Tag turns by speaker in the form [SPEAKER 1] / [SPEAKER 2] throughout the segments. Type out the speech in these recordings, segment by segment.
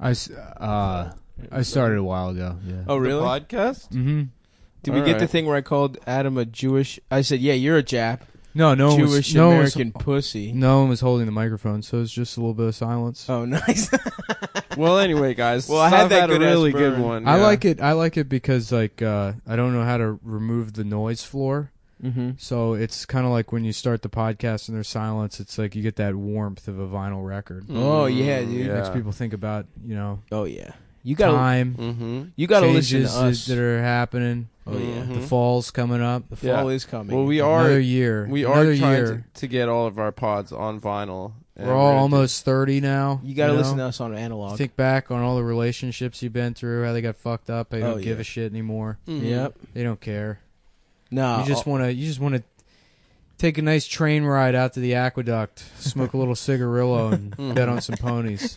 [SPEAKER 1] I s- uh, I started a while ago. Yeah.
[SPEAKER 2] Oh, really?
[SPEAKER 3] podcast?
[SPEAKER 1] Mm-hmm.
[SPEAKER 3] Did we
[SPEAKER 2] All
[SPEAKER 3] get the
[SPEAKER 2] right.
[SPEAKER 3] thing where I called Adam a Jewish? I said, "Yeah, you're a Jap,
[SPEAKER 1] No, no one
[SPEAKER 3] Jewish
[SPEAKER 1] was, no one was-
[SPEAKER 3] American pussy."
[SPEAKER 1] no one was holding the microphone, so it's just a little bit of silence.
[SPEAKER 3] Oh, nice.
[SPEAKER 2] Well, anyway, guys.
[SPEAKER 3] Well, I had
[SPEAKER 2] I've
[SPEAKER 3] that
[SPEAKER 2] a
[SPEAKER 3] good-ass
[SPEAKER 2] really good
[SPEAKER 3] burn.
[SPEAKER 2] one.
[SPEAKER 1] I
[SPEAKER 2] yeah.
[SPEAKER 1] like it. I like it because like uh, I don't know how to remove the noise floor,
[SPEAKER 3] mm-hmm.
[SPEAKER 1] so it's kind of like when you start the podcast and there's silence. It's like you get that warmth of a vinyl record.
[SPEAKER 3] Oh yeah, dude.
[SPEAKER 2] yeah.
[SPEAKER 1] Makes people think about you know
[SPEAKER 3] Oh yeah. You gotta
[SPEAKER 1] time
[SPEAKER 2] Mm-hmm.
[SPEAKER 3] you gotta listen to
[SPEAKER 1] changes
[SPEAKER 3] us.
[SPEAKER 1] that are happening.
[SPEAKER 3] oh yeah.
[SPEAKER 2] Mhm.
[SPEAKER 1] The fall's coming up.
[SPEAKER 3] The fall is coming.
[SPEAKER 2] Well, we
[SPEAKER 1] another
[SPEAKER 2] are
[SPEAKER 1] year.
[SPEAKER 2] we
[SPEAKER 1] another
[SPEAKER 2] are trying
[SPEAKER 1] year.
[SPEAKER 2] to, to get all of our pods on vinyl. and
[SPEAKER 1] We're all
[SPEAKER 2] gonna
[SPEAKER 1] almost thirty now.
[SPEAKER 3] you gotta
[SPEAKER 1] know?
[SPEAKER 3] listen to us on analog.
[SPEAKER 1] Think back on all the relationships you've been through, how they got fucked up. They don't
[SPEAKER 3] Oh,
[SPEAKER 1] give
[SPEAKER 3] yeah.
[SPEAKER 1] a shit anymore.
[SPEAKER 2] do- Mhm.
[SPEAKER 3] Yep.
[SPEAKER 1] They don't care.
[SPEAKER 3] No.
[SPEAKER 1] you just want to. You just want to take a nice train ride out to the aqueduct, smoke a little cigarillo, and bet on some ponies.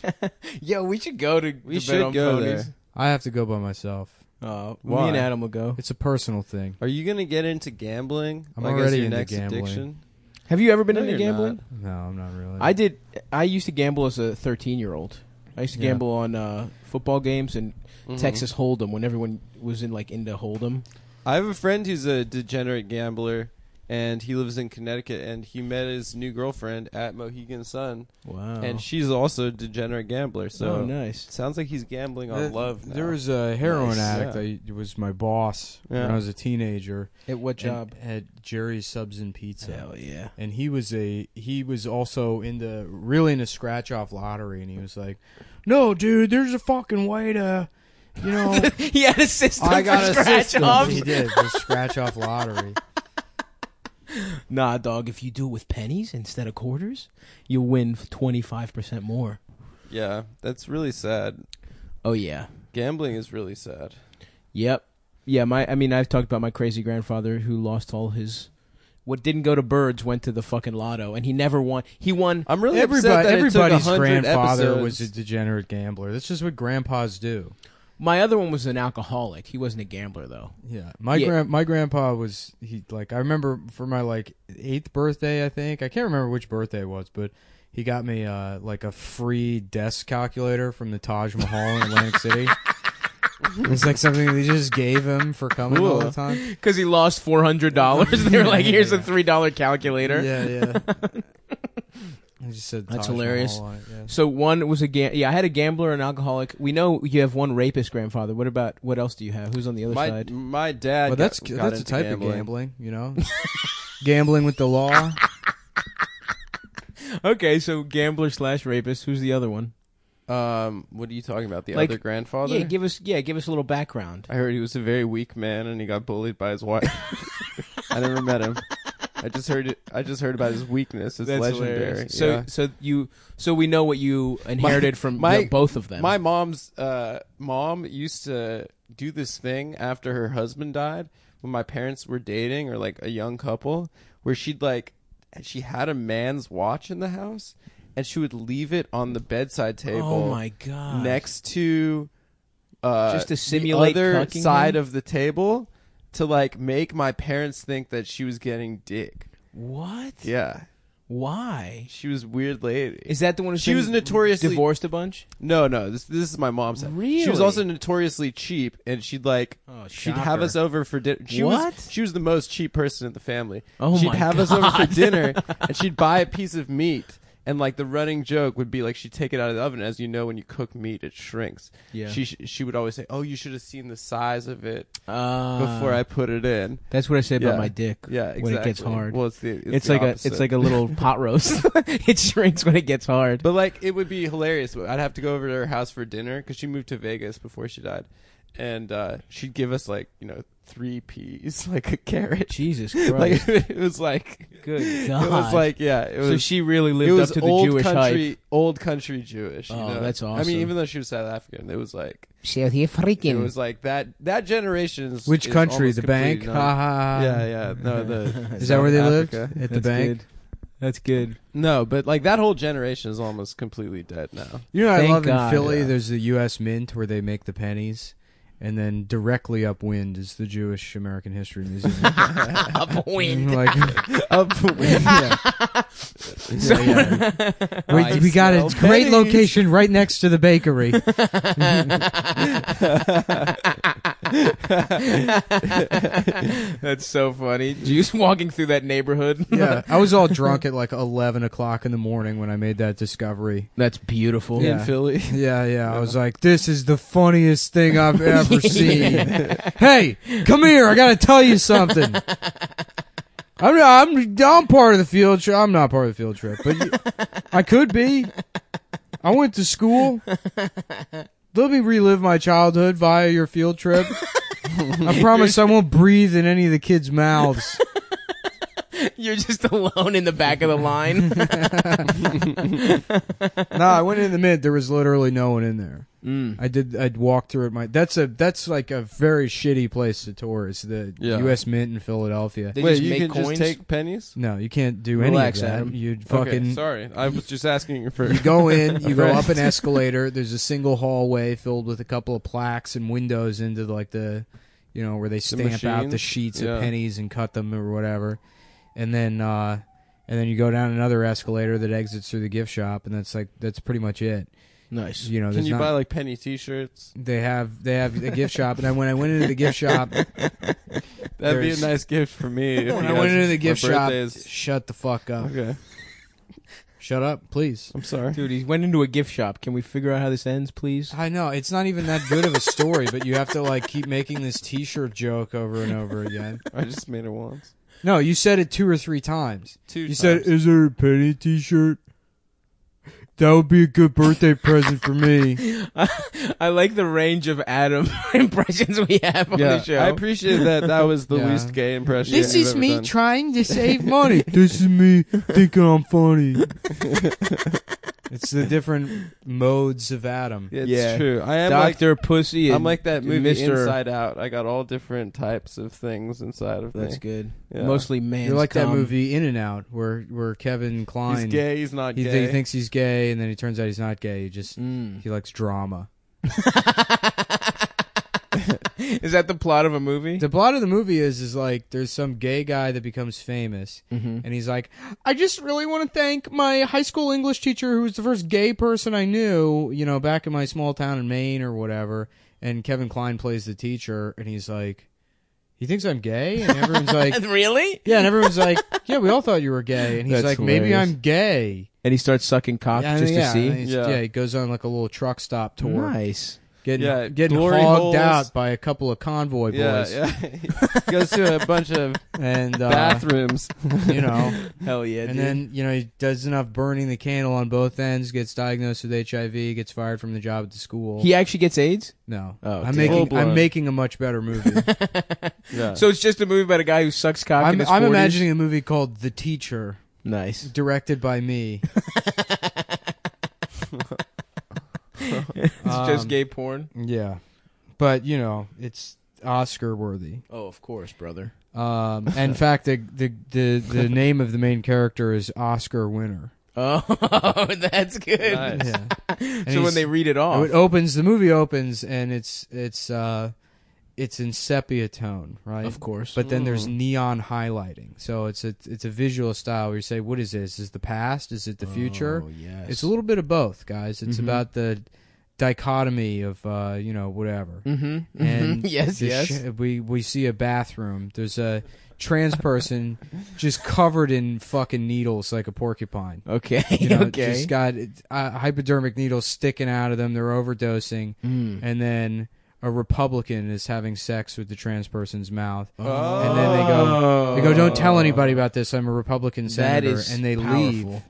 [SPEAKER 3] Yo, we should go to.
[SPEAKER 2] We
[SPEAKER 3] to
[SPEAKER 2] should
[SPEAKER 3] bet on
[SPEAKER 2] go
[SPEAKER 3] ponies.
[SPEAKER 2] there.
[SPEAKER 1] I have to go by myself.
[SPEAKER 3] Uh,
[SPEAKER 2] Why?
[SPEAKER 3] Me and Adam will go.
[SPEAKER 1] It's a personal thing.
[SPEAKER 2] Are you gonna get into gambling?
[SPEAKER 1] I'm
[SPEAKER 2] like, as
[SPEAKER 1] already
[SPEAKER 2] your
[SPEAKER 1] into
[SPEAKER 2] next
[SPEAKER 1] gambling.
[SPEAKER 2] addiction.
[SPEAKER 3] Have you ever been
[SPEAKER 2] No,
[SPEAKER 3] into
[SPEAKER 2] you're
[SPEAKER 3] gambling?
[SPEAKER 2] not.
[SPEAKER 1] No, I'm not really.
[SPEAKER 3] I did. I used to gamble as a 13 year old. I used to
[SPEAKER 1] Yeah.
[SPEAKER 3] gamble on uh, football games and
[SPEAKER 2] Mhm.
[SPEAKER 3] Texas Hold'em when everyone was in like into Hold'em.
[SPEAKER 2] I have a friend who's a degenerate gambler, and he lives in Connecticut. And he met his new girlfriend at Mohegan Sun,
[SPEAKER 3] Wow.
[SPEAKER 1] Oh.
[SPEAKER 2] and she's also a degenerate gambler. So
[SPEAKER 3] oh, nice.
[SPEAKER 2] sounds like he's gambling on
[SPEAKER 1] Uh,
[SPEAKER 2] love. Now.
[SPEAKER 1] There was a heroin
[SPEAKER 2] Nice.
[SPEAKER 1] addict.
[SPEAKER 2] Yeah.
[SPEAKER 1] I it was my boss when
[SPEAKER 2] Yeah.
[SPEAKER 1] I was a teenager.
[SPEAKER 3] At what
[SPEAKER 1] and
[SPEAKER 3] job?
[SPEAKER 1] At Jerry's Subs and Pizza.
[SPEAKER 3] Hell yeah.
[SPEAKER 1] and he was a he was also into really into scratch off lottery and he was like no dude there's a fucking way to you know
[SPEAKER 3] he had a system.
[SPEAKER 1] i got
[SPEAKER 3] for
[SPEAKER 1] a
[SPEAKER 3] scratch
[SPEAKER 1] system
[SPEAKER 3] offs.
[SPEAKER 1] he did the scratch off lottery
[SPEAKER 3] Nah, dog. If you do it with pennies instead of quarters, you'll win 25 percent more.
[SPEAKER 2] yeah, that's really sad.
[SPEAKER 3] Oh yeah.
[SPEAKER 2] Gambling is really sad.
[SPEAKER 3] Yep. Yeah, my I mean I've talked about my crazy grandfather who lost all his what didn't go to birds went to the fucking lotto and he never won. He won
[SPEAKER 2] I'm really upset
[SPEAKER 1] Everybody,
[SPEAKER 2] that it took
[SPEAKER 1] everybody's
[SPEAKER 2] 100
[SPEAKER 1] grandfather
[SPEAKER 2] episodes.
[SPEAKER 1] was a degenerate gambler that's just what grandpas do
[SPEAKER 3] my other one was an alcoholic. He wasn't a gambler though.
[SPEAKER 1] yeah my
[SPEAKER 3] Yeah.
[SPEAKER 1] grand my grandpa was he like i remember for my like eighth birthday i think i can't remember which birthday it was but he got me uh, like a free desk calculator from the Taj Mahal in Atlantic City. It's like something they just gave him for coming all the
[SPEAKER 2] Cool.
[SPEAKER 1] time.
[SPEAKER 3] Cuz he lost $400. they were like, "Here's a $3 calculator."
[SPEAKER 1] Yeah, yeah. I just said
[SPEAKER 3] That's
[SPEAKER 1] Taj
[SPEAKER 3] hilarious.
[SPEAKER 1] Mahal on it, yeah.
[SPEAKER 3] So one was a ga- yeah, I had a gambler and alcoholic. We know you have one rapist grandfather. What about what else do you have? Who's on the other
[SPEAKER 2] my
[SPEAKER 3] side?
[SPEAKER 2] my dad.
[SPEAKER 1] But that's
[SPEAKER 2] got, got
[SPEAKER 1] that's a
[SPEAKER 2] into
[SPEAKER 1] type
[SPEAKER 2] gambling.
[SPEAKER 1] of gambling, you know. gambling with the law.
[SPEAKER 3] Okay, so gambler slash rapist. Who's the other one?
[SPEAKER 2] Um, what are you talking about? The
[SPEAKER 3] Like-
[SPEAKER 2] other grandfather?
[SPEAKER 3] Yeah, give us yeah, give us a little background.
[SPEAKER 2] I heard he was a very weak man and he got bullied by his wife. I never met him. I just heard it. I just heard about his weakness. It's legendary.
[SPEAKER 3] hilarious. So,
[SPEAKER 2] yeah.
[SPEAKER 3] so you, so we know what you inherited from
[SPEAKER 2] my-
[SPEAKER 3] the- both of them.
[SPEAKER 2] my mom's uh, mom used to do this thing after her husband died when my parents were dating or like a young couple where she'd like she had a man's watch in the house and she would leave it on the bedside table
[SPEAKER 3] oh my god!
[SPEAKER 2] next to uh,
[SPEAKER 3] Just to simulate
[SPEAKER 2] the other
[SPEAKER 3] cucking
[SPEAKER 2] side
[SPEAKER 3] him?
[SPEAKER 2] of the table to like make my parents think that she was getting dick.
[SPEAKER 3] what?
[SPEAKER 2] Yeah,
[SPEAKER 3] Why?
[SPEAKER 2] she was a weird lady.
[SPEAKER 3] Is that the one? who's
[SPEAKER 2] She
[SPEAKER 3] been
[SPEAKER 2] was notoriously-
[SPEAKER 3] divorced a bunch.
[SPEAKER 2] no, no, this this is my mom's. side. She was
[SPEAKER 3] Really?
[SPEAKER 2] also notoriously cheap, and she'd like
[SPEAKER 3] Oh,
[SPEAKER 2] she'd have
[SPEAKER 3] shocker.
[SPEAKER 2] us over for dinner. She
[SPEAKER 3] What?
[SPEAKER 2] was she was the most cheap person in the family.
[SPEAKER 3] Oh
[SPEAKER 2] she'd
[SPEAKER 3] my
[SPEAKER 2] have us over for
[SPEAKER 3] God.
[SPEAKER 2] dinner, and she'd buy a piece of meat. And like the running joke would be like she'd take it out of the oven. As you know, when you cook meat, it shrinks.
[SPEAKER 3] Yeah.
[SPEAKER 2] She she would always say, "Oh, you should have seen the size of it."
[SPEAKER 3] Uh,
[SPEAKER 2] before I put it in.
[SPEAKER 3] That's what I say about
[SPEAKER 2] Yeah.
[SPEAKER 3] my dick.
[SPEAKER 2] Yeah, exactly.
[SPEAKER 3] When it gets hard,
[SPEAKER 2] Well, it's the it's,
[SPEAKER 3] it's,
[SPEAKER 2] the
[SPEAKER 3] like
[SPEAKER 2] opposite.
[SPEAKER 3] a it's like a little pot roast. it shrinks when it gets hard.
[SPEAKER 2] But like it would be hilarious. I'd have to go over to her house for dinner because she moved to Vegas before she died, and uh, she'd give us like you know three peas, like a carrot.
[SPEAKER 3] Jesus
[SPEAKER 2] like
[SPEAKER 3] Christ!
[SPEAKER 2] it was like
[SPEAKER 3] Good God.
[SPEAKER 2] It was like, yeah, it was.
[SPEAKER 3] so she really
[SPEAKER 2] it
[SPEAKER 3] lived
[SPEAKER 2] was
[SPEAKER 3] up to the
[SPEAKER 2] old
[SPEAKER 3] Jewish
[SPEAKER 2] country,
[SPEAKER 3] hype.
[SPEAKER 2] old country Jewish. you
[SPEAKER 3] Oh,
[SPEAKER 2] know?
[SPEAKER 3] that's
[SPEAKER 2] I
[SPEAKER 3] awesome.
[SPEAKER 2] mean, even though she was South African, it was like
[SPEAKER 4] She's here
[SPEAKER 2] it
[SPEAKER 4] freaking.
[SPEAKER 2] was like that that generation. Is,
[SPEAKER 1] Which
[SPEAKER 2] is
[SPEAKER 1] country?
[SPEAKER 2] almost
[SPEAKER 1] The
[SPEAKER 2] completely
[SPEAKER 1] bank?
[SPEAKER 2] not-
[SPEAKER 1] Ha ha. ha.
[SPEAKER 2] Yeah, yeah. No, the
[SPEAKER 1] Is that where they lived?
[SPEAKER 2] Africa.
[SPEAKER 1] At the bank.
[SPEAKER 3] That's good.
[SPEAKER 2] no, but like that whole generation is almost completely dead now.
[SPEAKER 1] You know, what I
[SPEAKER 3] Thank
[SPEAKER 1] love in
[SPEAKER 3] God.
[SPEAKER 1] Philly.
[SPEAKER 2] Yeah.
[SPEAKER 1] There's the U.S. Mint where they make the pennies, and then directly upwind is the Jewish American History Museum.
[SPEAKER 4] Upwind.
[SPEAKER 1] like,
[SPEAKER 2] Upwind.
[SPEAKER 1] yeah, yeah. We, we got a
[SPEAKER 2] smell
[SPEAKER 1] great
[SPEAKER 2] pennies.
[SPEAKER 1] location right next to the bakery.
[SPEAKER 3] That's so funny. Jews walking through that neighborhood.
[SPEAKER 1] yeah, I was all drunk at like eleven o'clock in the morning when I made that discovery.
[SPEAKER 3] That's beautiful.
[SPEAKER 1] Yeah.
[SPEAKER 2] in Philly.
[SPEAKER 1] Yeah, yeah. I was like, this is the funniest thing I've ever seen. Hey, come here. I got to tell you something. I'm, I'm, I'm part of the field trip. I'm not part of the field trip, but you- I could be. I went to school. Let me relive my childhood via your field trip. I promise I won't breathe in any of the kids' mouths.
[SPEAKER 3] You're just alone in the back of the line.
[SPEAKER 1] No, I went in the mid. There was literally no one in there.
[SPEAKER 2] Mm.
[SPEAKER 1] I did. I'd walk through it. My that's a that's like a very shitty place to tour. Is the
[SPEAKER 2] Yeah.
[SPEAKER 1] U.S. Mint in Philadelphia?
[SPEAKER 3] They
[SPEAKER 2] Wait,
[SPEAKER 3] just
[SPEAKER 2] you
[SPEAKER 3] make
[SPEAKER 2] can
[SPEAKER 3] coins?
[SPEAKER 2] just take pennies?
[SPEAKER 1] No, you can't do
[SPEAKER 3] Relax,
[SPEAKER 1] any of
[SPEAKER 3] Adam.
[SPEAKER 1] that. You'd
[SPEAKER 2] Okay,
[SPEAKER 1] fucking
[SPEAKER 2] sorry, I was just asking for.
[SPEAKER 1] you go in. You go
[SPEAKER 2] Right.
[SPEAKER 1] up an escalator. There's a single hallway filled with a couple of plaques and windows into like the, you know, where they stamp out the
[SPEAKER 2] machines?
[SPEAKER 1] sheets
[SPEAKER 2] Yeah.
[SPEAKER 1] of pennies and cut them or whatever, and then uh, and then you go down another escalator that exits through the gift shop, and that's like that's pretty much it.
[SPEAKER 3] nice.
[SPEAKER 1] You know,
[SPEAKER 2] Can
[SPEAKER 1] there's
[SPEAKER 2] you
[SPEAKER 1] not,
[SPEAKER 2] buy like penny T-shirts?
[SPEAKER 1] They have they have a gift shop, and I, when I went into the gift shop, when
[SPEAKER 2] That'd
[SPEAKER 1] There's-
[SPEAKER 2] be a nice gift for me. If
[SPEAKER 1] I
[SPEAKER 2] you guys-
[SPEAKER 1] went into
[SPEAKER 2] my
[SPEAKER 1] the gift shop,
[SPEAKER 2] birthday is-
[SPEAKER 1] shut the fuck up,
[SPEAKER 2] Okay,
[SPEAKER 1] shut up, please.
[SPEAKER 2] I'm sorry.
[SPEAKER 3] Dude, he went into a gift shop. Can we figure out how this ends, please?
[SPEAKER 1] I know it's not even that good of a story, but you have to like keep making this T-shirt joke over and over again.
[SPEAKER 2] I just made it once.
[SPEAKER 1] No, you said it two or three times.
[SPEAKER 2] Two.
[SPEAKER 1] You said, "Is there a penny T-shirt?" That would be a good birthday present for me.
[SPEAKER 3] I like the range of Adam impressions we have on
[SPEAKER 2] yeah,
[SPEAKER 3] the show.
[SPEAKER 2] I appreciate that. That was the
[SPEAKER 1] Yeah.
[SPEAKER 2] least gay impression.
[SPEAKER 1] This
[SPEAKER 2] you've
[SPEAKER 1] is
[SPEAKER 2] ever
[SPEAKER 1] me
[SPEAKER 2] done.
[SPEAKER 1] trying to save money. this is me thinking I'm funny. it's the different modes of Adam.
[SPEAKER 2] Yeah, it's
[SPEAKER 3] Yeah.
[SPEAKER 2] true. I am like
[SPEAKER 3] Doctor Pussy.
[SPEAKER 2] I'm
[SPEAKER 3] and-
[SPEAKER 2] like that
[SPEAKER 3] and
[SPEAKER 2] movie
[SPEAKER 3] Mr.
[SPEAKER 2] Inside Out. I got all different types of things inside of
[SPEAKER 3] That's
[SPEAKER 2] me.
[SPEAKER 3] good.
[SPEAKER 2] Yeah.
[SPEAKER 3] Mostly man.
[SPEAKER 1] You're like that movie In and Out, where where Kevin Klein
[SPEAKER 2] He's gay. He's not
[SPEAKER 1] he,
[SPEAKER 2] gay.
[SPEAKER 1] he
[SPEAKER 2] Mm.
[SPEAKER 1] thinks he's gay, and then he turns out he's not gay. He just he likes drama.
[SPEAKER 3] Is that the plot of a movie?
[SPEAKER 1] The plot of the movie is is like there's some gay guy that becomes famous,
[SPEAKER 2] Mm-hmm.
[SPEAKER 1] and he's like, I just really want to thank my high school English teacher, who was the first gay person I knew, you know, back in my small town in Maine or whatever. And Kevin Klein plays the teacher, and he's like, he thinks I'm gay, and everyone's like,
[SPEAKER 3] really?
[SPEAKER 1] yeah, and everyone's like, yeah, we all thought you were gay, and he's
[SPEAKER 3] That's
[SPEAKER 1] like, maybe
[SPEAKER 3] hilarious.
[SPEAKER 1] I'm gay.
[SPEAKER 3] And he starts sucking cock
[SPEAKER 1] Yeah, I
[SPEAKER 3] just
[SPEAKER 1] mean, yeah,
[SPEAKER 3] to see.
[SPEAKER 1] I mean, it's-
[SPEAKER 2] Yeah.
[SPEAKER 1] yeah, he goes on like a little truck stop tour,
[SPEAKER 3] Nice.
[SPEAKER 1] getting
[SPEAKER 2] Yeah,
[SPEAKER 1] getting
[SPEAKER 2] glory
[SPEAKER 1] hogged
[SPEAKER 2] holes.
[SPEAKER 1] out by a couple of convoy
[SPEAKER 2] yeah,
[SPEAKER 1] boys,
[SPEAKER 2] yeah. He goes to a bunch of
[SPEAKER 1] and uh,
[SPEAKER 2] bathrooms.
[SPEAKER 1] you know,
[SPEAKER 3] Hell yeah.
[SPEAKER 1] and then you know he does enough burning the candle on both ends, gets diagnosed with HIV, gets fired from the job at the school.
[SPEAKER 3] he actually gets AIDS.
[SPEAKER 1] no,
[SPEAKER 3] Oh,
[SPEAKER 1] I'm
[SPEAKER 3] damn.
[SPEAKER 1] making
[SPEAKER 2] Full-blown.
[SPEAKER 1] I'm making a much better movie.
[SPEAKER 2] yeah.
[SPEAKER 3] Uh, So it's just a movie about a guy who sucks cock. in
[SPEAKER 1] I'm,
[SPEAKER 3] his
[SPEAKER 1] I'm
[SPEAKER 3] 40s?
[SPEAKER 1] imagining a movie called The Teacher,
[SPEAKER 3] Nice.
[SPEAKER 1] directed by me.
[SPEAKER 3] It's
[SPEAKER 1] Um,
[SPEAKER 3] just gay porn.
[SPEAKER 1] Yeah, but you know it's Oscar worthy.
[SPEAKER 3] Oh, of course, brother.
[SPEAKER 1] Um, in fact, the, the the the name of the main character is Oscar winner.
[SPEAKER 3] Oh, that's good.
[SPEAKER 2] Nice.
[SPEAKER 1] Yeah. And
[SPEAKER 3] So
[SPEAKER 1] he's-
[SPEAKER 3] when they read it off,
[SPEAKER 1] it opens, the movie opens, and it's it's uh, it's in sepia tone, right?
[SPEAKER 3] of course.
[SPEAKER 1] But then there's neon highlighting, so it's a it's a visual style where you say, "What is this? Is the past? Is it the future?"
[SPEAKER 3] Oh, yes.
[SPEAKER 1] It's a little bit of both, guys.
[SPEAKER 3] Mm-hmm.
[SPEAKER 1] It's about the dichotomy of uh, you know whatever.
[SPEAKER 3] Mm-hmm.
[SPEAKER 1] And
[SPEAKER 3] yes,
[SPEAKER 1] the
[SPEAKER 3] yes.
[SPEAKER 1] sh- we we see a bathroom. There's a trans person just covered in fucking needles like a porcupine.
[SPEAKER 3] okay.
[SPEAKER 1] You know,
[SPEAKER 3] okay.
[SPEAKER 1] just got uh, hypodermic needles sticking out of them. They're overdosing,
[SPEAKER 3] Mm.
[SPEAKER 1] and then a Republican is having sex with the trans person's mouth,
[SPEAKER 3] Oh.
[SPEAKER 1] and then they go, they go, don't tell anybody about this. I'm a Republican
[SPEAKER 3] That
[SPEAKER 1] senator,
[SPEAKER 3] is
[SPEAKER 1] and they
[SPEAKER 3] powerful.
[SPEAKER 1] leave.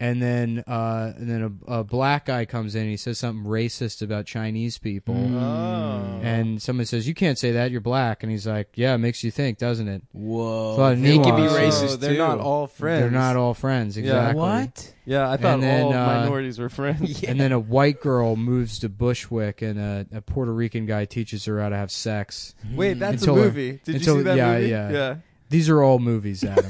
[SPEAKER 1] and then uh, and then a, a black guy comes in and he says something racist about Chinese people,
[SPEAKER 3] Mm.
[SPEAKER 1] and someone says you can't say that you're black, and he's like, yeah, it makes you think, doesn't it?
[SPEAKER 3] Whoa.
[SPEAKER 1] It's a lot of
[SPEAKER 3] They can be
[SPEAKER 1] nuance.
[SPEAKER 3] racist
[SPEAKER 2] Oh, they're
[SPEAKER 3] too.
[SPEAKER 2] not all friends.
[SPEAKER 1] They're not all friends, exactly.
[SPEAKER 3] Oh. What?
[SPEAKER 2] Yeah, I thought
[SPEAKER 1] And then,
[SPEAKER 2] all
[SPEAKER 1] uh,
[SPEAKER 2] minorities were friends.
[SPEAKER 1] And then a white girl moves to Bushwick, and a, a Puerto Rican guy teaches her how to have sex.
[SPEAKER 2] Wait, that's
[SPEAKER 1] Until-
[SPEAKER 2] a movie. Did
[SPEAKER 1] until-
[SPEAKER 2] you see that
[SPEAKER 1] yeah,
[SPEAKER 2] movie?
[SPEAKER 1] yeah. These are all movies, Adam.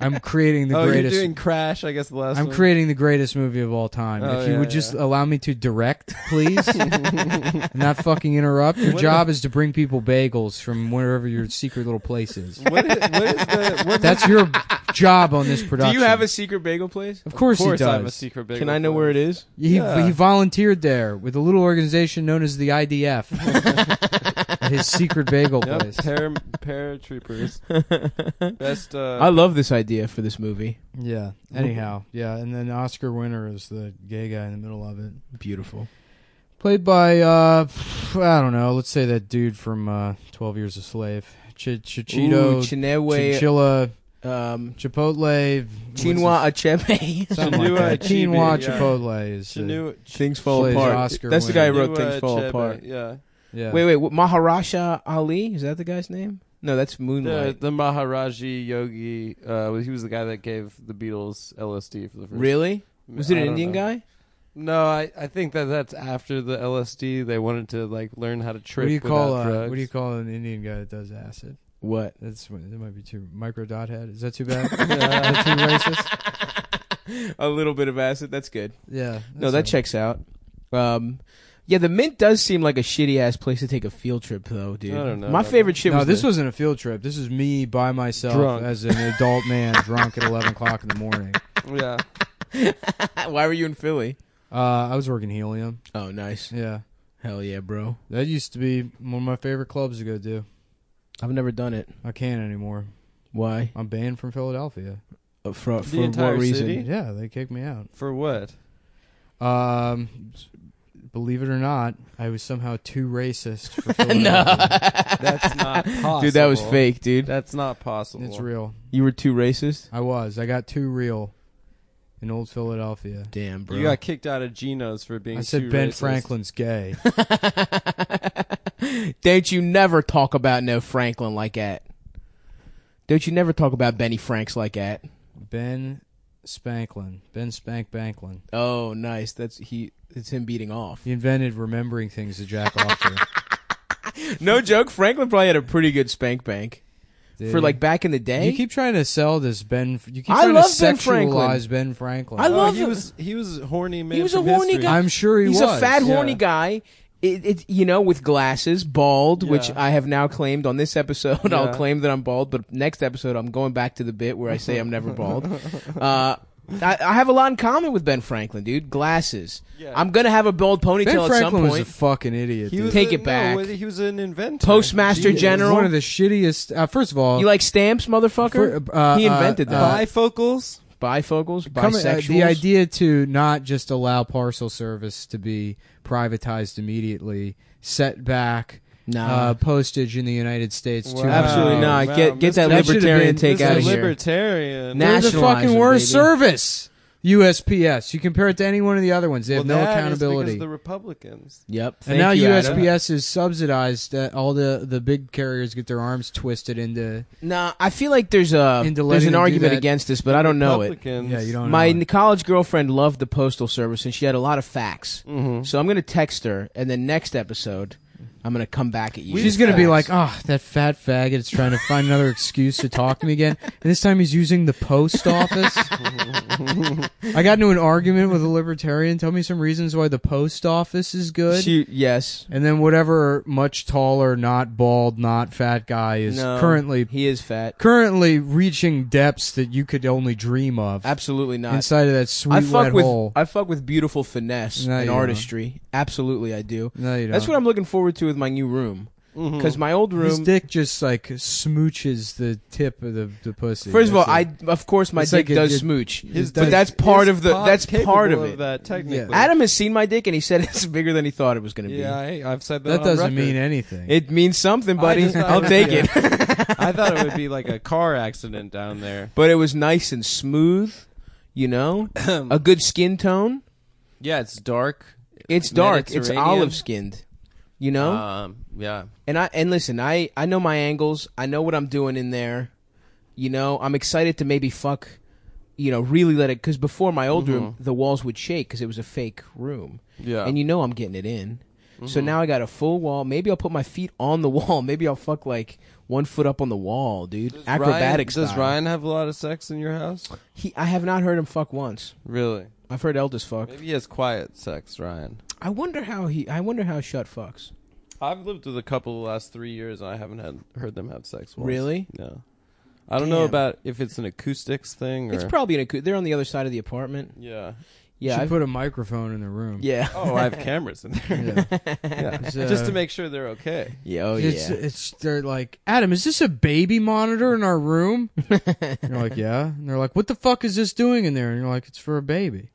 [SPEAKER 1] I'm creating the
[SPEAKER 2] oh,
[SPEAKER 1] greatest.
[SPEAKER 2] you're doing Crash, I guess the last
[SPEAKER 1] I'm
[SPEAKER 2] one.
[SPEAKER 1] creating the greatest movie of all time.
[SPEAKER 2] Oh,
[SPEAKER 1] if you
[SPEAKER 2] yeah,
[SPEAKER 1] would just
[SPEAKER 2] yeah.
[SPEAKER 1] allow me to direct, please, and not fucking interrupt. Your job is to bring people bagels from wherever your secret little place is.
[SPEAKER 2] what is, what is the what
[SPEAKER 1] That's your job on this
[SPEAKER 3] Do
[SPEAKER 1] production.
[SPEAKER 3] you have a secret bagel place?
[SPEAKER 1] Of course,
[SPEAKER 2] of course
[SPEAKER 1] he does.
[SPEAKER 2] I have a secret big
[SPEAKER 3] Can I know where it is?
[SPEAKER 1] He,
[SPEAKER 2] Yeah.
[SPEAKER 1] he volunteered there with a little organization known as the IDF. at his secret bagel
[SPEAKER 2] Yep,
[SPEAKER 1] place.
[SPEAKER 2] para, paratroopers. Best uh
[SPEAKER 3] I love this idea for this movie.
[SPEAKER 1] Yeah. Anyhow, yeah, and then Oscar winner is the gay guy in the middle of it.
[SPEAKER 3] Beautiful.
[SPEAKER 1] Played by uh I don't know, let's say that dude from uh 12 Years a Slave. Ch-
[SPEAKER 3] Ooh,
[SPEAKER 1] Chichito
[SPEAKER 3] Chinewe,
[SPEAKER 1] Chinchilla
[SPEAKER 3] um,
[SPEAKER 1] Chipotle
[SPEAKER 3] Chinua Achebe.
[SPEAKER 1] what's his- something like that. Chinua
[SPEAKER 2] Chinua Achebe, yeah.
[SPEAKER 1] Chipotle is the-
[SPEAKER 2] Chinu-
[SPEAKER 3] Things fall
[SPEAKER 1] Plays
[SPEAKER 3] apart.
[SPEAKER 1] Oscar
[SPEAKER 3] That's the guy who
[SPEAKER 1] winner.
[SPEAKER 3] wrote Things
[SPEAKER 2] Chinua
[SPEAKER 3] Fall
[SPEAKER 2] Achebe,
[SPEAKER 3] Apart.
[SPEAKER 2] uh, Yeah.
[SPEAKER 1] yeah.
[SPEAKER 3] Wait, wait, what, Maharaja Ali? Is that the guy's name? No, that's
[SPEAKER 2] The,
[SPEAKER 3] Moonlight.
[SPEAKER 2] the Maharaji Yogi, uh, he was the guy that gave the Beatles LSD for the first
[SPEAKER 3] really? Was it
[SPEAKER 2] I
[SPEAKER 3] an
[SPEAKER 2] don't
[SPEAKER 3] Indian
[SPEAKER 2] know.
[SPEAKER 3] guy?
[SPEAKER 2] No, I, I think that that's after the LSD. They wanted to like learn how to trick.
[SPEAKER 1] what do you call
[SPEAKER 2] without
[SPEAKER 1] uh,
[SPEAKER 2] drugs.
[SPEAKER 1] what do you call an Indian guy that does acid?
[SPEAKER 3] What?
[SPEAKER 1] That's that might be too micro dot head. Is that too bad? Is that too racist?
[SPEAKER 3] a little bit of acid. That's good.
[SPEAKER 1] Yeah.
[SPEAKER 3] no, that checks out. Um, yeah, the Mint does seem like a shitty ass place to take a field trip, though, dude.
[SPEAKER 2] I don't know
[SPEAKER 3] My
[SPEAKER 2] about
[SPEAKER 3] favorite
[SPEAKER 2] that.
[SPEAKER 3] shit
[SPEAKER 1] no,
[SPEAKER 3] was
[SPEAKER 1] this
[SPEAKER 3] the-
[SPEAKER 1] wasn't a field trip. This is me by myself
[SPEAKER 2] Drunk.
[SPEAKER 1] as an adult man, drunk at eleven o'clock in the morning.
[SPEAKER 2] Yeah,
[SPEAKER 3] Why were you in Philly?
[SPEAKER 1] Uh, I was working helium.
[SPEAKER 3] Oh, nice.
[SPEAKER 1] Yeah,
[SPEAKER 3] Hell yeah, bro.
[SPEAKER 1] that used to be one of my favorite clubs to go do.
[SPEAKER 3] I've never done it.
[SPEAKER 1] I can't anymore.
[SPEAKER 3] Why?
[SPEAKER 1] I'm banned from Philadelphia.
[SPEAKER 3] Uh, for for
[SPEAKER 2] entire
[SPEAKER 3] what reason?
[SPEAKER 2] city?
[SPEAKER 1] Yeah, they kicked me out.
[SPEAKER 2] for what?
[SPEAKER 1] Um, believe it or not, I was somehow too racist. For Philadelphia.
[SPEAKER 2] That's not possible,
[SPEAKER 3] Dude, that was fake, dude.
[SPEAKER 2] That's not possible.
[SPEAKER 1] it's real.
[SPEAKER 3] you were too racist.
[SPEAKER 1] I was. I got too real in old Philadelphia.
[SPEAKER 3] Damn, bro.
[SPEAKER 2] You got kicked out of Geno's for being.
[SPEAKER 1] I said
[SPEAKER 2] too
[SPEAKER 1] Ben
[SPEAKER 2] racist.
[SPEAKER 1] Franklin's gay.
[SPEAKER 3] Don't you never talk about no Franklin like that. Don't you never talk about Benny Franks like that.
[SPEAKER 1] ben Spanklin. Ben Spank Banklin.
[SPEAKER 3] Oh, nice. That's he. It's him beating off.
[SPEAKER 1] He invented remembering things to jack off to.
[SPEAKER 3] No joke. Franklin probably had a pretty good spank bank
[SPEAKER 1] Dude.
[SPEAKER 3] for like back in the day.
[SPEAKER 1] You keep trying to sell this Ben. You keep
[SPEAKER 3] I
[SPEAKER 1] trying
[SPEAKER 3] love
[SPEAKER 1] to
[SPEAKER 3] Ben Franklin.
[SPEAKER 1] sexualize Ben Franklin.
[SPEAKER 3] I
[SPEAKER 2] Oh,
[SPEAKER 3] love
[SPEAKER 2] he
[SPEAKER 3] him.
[SPEAKER 2] was he was a horny man.
[SPEAKER 3] He was a
[SPEAKER 2] from
[SPEAKER 3] horny
[SPEAKER 2] history.
[SPEAKER 3] guy.
[SPEAKER 1] I'm sure he
[SPEAKER 3] He's
[SPEAKER 1] was.
[SPEAKER 3] a fat,
[SPEAKER 2] yeah.
[SPEAKER 3] horny guy. It, it, you know, with glasses, bald, which
[SPEAKER 2] Yeah.
[SPEAKER 3] I have now claimed on this episode. I'll
[SPEAKER 2] Yeah.
[SPEAKER 3] claim that I'm bald, but next episode I'm going back to the bit where I say I'm never bald. Uh, I, I have a lot in common with Ben Franklin, dude. Glasses.
[SPEAKER 2] Yeah.
[SPEAKER 3] I'm gonna have a bald ponytail
[SPEAKER 1] Ben
[SPEAKER 3] at some
[SPEAKER 1] Franklin was a
[SPEAKER 3] point.
[SPEAKER 1] fucking idiot.
[SPEAKER 2] He
[SPEAKER 1] dude.
[SPEAKER 2] was
[SPEAKER 3] Take
[SPEAKER 2] a-
[SPEAKER 3] it back.
[SPEAKER 2] No, he was an inventor.
[SPEAKER 3] Postmaster
[SPEAKER 2] Genius.
[SPEAKER 1] He's
[SPEAKER 3] General.
[SPEAKER 1] One of the shittiest. Uh, first of all,
[SPEAKER 3] you like stamps, motherfucker?
[SPEAKER 1] For- uh,
[SPEAKER 3] he invented
[SPEAKER 1] uh,
[SPEAKER 3] that.
[SPEAKER 2] Bifocals.
[SPEAKER 3] Bifocals,
[SPEAKER 1] come- uh,
[SPEAKER 3] bisexuals.
[SPEAKER 1] the idea to not just allow parcel service to be privatized immediately, set back
[SPEAKER 3] Nah.
[SPEAKER 1] uh, postage in the United States.
[SPEAKER 2] Wow.
[SPEAKER 1] to
[SPEAKER 3] Absolutely
[SPEAKER 2] Wow,
[SPEAKER 3] not.
[SPEAKER 2] wow,
[SPEAKER 3] get get that
[SPEAKER 1] Mr. That should've
[SPEAKER 3] libertarian
[SPEAKER 1] been-
[SPEAKER 3] take
[SPEAKER 2] This
[SPEAKER 3] out of
[SPEAKER 2] is
[SPEAKER 3] here.
[SPEAKER 2] libertarian.
[SPEAKER 3] Now-
[SPEAKER 1] They're the
[SPEAKER 3] Nationalize
[SPEAKER 1] fucking
[SPEAKER 3] it,
[SPEAKER 1] worst
[SPEAKER 3] baby.
[SPEAKER 1] service. USPS. You compare it to any one of the other ones. They
[SPEAKER 2] well,
[SPEAKER 1] have no
[SPEAKER 2] that is
[SPEAKER 1] accountability.
[SPEAKER 2] because of the Republicans.
[SPEAKER 3] Yep. Thank
[SPEAKER 1] And now
[SPEAKER 3] you, Adam.
[SPEAKER 1] USPS is subsidized. That all the the big carriers get their arms twisted into.
[SPEAKER 3] Nah, I feel like there's a
[SPEAKER 1] Into
[SPEAKER 3] there's
[SPEAKER 1] letting
[SPEAKER 3] an
[SPEAKER 1] them do
[SPEAKER 3] argument
[SPEAKER 1] that.
[SPEAKER 3] against this, but I don't know it.
[SPEAKER 2] Republicans.
[SPEAKER 1] don't.
[SPEAKER 3] My n- college girlfriend loved the postal service, and she had a lot of facts.
[SPEAKER 1] Mm-hmm.
[SPEAKER 2] Mhm.
[SPEAKER 3] So I'm gonna text her, and then next episode, I'm gonna come back at you.
[SPEAKER 1] She's gonna be like, "Oh, that fat faggot is trying to find another excuse to talk to me again." And this time he's using the post office. I got into an argument with a libertarian. Tell me some reasons why the post office is good.
[SPEAKER 3] She, yes,
[SPEAKER 1] and then whatever much taller, not bald, not fat guy is
[SPEAKER 3] no,
[SPEAKER 1] currently
[SPEAKER 3] he is fat.
[SPEAKER 1] currently reaching depths that you could only dream of
[SPEAKER 3] Absolutely not.
[SPEAKER 1] inside of that sweet
[SPEAKER 3] I fuck
[SPEAKER 1] wet
[SPEAKER 3] with
[SPEAKER 1] hole.
[SPEAKER 3] I fuck with beautiful finesse
[SPEAKER 1] No, you
[SPEAKER 3] and
[SPEAKER 1] don't.
[SPEAKER 3] artistry. Absolutely, I do.
[SPEAKER 1] no, you don't. Mm-hmm.
[SPEAKER 3] That's what I'm looking forward to with my new room because my old
[SPEAKER 1] His
[SPEAKER 3] room.
[SPEAKER 1] dick just like smooches the tip of the, the pussy.
[SPEAKER 3] First of all,
[SPEAKER 1] That's
[SPEAKER 3] I
[SPEAKER 1] it.
[SPEAKER 3] of course my
[SPEAKER 1] It's
[SPEAKER 3] dick
[SPEAKER 1] like it-
[SPEAKER 3] does
[SPEAKER 1] it-
[SPEAKER 3] smooch,
[SPEAKER 1] his
[SPEAKER 3] but
[SPEAKER 1] dick
[SPEAKER 3] that's part
[SPEAKER 2] Is
[SPEAKER 3] of the
[SPEAKER 2] pot
[SPEAKER 3] that's part of
[SPEAKER 2] capable
[SPEAKER 3] it.
[SPEAKER 2] that technically.
[SPEAKER 3] Adam has seen my dick and he said it's bigger than he thought it was going to be.
[SPEAKER 2] Yeah, I, I've said that.
[SPEAKER 1] that
[SPEAKER 2] on
[SPEAKER 1] doesn't
[SPEAKER 2] record.
[SPEAKER 1] mean anything.
[SPEAKER 3] It means something,
[SPEAKER 2] I
[SPEAKER 3] buddy.
[SPEAKER 2] just thought
[SPEAKER 3] I'll
[SPEAKER 2] it was-
[SPEAKER 3] take
[SPEAKER 2] yeah.
[SPEAKER 3] it.
[SPEAKER 2] I thought it would be like a car accident down there.
[SPEAKER 3] But it was nice and smooth. You know, a good skin tone.
[SPEAKER 2] Um, Yeah, it's dark.
[SPEAKER 3] It's dark. It's
[SPEAKER 2] Mediterranean.
[SPEAKER 3] olive skinned. You know,
[SPEAKER 2] Um, yeah.
[SPEAKER 3] and I and listen, I I know my angles. I know what I'm doing in there. You know, I'm excited to maybe fuck. You know, really let it because before my old room, the walls would shake because it was a fake room.
[SPEAKER 2] Mm-hmm. Yeah. Mm-hmm.
[SPEAKER 3] and you know I'm getting it in. So now I got a full wall. Maybe I'll put my feet on the wall. Maybe I'll fuck like one foot up on the wall, dude. Acrobatic
[SPEAKER 2] Ryan, Does
[SPEAKER 3] style.
[SPEAKER 2] Ryan have a lot of sex in your house?
[SPEAKER 3] He, I have not heard him fuck once.
[SPEAKER 2] Really?
[SPEAKER 3] I've heard Eldest fuck.
[SPEAKER 2] Maybe he has quiet sex, Ryan.
[SPEAKER 3] I wonder how he. I wonder how Shut fucks.
[SPEAKER 2] I've lived with a couple the last three years, and I haven't had heard them have sex. Once.
[SPEAKER 3] Really?
[SPEAKER 2] No. I don't know
[SPEAKER 3] Damn.
[SPEAKER 2] about if it's an acoustics thing or
[SPEAKER 3] It's probably an. acou- They're on the other side of the apartment.
[SPEAKER 2] yeah.
[SPEAKER 3] Yeah,
[SPEAKER 1] Should
[SPEAKER 3] I've-
[SPEAKER 1] put a microphone in the room.
[SPEAKER 3] yeah,
[SPEAKER 2] Oh, I have cameras in there.
[SPEAKER 1] Yeah.
[SPEAKER 2] Yeah.
[SPEAKER 1] It's,
[SPEAKER 2] Just
[SPEAKER 1] uh,
[SPEAKER 2] to make sure they're okay.
[SPEAKER 3] yeah. Oh
[SPEAKER 1] it's,
[SPEAKER 3] yeah.
[SPEAKER 1] it's they're like, Adam, is this a baby monitor in our room? and you're like, yeah. And they're like, what the fuck is this doing in there? And you're like, it's for a baby.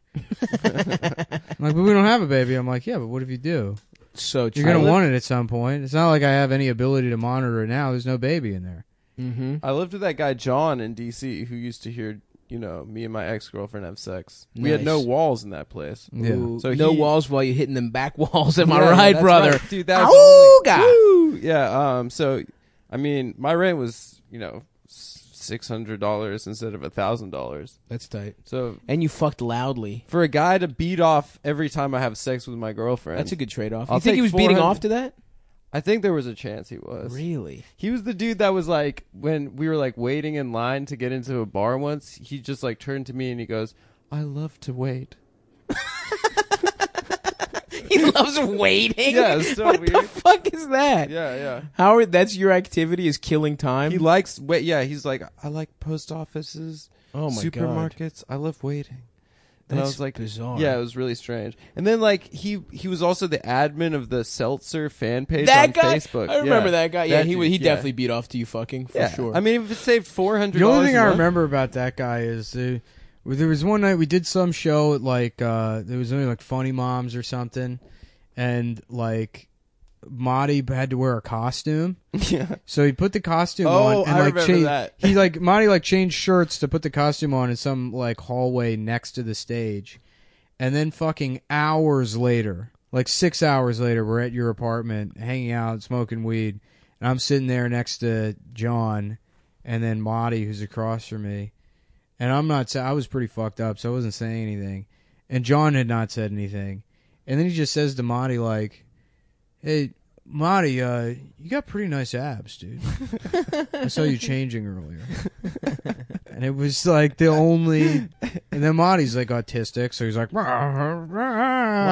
[SPEAKER 1] I'm like, but we don't have a baby. I'm like, yeah, but what if you do?
[SPEAKER 3] So true.
[SPEAKER 1] You're gonna want it at some point. It's not like I have any ability to monitor it now. There's no baby in there.
[SPEAKER 3] Mm-hmm.
[SPEAKER 2] I lived with that guy John in D.C. who used to hear, you know, me and my ex girlfriend have sex. We had
[SPEAKER 3] Nice.
[SPEAKER 2] no walls in that place.
[SPEAKER 1] Yeah.
[SPEAKER 2] So
[SPEAKER 3] no
[SPEAKER 2] he-
[SPEAKER 3] walls while you're hitting them back walls. Am I
[SPEAKER 2] Yeah,
[SPEAKER 3] right,
[SPEAKER 2] that's
[SPEAKER 3] brother?
[SPEAKER 2] right. Dude, that was
[SPEAKER 3] Auga!
[SPEAKER 2] only- Woo! Yeah. Um. So, I mean, my rent was, you know, six hundred dollars instead of a thousand dollars.
[SPEAKER 3] That's tight.
[SPEAKER 2] So
[SPEAKER 3] And you fucked loudly.
[SPEAKER 2] for a guy to beat off every time I have sex with my girlfriend,
[SPEAKER 3] That's a good trade-off.
[SPEAKER 2] I'll
[SPEAKER 3] you think he
[SPEAKER 2] take
[SPEAKER 3] was beating
[SPEAKER 2] 400.
[SPEAKER 3] off to that?
[SPEAKER 2] I think there was a chance he was.
[SPEAKER 3] Really?
[SPEAKER 2] He was the dude that was like when we were like waiting in line to get into a bar once. He just like turned to me and he goes, "I love to wait."
[SPEAKER 3] he loves waiting.
[SPEAKER 2] Yeah, it's so
[SPEAKER 3] what
[SPEAKER 2] weird.
[SPEAKER 3] the fuck is that?
[SPEAKER 2] Yeah, yeah.
[SPEAKER 3] Howard, that's your activity is killing time.
[SPEAKER 2] He likes wait. Yeah, he's like, I like post offices,
[SPEAKER 3] oh my god,
[SPEAKER 2] supermarkets. I love waiting. And I
[SPEAKER 3] That's
[SPEAKER 2] was like,
[SPEAKER 3] bizarre.
[SPEAKER 2] Yeah, it was really strange. And then like he he was also the admin of the Seltzer fan page
[SPEAKER 3] that
[SPEAKER 2] on
[SPEAKER 3] guy.
[SPEAKER 2] Facebook.
[SPEAKER 3] I remember that guy. Yeah, he
[SPEAKER 2] dude,
[SPEAKER 3] would- he
[SPEAKER 2] yeah.
[SPEAKER 3] definitely beat off to you fucking for
[SPEAKER 2] Yeah.
[SPEAKER 3] sure.
[SPEAKER 2] I mean, if it saved four hundred.
[SPEAKER 1] The only thing I remember about that guy is uh, there was one night we did some show at like uh, there was only like Funny Moms or something, and like Marty had to wear a costume,
[SPEAKER 2] Yeah.
[SPEAKER 1] so he put the costume
[SPEAKER 2] Oh,
[SPEAKER 1] on and
[SPEAKER 2] I
[SPEAKER 1] like
[SPEAKER 2] remember
[SPEAKER 1] cha-
[SPEAKER 2] that.
[SPEAKER 1] he like Marty like changed shirts to put the costume on in some like hallway next to the stage, and then fucking hours later, like six hours later, we're at your apartment hanging out, smoking weed, and I'm sitting there next to John, and then Marty who's across from me, and I'm not. sa- I was pretty fucked up, so I wasn't saying anything, and John had not said anything, and then he just says to Marty like, "Hey." Marty, uh, you got pretty nice abs, dude. I saw you changing earlier. and it was like the only. And then Marty's like autistic, so he's like.
[SPEAKER 5] What,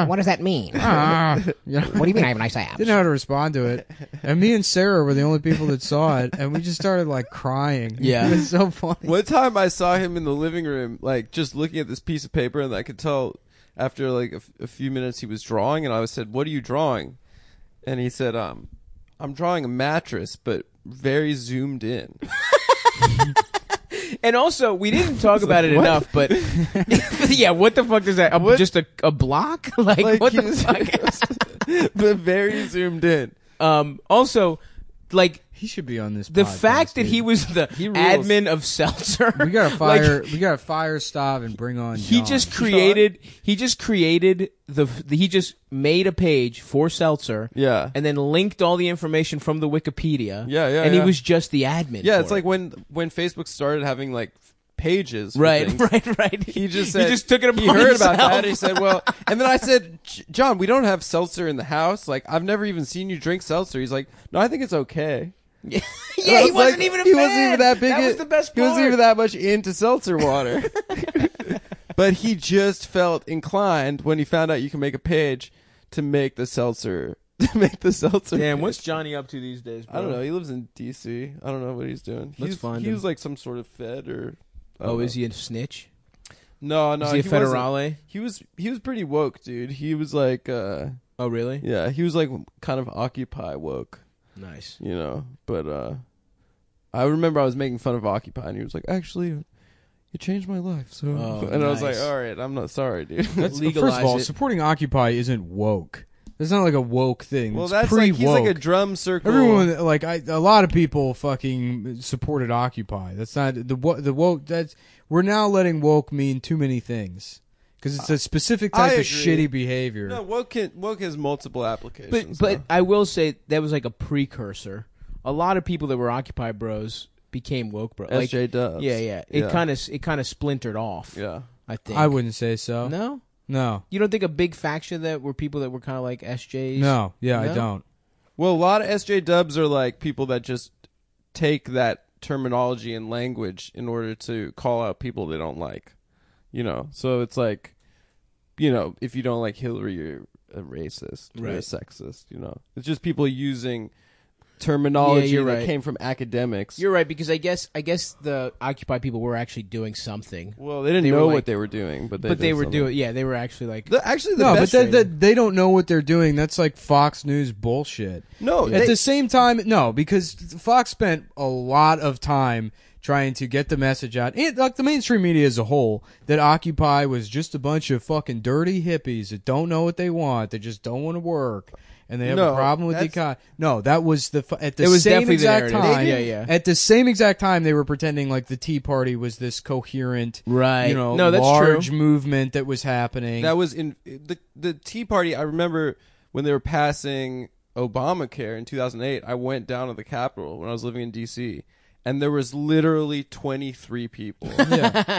[SPEAKER 5] what does that mean?
[SPEAKER 1] "Ah." You know,
[SPEAKER 5] what do you mean I have nice abs?
[SPEAKER 1] didn't know how to respond to it. And me and Sarah were the only people that saw it, and we just started like crying.
[SPEAKER 3] Yeah.
[SPEAKER 1] It was so funny.
[SPEAKER 2] One time I saw him in the living room, like just looking at this piece of paper, and I could tell after like a, f- a few minutes he was drawing, and I said, "What are you drawing?" And he said, "Um, I'm drawing a mattress, but very zoomed in."
[SPEAKER 3] and also, we didn't talk about it enough, but yeah, what the fuck is that? A- just a, a block? like,
[SPEAKER 2] Like
[SPEAKER 3] what
[SPEAKER 2] he
[SPEAKER 3] the
[SPEAKER 2] was-
[SPEAKER 3] fuck?
[SPEAKER 2] but very zoomed in.
[SPEAKER 3] um, also, like
[SPEAKER 1] He should be on this.
[SPEAKER 3] the
[SPEAKER 1] podcast,
[SPEAKER 3] fact that
[SPEAKER 1] dude.
[SPEAKER 3] he was the
[SPEAKER 2] rules.
[SPEAKER 3] admin of Seltzer.
[SPEAKER 1] We gotta
[SPEAKER 3] like,
[SPEAKER 1] fire. we gotta fire Stav and bring on.
[SPEAKER 3] he
[SPEAKER 1] John.
[SPEAKER 3] just created. He just created the, the. He just made a page for Seltzer.
[SPEAKER 2] Yeah.
[SPEAKER 3] and then linked all the information from the Wikipedia.
[SPEAKER 2] Yeah, yeah,
[SPEAKER 3] And
[SPEAKER 2] yeah.
[SPEAKER 3] he was just the admin.
[SPEAKER 2] Yeah,
[SPEAKER 3] for
[SPEAKER 2] it's like
[SPEAKER 3] it.
[SPEAKER 2] when when Facebook started having like f- pages. for
[SPEAKER 3] right,
[SPEAKER 2] things.
[SPEAKER 3] right, right.
[SPEAKER 2] He just said
[SPEAKER 3] he just took it upon
[SPEAKER 2] He heard about
[SPEAKER 3] himself.
[SPEAKER 2] that. and He said, "Well," and then I said, "J- "John, we don't have seltzer in the house. Like, I've never even seen you drink seltzer." He's like, "No, I think it's okay."
[SPEAKER 3] yeah,
[SPEAKER 2] I
[SPEAKER 3] he
[SPEAKER 2] was
[SPEAKER 3] wasn't
[SPEAKER 2] like-
[SPEAKER 3] even. A
[SPEAKER 2] he
[SPEAKER 3] fan.
[SPEAKER 2] wasn't even that big.
[SPEAKER 3] That was
[SPEAKER 2] in-
[SPEAKER 3] the best
[SPEAKER 2] He
[SPEAKER 3] part.
[SPEAKER 2] wasn't even that much into seltzer water. but he just felt inclined when he found out you can make a page to make the seltzer. To make the seltzer.
[SPEAKER 3] Damn, what's
[SPEAKER 2] page.
[SPEAKER 3] Johnny up to these days? Bro?
[SPEAKER 2] I don't know. He lives in D.C. I don't know what he's doing.
[SPEAKER 3] Let's
[SPEAKER 2] he's,
[SPEAKER 3] find
[SPEAKER 2] he
[SPEAKER 3] him.
[SPEAKER 2] was like some sort of Fed or. I
[SPEAKER 3] Oh,
[SPEAKER 2] don't
[SPEAKER 3] is
[SPEAKER 2] know.
[SPEAKER 3] he a snitch?
[SPEAKER 2] No, no.
[SPEAKER 3] is he a
[SPEAKER 2] wasn't.
[SPEAKER 3] federale?
[SPEAKER 2] He was. He was pretty woke, dude. He was like, uh
[SPEAKER 3] Oh, really?
[SPEAKER 2] yeah, he was like kind of occupy woke.
[SPEAKER 3] Nice.
[SPEAKER 2] you know. But uh I remember I was making fun of Occupy, and he was like, "Actually, you changed my life." So,
[SPEAKER 3] Oh,
[SPEAKER 2] and I was like,
[SPEAKER 3] nice.
[SPEAKER 2] "All right, I'm not sorry, dude."
[SPEAKER 3] That's,
[SPEAKER 1] First of all, supporting Occupy isn't woke. It's not like a woke thing.
[SPEAKER 2] Well,
[SPEAKER 1] it's
[SPEAKER 2] that's
[SPEAKER 1] pre
[SPEAKER 2] like
[SPEAKER 1] woke.
[SPEAKER 2] he's like a drum circle.
[SPEAKER 1] Everyone like I, a lot of people fucking supported Occupy. That's not the wo- the woke. That's we're now letting woke mean too many things because it's a specific
[SPEAKER 2] Uh, I
[SPEAKER 1] type of
[SPEAKER 2] agree.
[SPEAKER 1] shitty behavior.
[SPEAKER 2] No, woke can, woke has multiple applications.
[SPEAKER 3] But but
[SPEAKER 2] though.
[SPEAKER 3] I will say that was like a precursor. A lot of people that were Occupy Bros became woke bros. Like,
[SPEAKER 2] SJ Dubs.
[SPEAKER 3] Yeah, yeah. It
[SPEAKER 2] Yeah.
[SPEAKER 3] kind of it kind of splintered off.
[SPEAKER 2] yeah.
[SPEAKER 3] I think.
[SPEAKER 1] I wouldn't say so.
[SPEAKER 3] No,
[SPEAKER 1] no,
[SPEAKER 3] you don't think a big faction that were people that were kind of like SJs.
[SPEAKER 1] No. Yeah,
[SPEAKER 3] No?
[SPEAKER 1] I don't.
[SPEAKER 2] Well, a lot of SJ Dubs are like people that just take that terminology and language in order to call out people they don't like. You know, so it's like, you know, if you don't like Hillary, you're a racist, you're a
[SPEAKER 3] Right.
[SPEAKER 2] sexist. You know, it's just people using terminology
[SPEAKER 3] you're
[SPEAKER 2] that
[SPEAKER 3] right.
[SPEAKER 2] came from academics.
[SPEAKER 3] You're right because I guess I guess the Occupy people were actually doing something,
[SPEAKER 2] well, they didn't
[SPEAKER 3] They were
[SPEAKER 2] know
[SPEAKER 3] like-
[SPEAKER 2] what they were doing, but they
[SPEAKER 3] but they
[SPEAKER 2] did
[SPEAKER 3] were
[SPEAKER 2] something.
[SPEAKER 3] doing yeah they were actually like
[SPEAKER 2] The- actually, the
[SPEAKER 1] No, but
[SPEAKER 2] best
[SPEAKER 1] that,
[SPEAKER 2] thing-
[SPEAKER 1] that they don't know what they're doing. That's like Fox News bullshit.
[SPEAKER 2] no,
[SPEAKER 1] At
[SPEAKER 2] they-
[SPEAKER 1] the same time, no, because Fox spent a lot of time trying to get the message out, and like the mainstream media as a whole, that Occupy was just a bunch of fucking dirty hippies that don't know what they want, they just don't want to work, and they have
[SPEAKER 2] No,
[SPEAKER 1] a problem with the
[SPEAKER 2] that's-
[SPEAKER 1] economy. No, that was the fu- at the
[SPEAKER 3] It was
[SPEAKER 1] same
[SPEAKER 3] definitely the
[SPEAKER 1] exact
[SPEAKER 3] narrative.
[SPEAKER 1] time.
[SPEAKER 3] They didn't- Yeah, yeah.
[SPEAKER 1] At the same exact time, they were pretending like the Tea Party was this coherent,
[SPEAKER 3] Right.
[SPEAKER 1] You know,
[SPEAKER 3] No, that's
[SPEAKER 1] large
[SPEAKER 3] true.
[SPEAKER 1] movement that was happening.
[SPEAKER 2] That was in the the Tea Party. I remember when they were passing Obamacare in 2008. I went down to the Capitol when I was living in D.C. And there was literally 23 people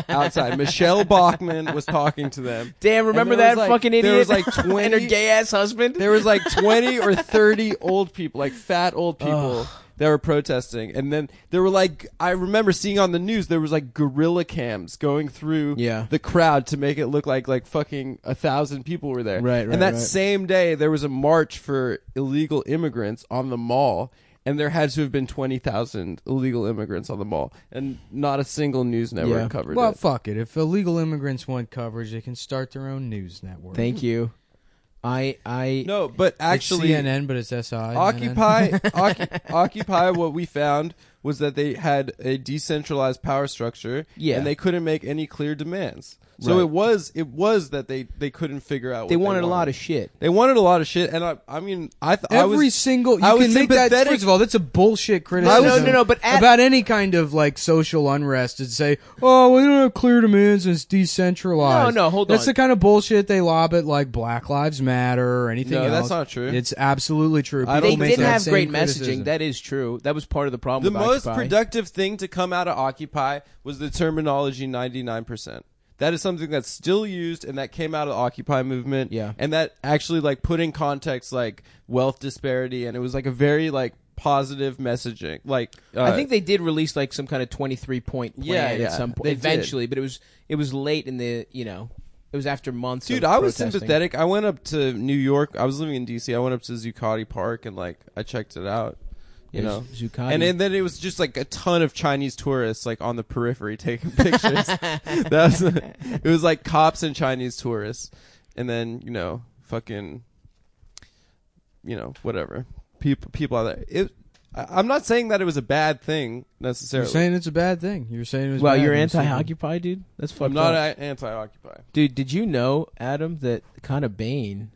[SPEAKER 2] outside. Michelle Bachman was talking to them.
[SPEAKER 3] damn remember
[SPEAKER 2] And there
[SPEAKER 3] that
[SPEAKER 2] was like-
[SPEAKER 3] fucking idiot
[SPEAKER 2] There was like
[SPEAKER 3] and her
[SPEAKER 2] 20
[SPEAKER 3] gay ass husband.
[SPEAKER 2] There was like 20 or 30 old people, like fat old people that were protesting. And then there were like, I remember seeing on the news, there was like gorilla cams going through
[SPEAKER 3] Yeah.
[SPEAKER 2] the crowd to make it look like like fucking a thousand people were there.
[SPEAKER 3] Right, right,
[SPEAKER 2] And that
[SPEAKER 3] right.
[SPEAKER 2] same day, there was a march for illegal immigrants on the mall. And there had to have been 20,000 illegal immigrants on the mall. And not a single news network
[SPEAKER 3] Yeah.
[SPEAKER 2] covered
[SPEAKER 1] well,
[SPEAKER 2] it.
[SPEAKER 1] fuck it. If illegal immigrants want coverage, they can start their own news network.
[SPEAKER 3] Thank you. I I
[SPEAKER 2] No, but actually.
[SPEAKER 1] it's CNN, but it's SI.
[SPEAKER 2] Occupy, Occu- Occupy. What we found was that they had a decentralized power structure,
[SPEAKER 3] Yeah.
[SPEAKER 2] and they couldn't make any clear demands. So
[SPEAKER 3] Right.
[SPEAKER 2] it was it was that they they couldn't figure out. What
[SPEAKER 3] they wanted a lot of shit.
[SPEAKER 2] They wanted a lot of shit, and I, I mean, I th- I
[SPEAKER 1] Every
[SPEAKER 2] was,
[SPEAKER 1] single you
[SPEAKER 2] I was
[SPEAKER 1] can make that.
[SPEAKER 2] sympathetic-
[SPEAKER 1] First of all, that's a bullshit criticism.
[SPEAKER 3] no, no, no, but at-
[SPEAKER 1] about any kind of like social unrest and say, oh, we don't have clear demands and it's decentralized.
[SPEAKER 3] No, no, hold
[SPEAKER 1] that's
[SPEAKER 3] on.
[SPEAKER 1] That's the kind of bullshit they lob at like Black Lives Matter or anything.
[SPEAKER 2] No, that's
[SPEAKER 1] else.
[SPEAKER 2] not true.
[SPEAKER 1] It's absolutely true.
[SPEAKER 2] I
[SPEAKER 1] People
[SPEAKER 2] don't
[SPEAKER 3] they
[SPEAKER 1] make
[SPEAKER 3] did
[SPEAKER 1] that
[SPEAKER 3] have
[SPEAKER 1] same
[SPEAKER 3] great
[SPEAKER 1] criticism.
[SPEAKER 3] messaging. That is true. That was part of the problem.
[SPEAKER 2] the
[SPEAKER 3] with
[SPEAKER 2] most
[SPEAKER 3] Occupy.
[SPEAKER 2] productive thing to come out of Occupy was the terminology ninety nine percent. That is something that's still used and that came out of the Occupy movement.
[SPEAKER 3] Yeah.
[SPEAKER 2] And that actually like put in context like wealth disparity and it was like a very like positive messaging. Like uh,
[SPEAKER 3] I think they did release like some kind of twenty-three point plan
[SPEAKER 2] Yeah, yeah,
[SPEAKER 3] at some point
[SPEAKER 2] they did.
[SPEAKER 3] eventually, but it was it was late in the you know it was after months.
[SPEAKER 2] Dude,
[SPEAKER 3] of
[SPEAKER 2] I was
[SPEAKER 3] protesting.
[SPEAKER 2] sympathetic. I went up to New York. I was living in DC. I went up to Zuccotti Park and like I checked it out. You
[SPEAKER 3] There's
[SPEAKER 2] know,
[SPEAKER 3] Zuccotti.
[SPEAKER 2] and, and then it was just like a ton of Chinese tourists like on the periphery taking pictures. that was it was like cops and Chinese tourists, and then you know fucking, you know whatever people people out there. It, I, I'm not saying that it was a bad thing
[SPEAKER 1] You're
[SPEAKER 2] necessarily.
[SPEAKER 1] saying it's a bad thing. You're saying it was
[SPEAKER 3] Wow,
[SPEAKER 1] bad
[SPEAKER 3] you're
[SPEAKER 1] and it's
[SPEAKER 3] anti-Occupy, dude. That's fucked
[SPEAKER 2] I'm not
[SPEAKER 3] up.
[SPEAKER 2] a- anti-occupy.
[SPEAKER 3] dude, did you know Adam that kind of Bane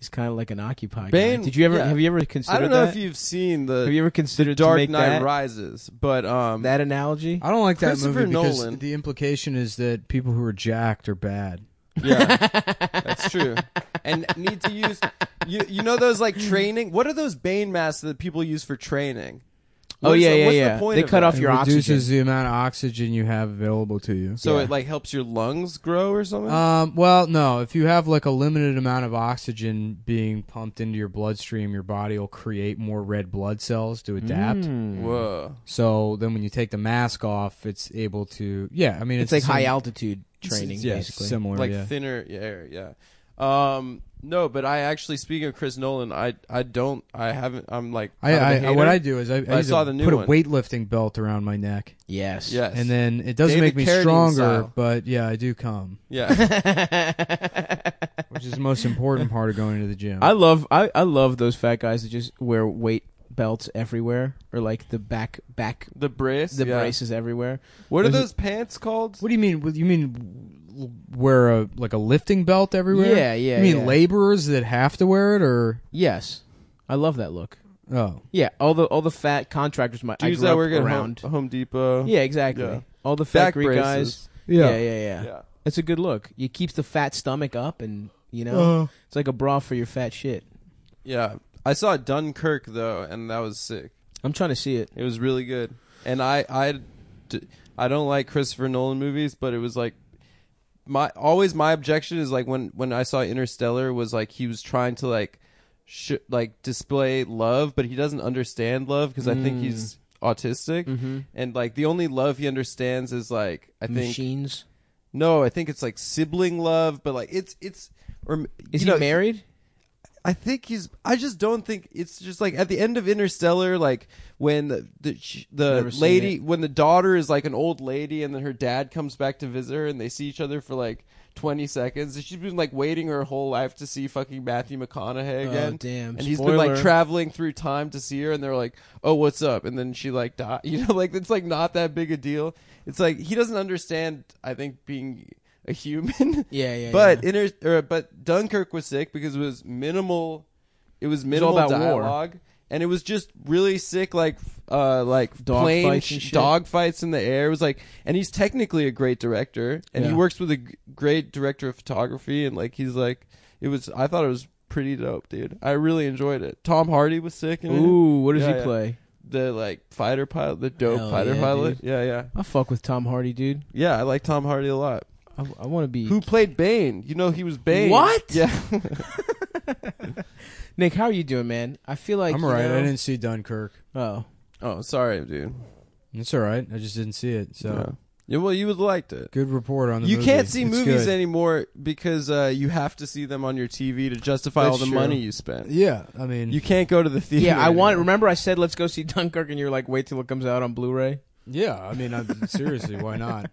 [SPEAKER 3] is kind of like an Occupy? guy?
[SPEAKER 2] Bane,
[SPEAKER 3] Did you ever
[SPEAKER 2] yeah.
[SPEAKER 3] have you ever considered?
[SPEAKER 2] I don't know
[SPEAKER 3] that?
[SPEAKER 2] if you've seen the
[SPEAKER 3] have you ever considered to
[SPEAKER 2] Dark
[SPEAKER 3] make
[SPEAKER 2] Knight
[SPEAKER 3] that,
[SPEAKER 2] Rises, but um
[SPEAKER 3] that analogy.
[SPEAKER 1] I don't like that
[SPEAKER 2] Christopher
[SPEAKER 1] movie because
[SPEAKER 2] Nolan.
[SPEAKER 1] the implication is that people who are jacked are bad.
[SPEAKER 2] Yeah, that's true. And need to use you. You know those like training. What are those Bane masks that people use for training?
[SPEAKER 3] Oh,
[SPEAKER 2] What's
[SPEAKER 3] yeah,
[SPEAKER 2] the-
[SPEAKER 3] yeah,
[SPEAKER 2] what's
[SPEAKER 3] yeah.
[SPEAKER 2] The point
[SPEAKER 3] They
[SPEAKER 2] of
[SPEAKER 3] cut
[SPEAKER 2] that?
[SPEAKER 3] off your
[SPEAKER 1] it reduces
[SPEAKER 3] oxygen.
[SPEAKER 1] the amount of oxygen you have available to you.
[SPEAKER 2] So it like helps your lungs grow or something.
[SPEAKER 1] Um, well, no. If you have like a limited amount of oxygen being pumped into your bloodstream, your body will create more red blood cells to adapt.
[SPEAKER 2] Hmm. Whoa.
[SPEAKER 1] So then, when you take the mask off, it's able to. Yeah, I mean, it's,
[SPEAKER 3] It's like
[SPEAKER 1] the same-
[SPEAKER 3] high altitude training,
[SPEAKER 1] yeah,
[SPEAKER 3] basically.
[SPEAKER 1] similar.
[SPEAKER 2] like
[SPEAKER 1] yeah.
[SPEAKER 2] thinner air. Yeah. Um. No, but I actually speaking of Chris Nolan, I I don't. I haven't. I'm like.
[SPEAKER 1] I,
[SPEAKER 2] kind of a
[SPEAKER 1] I,
[SPEAKER 2] hater.
[SPEAKER 1] what I do is I, I,
[SPEAKER 2] I
[SPEAKER 1] used to
[SPEAKER 2] saw the new
[SPEAKER 1] put
[SPEAKER 2] one.
[SPEAKER 1] a weightlifting belt around my neck,
[SPEAKER 3] yes.
[SPEAKER 2] Yes.
[SPEAKER 1] and then it doesn't make
[SPEAKER 2] David
[SPEAKER 1] me
[SPEAKER 2] Carradine
[SPEAKER 1] stronger,
[SPEAKER 2] style.
[SPEAKER 1] but yeah, I do come,
[SPEAKER 2] Yeah.
[SPEAKER 1] which is the most important part of going to the gym.
[SPEAKER 3] I love I, I love those fat guys that just wear weight belts everywhere or like the back back
[SPEAKER 2] the brace.
[SPEAKER 3] the
[SPEAKER 2] yeah.
[SPEAKER 3] braces everywhere.
[SPEAKER 2] What are
[SPEAKER 3] Those-
[SPEAKER 2] those pants called?
[SPEAKER 1] what do you mean? What- You mean l- wear a like a lifting belt everywhere?
[SPEAKER 3] Yeah, yeah,
[SPEAKER 1] You mean
[SPEAKER 3] yeah.
[SPEAKER 1] laborers that have to wear it, or
[SPEAKER 3] Yes, I love that look.
[SPEAKER 1] oh,
[SPEAKER 3] Yeah, all the all the fat contractors. My I
[SPEAKER 2] Dudes
[SPEAKER 3] grew
[SPEAKER 2] that
[SPEAKER 3] up
[SPEAKER 2] work at
[SPEAKER 3] around.
[SPEAKER 2] Home, Home Depot.
[SPEAKER 3] Yeah, exactly.
[SPEAKER 2] Yeah.
[SPEAKER 3] All the fat
[SPEAKER 2] Back
[SPEAKER 3] Greek
[SPEAKER 2] braces.
[SPEAKER 3] guys. Yeah. yeah,
[SPEAKER 1] yeah,
[SPEAKER 3] yeah,
[SPEAKER 2] Yeah.
[SPEAKER 3] It's a good look. It keeps the fat stomach up, and you know,
[SPEAKER 1] Uh-huh.
[SPEAKER 3] it's like a bra for your fat shit.
[SPEAKER 2] Yeah. I saw Dunkirk though, and that was sick.
[SPEAKER 3] I'm trying to see it.
[SPEAKER 2] It was really good. And I I d- I don't like Christopher Nolan movies, but it was like my always my objection is like when when I saw Interstellar was like he was trying to like sh- like display love, but he doesn't understand love because I
[SPEAKER 3] Mm.
[SPEAKER 2] think he's autistic
[SPEAKER 3] Mm-hmm.
[SPEAKER 2] and like the only love he understands is like I think
[SPEAKER 3] Machines.
[SPEAKER 2] no, I think it's like sibling love, but like it's it's or
[SPEAKER 3] Is he
[SPEAKER 2] you know,
[SPEAKER 3] married?
[SPEAKER 2] I think he's. I just don't think it's just like at the end of Interstellar, like when the the, sh- the
[SPEAKER 3] Never seen
[SPEAKER 2] lady, when the daughter is like an old lady, and then her dad comes back to visit her, and they see each other for like twenty seconds. And she's been like waiting her whole life to see fucking Matthew McConaughey
[SPEAKER 3] Oh,
[SPEAKER 2] again.
[SPEAKER 3] damn.
[SPEAKER 2] And he's been like
[SPEAKER 3] Spoiler.
[SPEAKER 2] traveling through time to see her, and they're like, "Oh, what's up?" And then she like die. You know, like it's like not that big a deal. It's like he doesn't understand. I think being a human.
[SPEAKER 3] Yeah, yeah,
[SPEAKER 2] But
[SPEAKER 3] yeah.
[SPEAKER 2] inter- or, but Dunkirk was sick because it was minimal. It was minimal
[SPEAKER 3] about war.
[SPEAKER 2] dialogue, and it was just really sick. Like uh, like
[SPEAKER 3] Dog
[SPEAKER 2] plane
[SPEAKER 3] fights and
[SPEAKER 2] sh-
[SPEAKER 3] shit.
[SPEAKER 2] dog fights in the air. It was like, and he's technically a great director, and he
[SPEAKER 3] Yeah.
[SPEAKER 2] works with a g- great director of photography, and like he's like, it was. I thought it was pretty dope, dude. I really enjoyed it. Tom Hardy was sick. In it.
[SPEAKER 3] Ooh, what does
[SPEAKER 2] Yeah,
[SPEAKER 3] he
[SPEAKER 2] yeah.
[SPEAKER 3] play?
[SPEAKER 2] The like fighter pilot, the dope
[SPEAKER 3] Hell
[SPEAKER 2] fighter
[SPEAKER 3] yeah,
[SPEAKER 2] pilot. Yeah, yeah,
[SPEAKER 3] I fuck with Tom Hardy, dude.
[SPEAKER 2] yeah. I like Tom Hardy a lot.
[SPEAKER 3] I, I want to be.
[SPEAKER 2] Who played Bane? You know he was Bane.
[SPEAKER 3] What?
[SPEAKER 2] Yeah.
[SPEAKER 3] Nick, how are you doing, man? I feel like
[SPEAKER 1] I'm
[SPEAKER 3] you
[SPEAKER 1] all right.
[SPEAKER 3] know-
[SPEAKER 1] I didn't see Dunkirk.
[SPEAKER 3] Oh,
[SPEAKER 2] Oh, sorry, dude.
[SPEAKER 1] It's all right. I just didn't see it. So
[SPEAKER 2] Yeah. Yeah, well, you would liked it.
[SPEAKER 1] good report on the.
[SPEAKER 2] You
[SPEAKER 1] movie.
[SPEAKER 2] can't see
[SPEAKER 1] It's
[SPEAKER 2] movies
[SPEAKER 1] good.
[SPEAKER 2] anymore because uh, you have to see them on your TV to justify
[SPEAKER 3] That's
[SPEAKER 2] all the
[SPEAKER 3] true.
[SPEAKER 2] money you spent.
[SPEAKER 1] Yeah, I mean,
[SPEAKER 2] You can't go to the theater.
[SPEAKER 3] yeah. I want.
[SPEAKER 2] anymore.
[SPEAKER 3] Remember, I said let's go see Dunkirk, and you're like, wait till it comes out on Blu-ray
[SPEAKER 1] yeah, I mean, I'm, seriously, why not?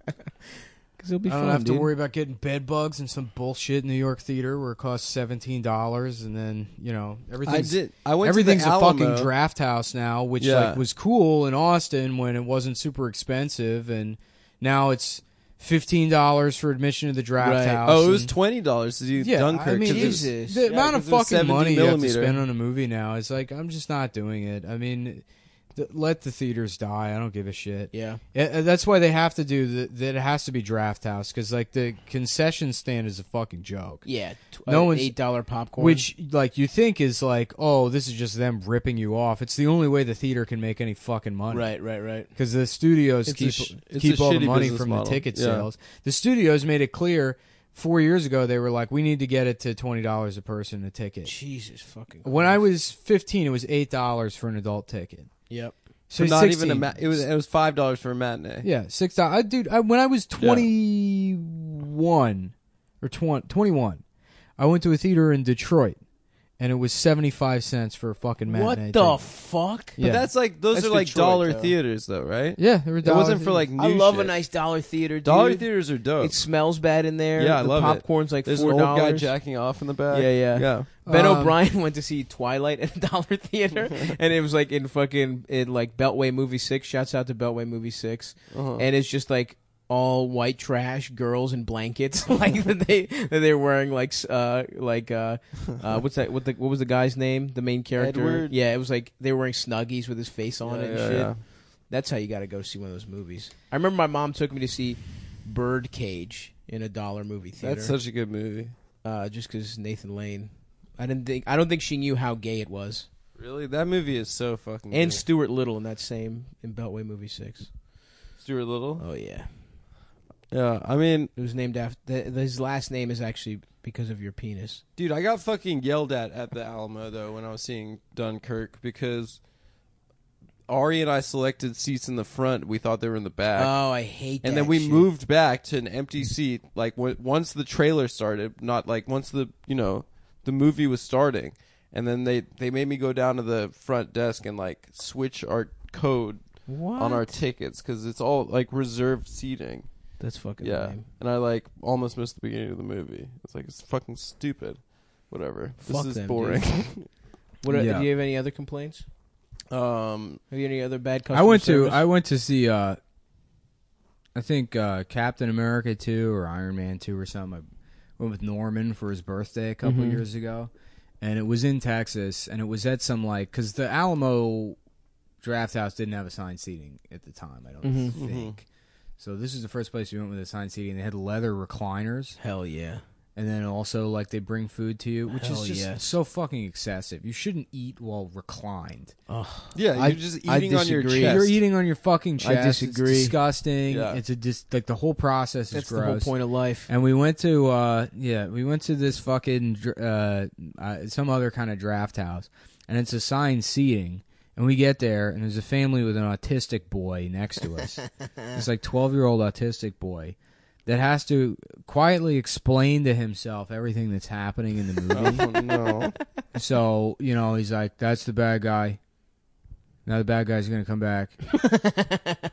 [SPEAKER 3] because it'll be
[SPEAKER 1] I
[SPEAKER 3] fun.
[SPEAKER 1] don't have
[SPEAKER 3] dude.
[SPEAKER 1] to worry about getting bed bugs and some bullshit New York theater where it costs seventeen dollars, and then you know
[SPEAKER 2] I
[SPEAKER 1] everything's
[SPEAKER 2] did. I went.
[SPEAKER 1] everything's
[SPEAKER 2] to the
[SPEAKER 1] a fucking
[SPEAKER 2] Alamo.
[SPEAKER 1] draft house now, which
[SPEAKER 2] Yeah.
[SPEAKER 1] like was cool in Austin when it wasn't super expensive, and now it's fifteen dollars for admission to the draft
[SPEAKER 3] Right.
[SPEAKER 1] house.
[SPEAKER 2] Oh, it was
[SPEAKER 1] and-
[SPEAKER 2] twenty dollars to do
[SPEAKER 1] yeah,
[SPEAKER 2] Dunkirk.
[SPEAKER 1] I mean,
[SPEAKER 2] 'cause it was-
[SPEAKER 3] Jesus.
[SPEAKER 1] the
[SPEAKER 2] Yeah,
[SPEAKER 1] amount of
[SPEAKER 2] 'cause it was
[SPEAKER 1] fucking
[SPEAKER 2] 70
[SPEAKER 1] money you have
[SPEAKER 2] millimeter.
[SPEAKER 1] to spend on a movie now is like I'm just not doing it. I mean, th- let the theaters die. I don't give a shit.
[SPEAKER 3] Yeah.
[SPEAKER 1] Yeah, and that's why they have to do the, that. It has to be draft house because like the concession stand is a fucking joke.
[SPEAKER 3] Yeah. Tw-
[SPEAKER 1] No
[SPEAKER 3] no
[SPEAKER 1] one's-
[SPEAKER 3] eight dollar popcorn.
[SPEAKER 1] Which like you think is like, oh, this is just them ripping you off. It's the only way the theater can make any fucking money,
[SPEAKER 3] right, right, right.
[SPEAKER 1] Because the studios
[SPEAKER 2] It's a
[SPEAKER 1] keep
[SPEAKER 2] sh- it's
[SPEAKER 1] keep
[SPEAKER 2] a
[SPEAKER 1] all the
[SPEAKER 2] shitty
[SPEAKER 1] money
[SPEAKER 2] business
[SPEAKER 1] from
[SPEAKER 2] model.
[SPEAKER 1] the ticket
[SPEAKER 2] Yeah.
[SPEAKER 1] sales. The studios made it clear four years ago they were like, we need to get it to twenty dollars a person a ticket.
[SPEAKER 3] Jesus fucking.
[SPEAKER 1] When I was 15, it was eight dollars for an adult ticket.
[SPEAKER 3] Yep.
[SPEAKER 2] So
[SPEAKER 1] So
[SPEAKER 2] not
[SPEAKER 1] 16.
[SPEAKER 2] even a. Ma- it was. It was five dollars for a matinee.
[SPEAKER 1] yeah, six dollars. I dude, I, when I was 21 or 20, 21, I went to a theater in Detroit, and it was 75 cents for a fucking matinee.
[SPEAKER 3] What the
[SPEAKER 1] ticket.
[SPEAKER 3] fuck?
[SPEAKER 2] But
[SPEAKER 1] Yeah.
[SPEAKER 2] that's like those
[SPEAKER 3] That's
[SPEAKER 2] are like
[SPEAKER 3] Detroit,
[SPEAKER 2] dollar
[SPEAKER 3] though.
[SPEAKER 2] theaters though, right?
[SPEAKER 1] yeah, there were
[SPEAKER 2] It
[SPEAKER 1] dollar
[SPEAKER 2] wasn't for like. New
[SPEAKER 3] I love a
[SPEAKER 2] shit.
[SPEAKER 3] nice dollar theater. Dude.
[SPEAKER 2] Dollar theaters are dope.
[SPEAKER 3] It smells bad in there.
[SPEAKER 2] Yeah, I
[SPEAKER 3] the
[SPEAKER 2] love it.
[SPEAKER 3] popcorn's like
[SPEAKER 2] There's
[SPEAKER 3] four
[SPEAKER 2] an old guy
[SPEAKER 3] dollars.
[SPEAKER 2] jacking off in the back.
[SPEAKER 3] Yeah, yeah.
[SPEAKER 2] yeah.
[SPEAKER 3] Ben
[SPEAKER 1] Um,
[SPEAKER 3] O'Brien went to see Twilight at Dollar Theater, and it was like in fucking in like Beltway Movie Six. Shouts out to Beltway Movie 6 and it's just like all white trash girls in blankets, like that they that they're wearing like s- uh like uh, uh what's that what the what was the guy's name the main character
[SPEAKER 2] Edward.
[SPEAKER 3] yeah it was like they were wearing snuggies with his face on
[SPEAKER 2] Yeah,
[SPEAKER 3] it and
[SPEAKER 2] yeah,
[SPEAKER 3] shit.
[SPEAKER 2] yeah.
[SPEAKER 3] That's how you got to go see one of those movies. I remember my mom took me to see Birdcage in a dollar movie theater
[SPEAKER 2] That's such a good movie.
[SPEAKER 3] uh, just because Nathan Lane. I didn't think. I don't think she knew how gay it was.
[SPEAKER 2] Really, that movie is so fucking.
[SPEAKER 3] And
[SPEAKER 2] good.
[SPEAKER 3] Stuart Little in that same in Beltway movie six.
[SPEAKER 2] Stuart Little.
[SPEAKER 3] Oh yeah,
[SPEAKER 2] Yeah, I mean,
[SPEAKER 3] it was named after. Th- his last name is actually because of your penis.
[SPEAKER 2] dude, I got fucking yelled at at the Alamo though when I was seeing Dunkirk because Ari and I selected seats in the front. We thought they were in the back.
[SPEAKER 3] Oh, I hate.
[SPEAKER 2] and
[SPEAKER 3] that
[SPEAKER 2] then we
[SPEAKER 3] shit.
[SPEAKER 2] moved back to an empty seat like w- once the trailer started not like once the you know the movie was starting and then they they made me go down to the front desk and like switch our code on our tickets because it's all like reserved seating
[SPEAKER 3] That's fucking.
[SPEAKER 2] yeah
[SPEAKER 3] lame.
[SPEAKER 2] and i like almost missed the beginning of the movie it's like it's fucking stupid whatever
[SPEAKER 3] Fuck
[SPEAKER 2] this is
[SPEAKER 3] them,
[SPEAKER 2] boring
[SPEAKER 3] What? Are,
[SPEAKER 1] Yeah.
[SPEAKER 3] Do you have any other complaints?
[SPEAKER 2] um
[SPEAKER 3] Have you any other bad? Customer
[SPEAKER 1] I went to
[SPEAKER 3] service?
[SPEAKER 1] I went to see uh I think uh, Captain America two or Iron Man two or something. I went with Norman for his birthday a couple
[SPEAKER 3] Mm-hmm.
[SPEAKER 1] years ago, and it was in Texas, and it was at some like because the Alamo Draft House didn't have assigned seating at the time. I don't
[SPEAKER 3] Mm-hmm.
[SPEAKER 1] think. So this is the first place we went with assigned seating. They had leather recliners,
[SPEAKER 3] Hell yeah.
[SPEAKER 1] and then also like they bring food to you, which
[SPEAKER 3] Hell
[SPEAKER 1] is just
[SPEAKER 3] yes.
[SPEAKER 1] so fucking excessive. You shouldn't eat while reclined.
[SPEAKER 2] Yeah, you're
[SPEAKER 3] I-
[SPEAKER 2] just
[SPEAKER 3] I
[SPEAKER 2] eating on your chest.
[SPEAKER 3] disagree.
[SPEAKER 1] You're eating on your fucking chest.
[SPEAKER 3] disagree.
[SPEAKER 1] It's disgusting.
[SPEAKER 2] Yeah.
[SPEAKER 1] It's a dis- like the whole process is
[SPEAKER 3] That's the whole
[SPEAKER 1] gross.
[SPEAKER 3] point of life.
[SPEAKER 1] And we went to uh yeah, we went to this fucking dr- uh, uh some other kind of draft house and it's assigned seating. And we get there and there's a family with an autistic boy next to us. this like 12-year-old autistic boy that has to quietly explain to himself everything that's happening in the movie.
[SPEAKER 2] Oh, no.
[SPEAKER 1] So you know, he's like, "That's the bad guy." Now the bad guy's gonna come back. now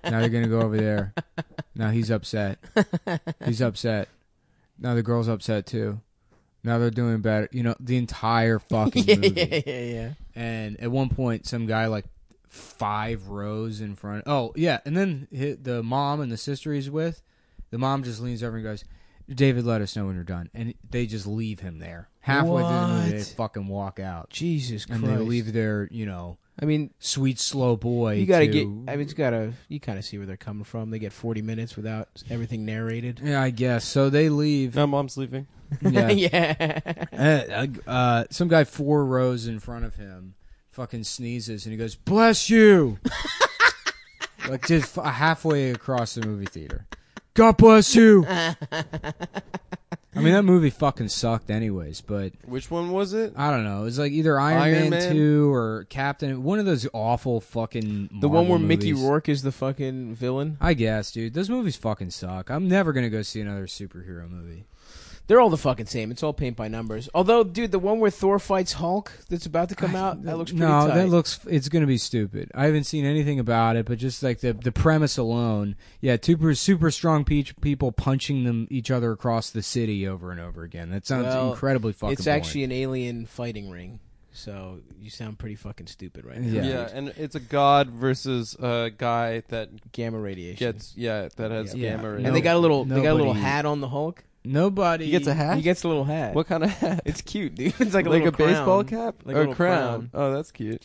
[SPEAKER 1] they're gonna go over there. Now he's upset. He's upset. Now the girl's upset too. Now they're doing better. You know, the entire fucking movie.
[SPEAKER 3] yeah, yeah.
[SPEAKER 1] And at one point, some guy like five rows in front. Oh yeah, and then hi the mom and the sister he's with, the mom just leans over and goes, "David, let us know when you're done." And they just leave him there halfway through the movie. They
[SPEAKER 3] What?
[SPEAKER 1] fucking walk out
[SPEAKER 3] Jesus Christ.
[SPEAKER 1] and they leave their you know
[SPEAKER 3] I mean,
[SPEAKER 1] sweet slow boy.
[SPEAKER 3] you gotta
[SPEAKER 1] to-
[SPEAKER 3] get. I mean, it's gotta. You kind of see where they're coming from. They get forty minutes without everything narrated.
[SPEAKER 1] yeah, I guess so. They leave.
[SPEAKER 2] Now mom's leaving.
[SPEAKER 1] Yeah.
[SPEAKER 3] yeah.
[SPEAKER 1] Uh, uh, some guy four rows in front of him fucking sneezes and he goes, "Bless you," like just f- halfway across the movie theater. God bless you. I mean, that movie fucking sucked, anyways. But
[SPEAKER 2] Which one was it?
[SPEAKER 1] I don't know. It was like either Iron,
[SPEAKER 2] Iron
[SPEAKER 1] Man,
[SPEAKER 2] Man?
[SPEAKER 1] two or Captain. One of those awful fucking.
[SPEAKER 3] The one
[SPEAKER 1] Marvel
[SPEAKER 3] where Mickey
[SPEAKER 1] movies.
[SPEAKER 3] Rourke is the fucking villain.
[SPEAKER 1] I guess, dude. Those movies fucking suck. I'm never gonna go see another superhero movie.
[SPEAKER 3] They're all the fucking same. It's all paint by numbers. Although, dude, the one where Thor fights Hulk that's about to come out that looks pretty
[SPEAKER 1] no,
[SPEAKER 3] tight.
[SPEAKER 1] that looks. It's gonna be stupid. I haven't seen anything about it, but just like the the premise alone, yeah, super super strong peach people punching them each other across the city over and over again. That sounds
[SPEAKER 3] Well,
[SPEAKER 1] incredibly fucking.
[SPEAKER 3] It's
[SPEAKER 1] boring.
[SPEAKER 3] actually an alien fighting ring. So you sound pretty fucking stupid right now.
[SPEAKER 1] Yeah.
[SPEAKER 2] Yeah. and it's a god versus a guy that
[SPEAKER 3] Gamma radiation.
[SPEAKER 2] gets yeah that has
[SPEAKER 1] Yeah.
[SPEAKER 2] gamma.
[SPEAKER 1] Yeah.
[SPEAKER 2] rays.
[SPEAKER 3] and they got a little. They got a little
[SPEAKER 1] Nobody-
[SPEAKER 3] hat on the Hulk.
[SPEAKER 1] nobody.
[SPEAKER 2] He gets a hat.
[SPEAKER 3] He gets a little hat.
[SPEAKER 2] what kind of hat? It's
[SPEAKER 3] cute, dude. It's like a
[SPEAKER 2] like
[SPEAKER 3] little
[SPEAKER 2] a baseball
[SPEAKER 3] crown.
[SPEAKER 2] cap
[SPEAKER 3] Like a
[SPEAKER 2] or
[SPEAKER 3] little
[SPEAKER 2] crown. Oh, that's cute.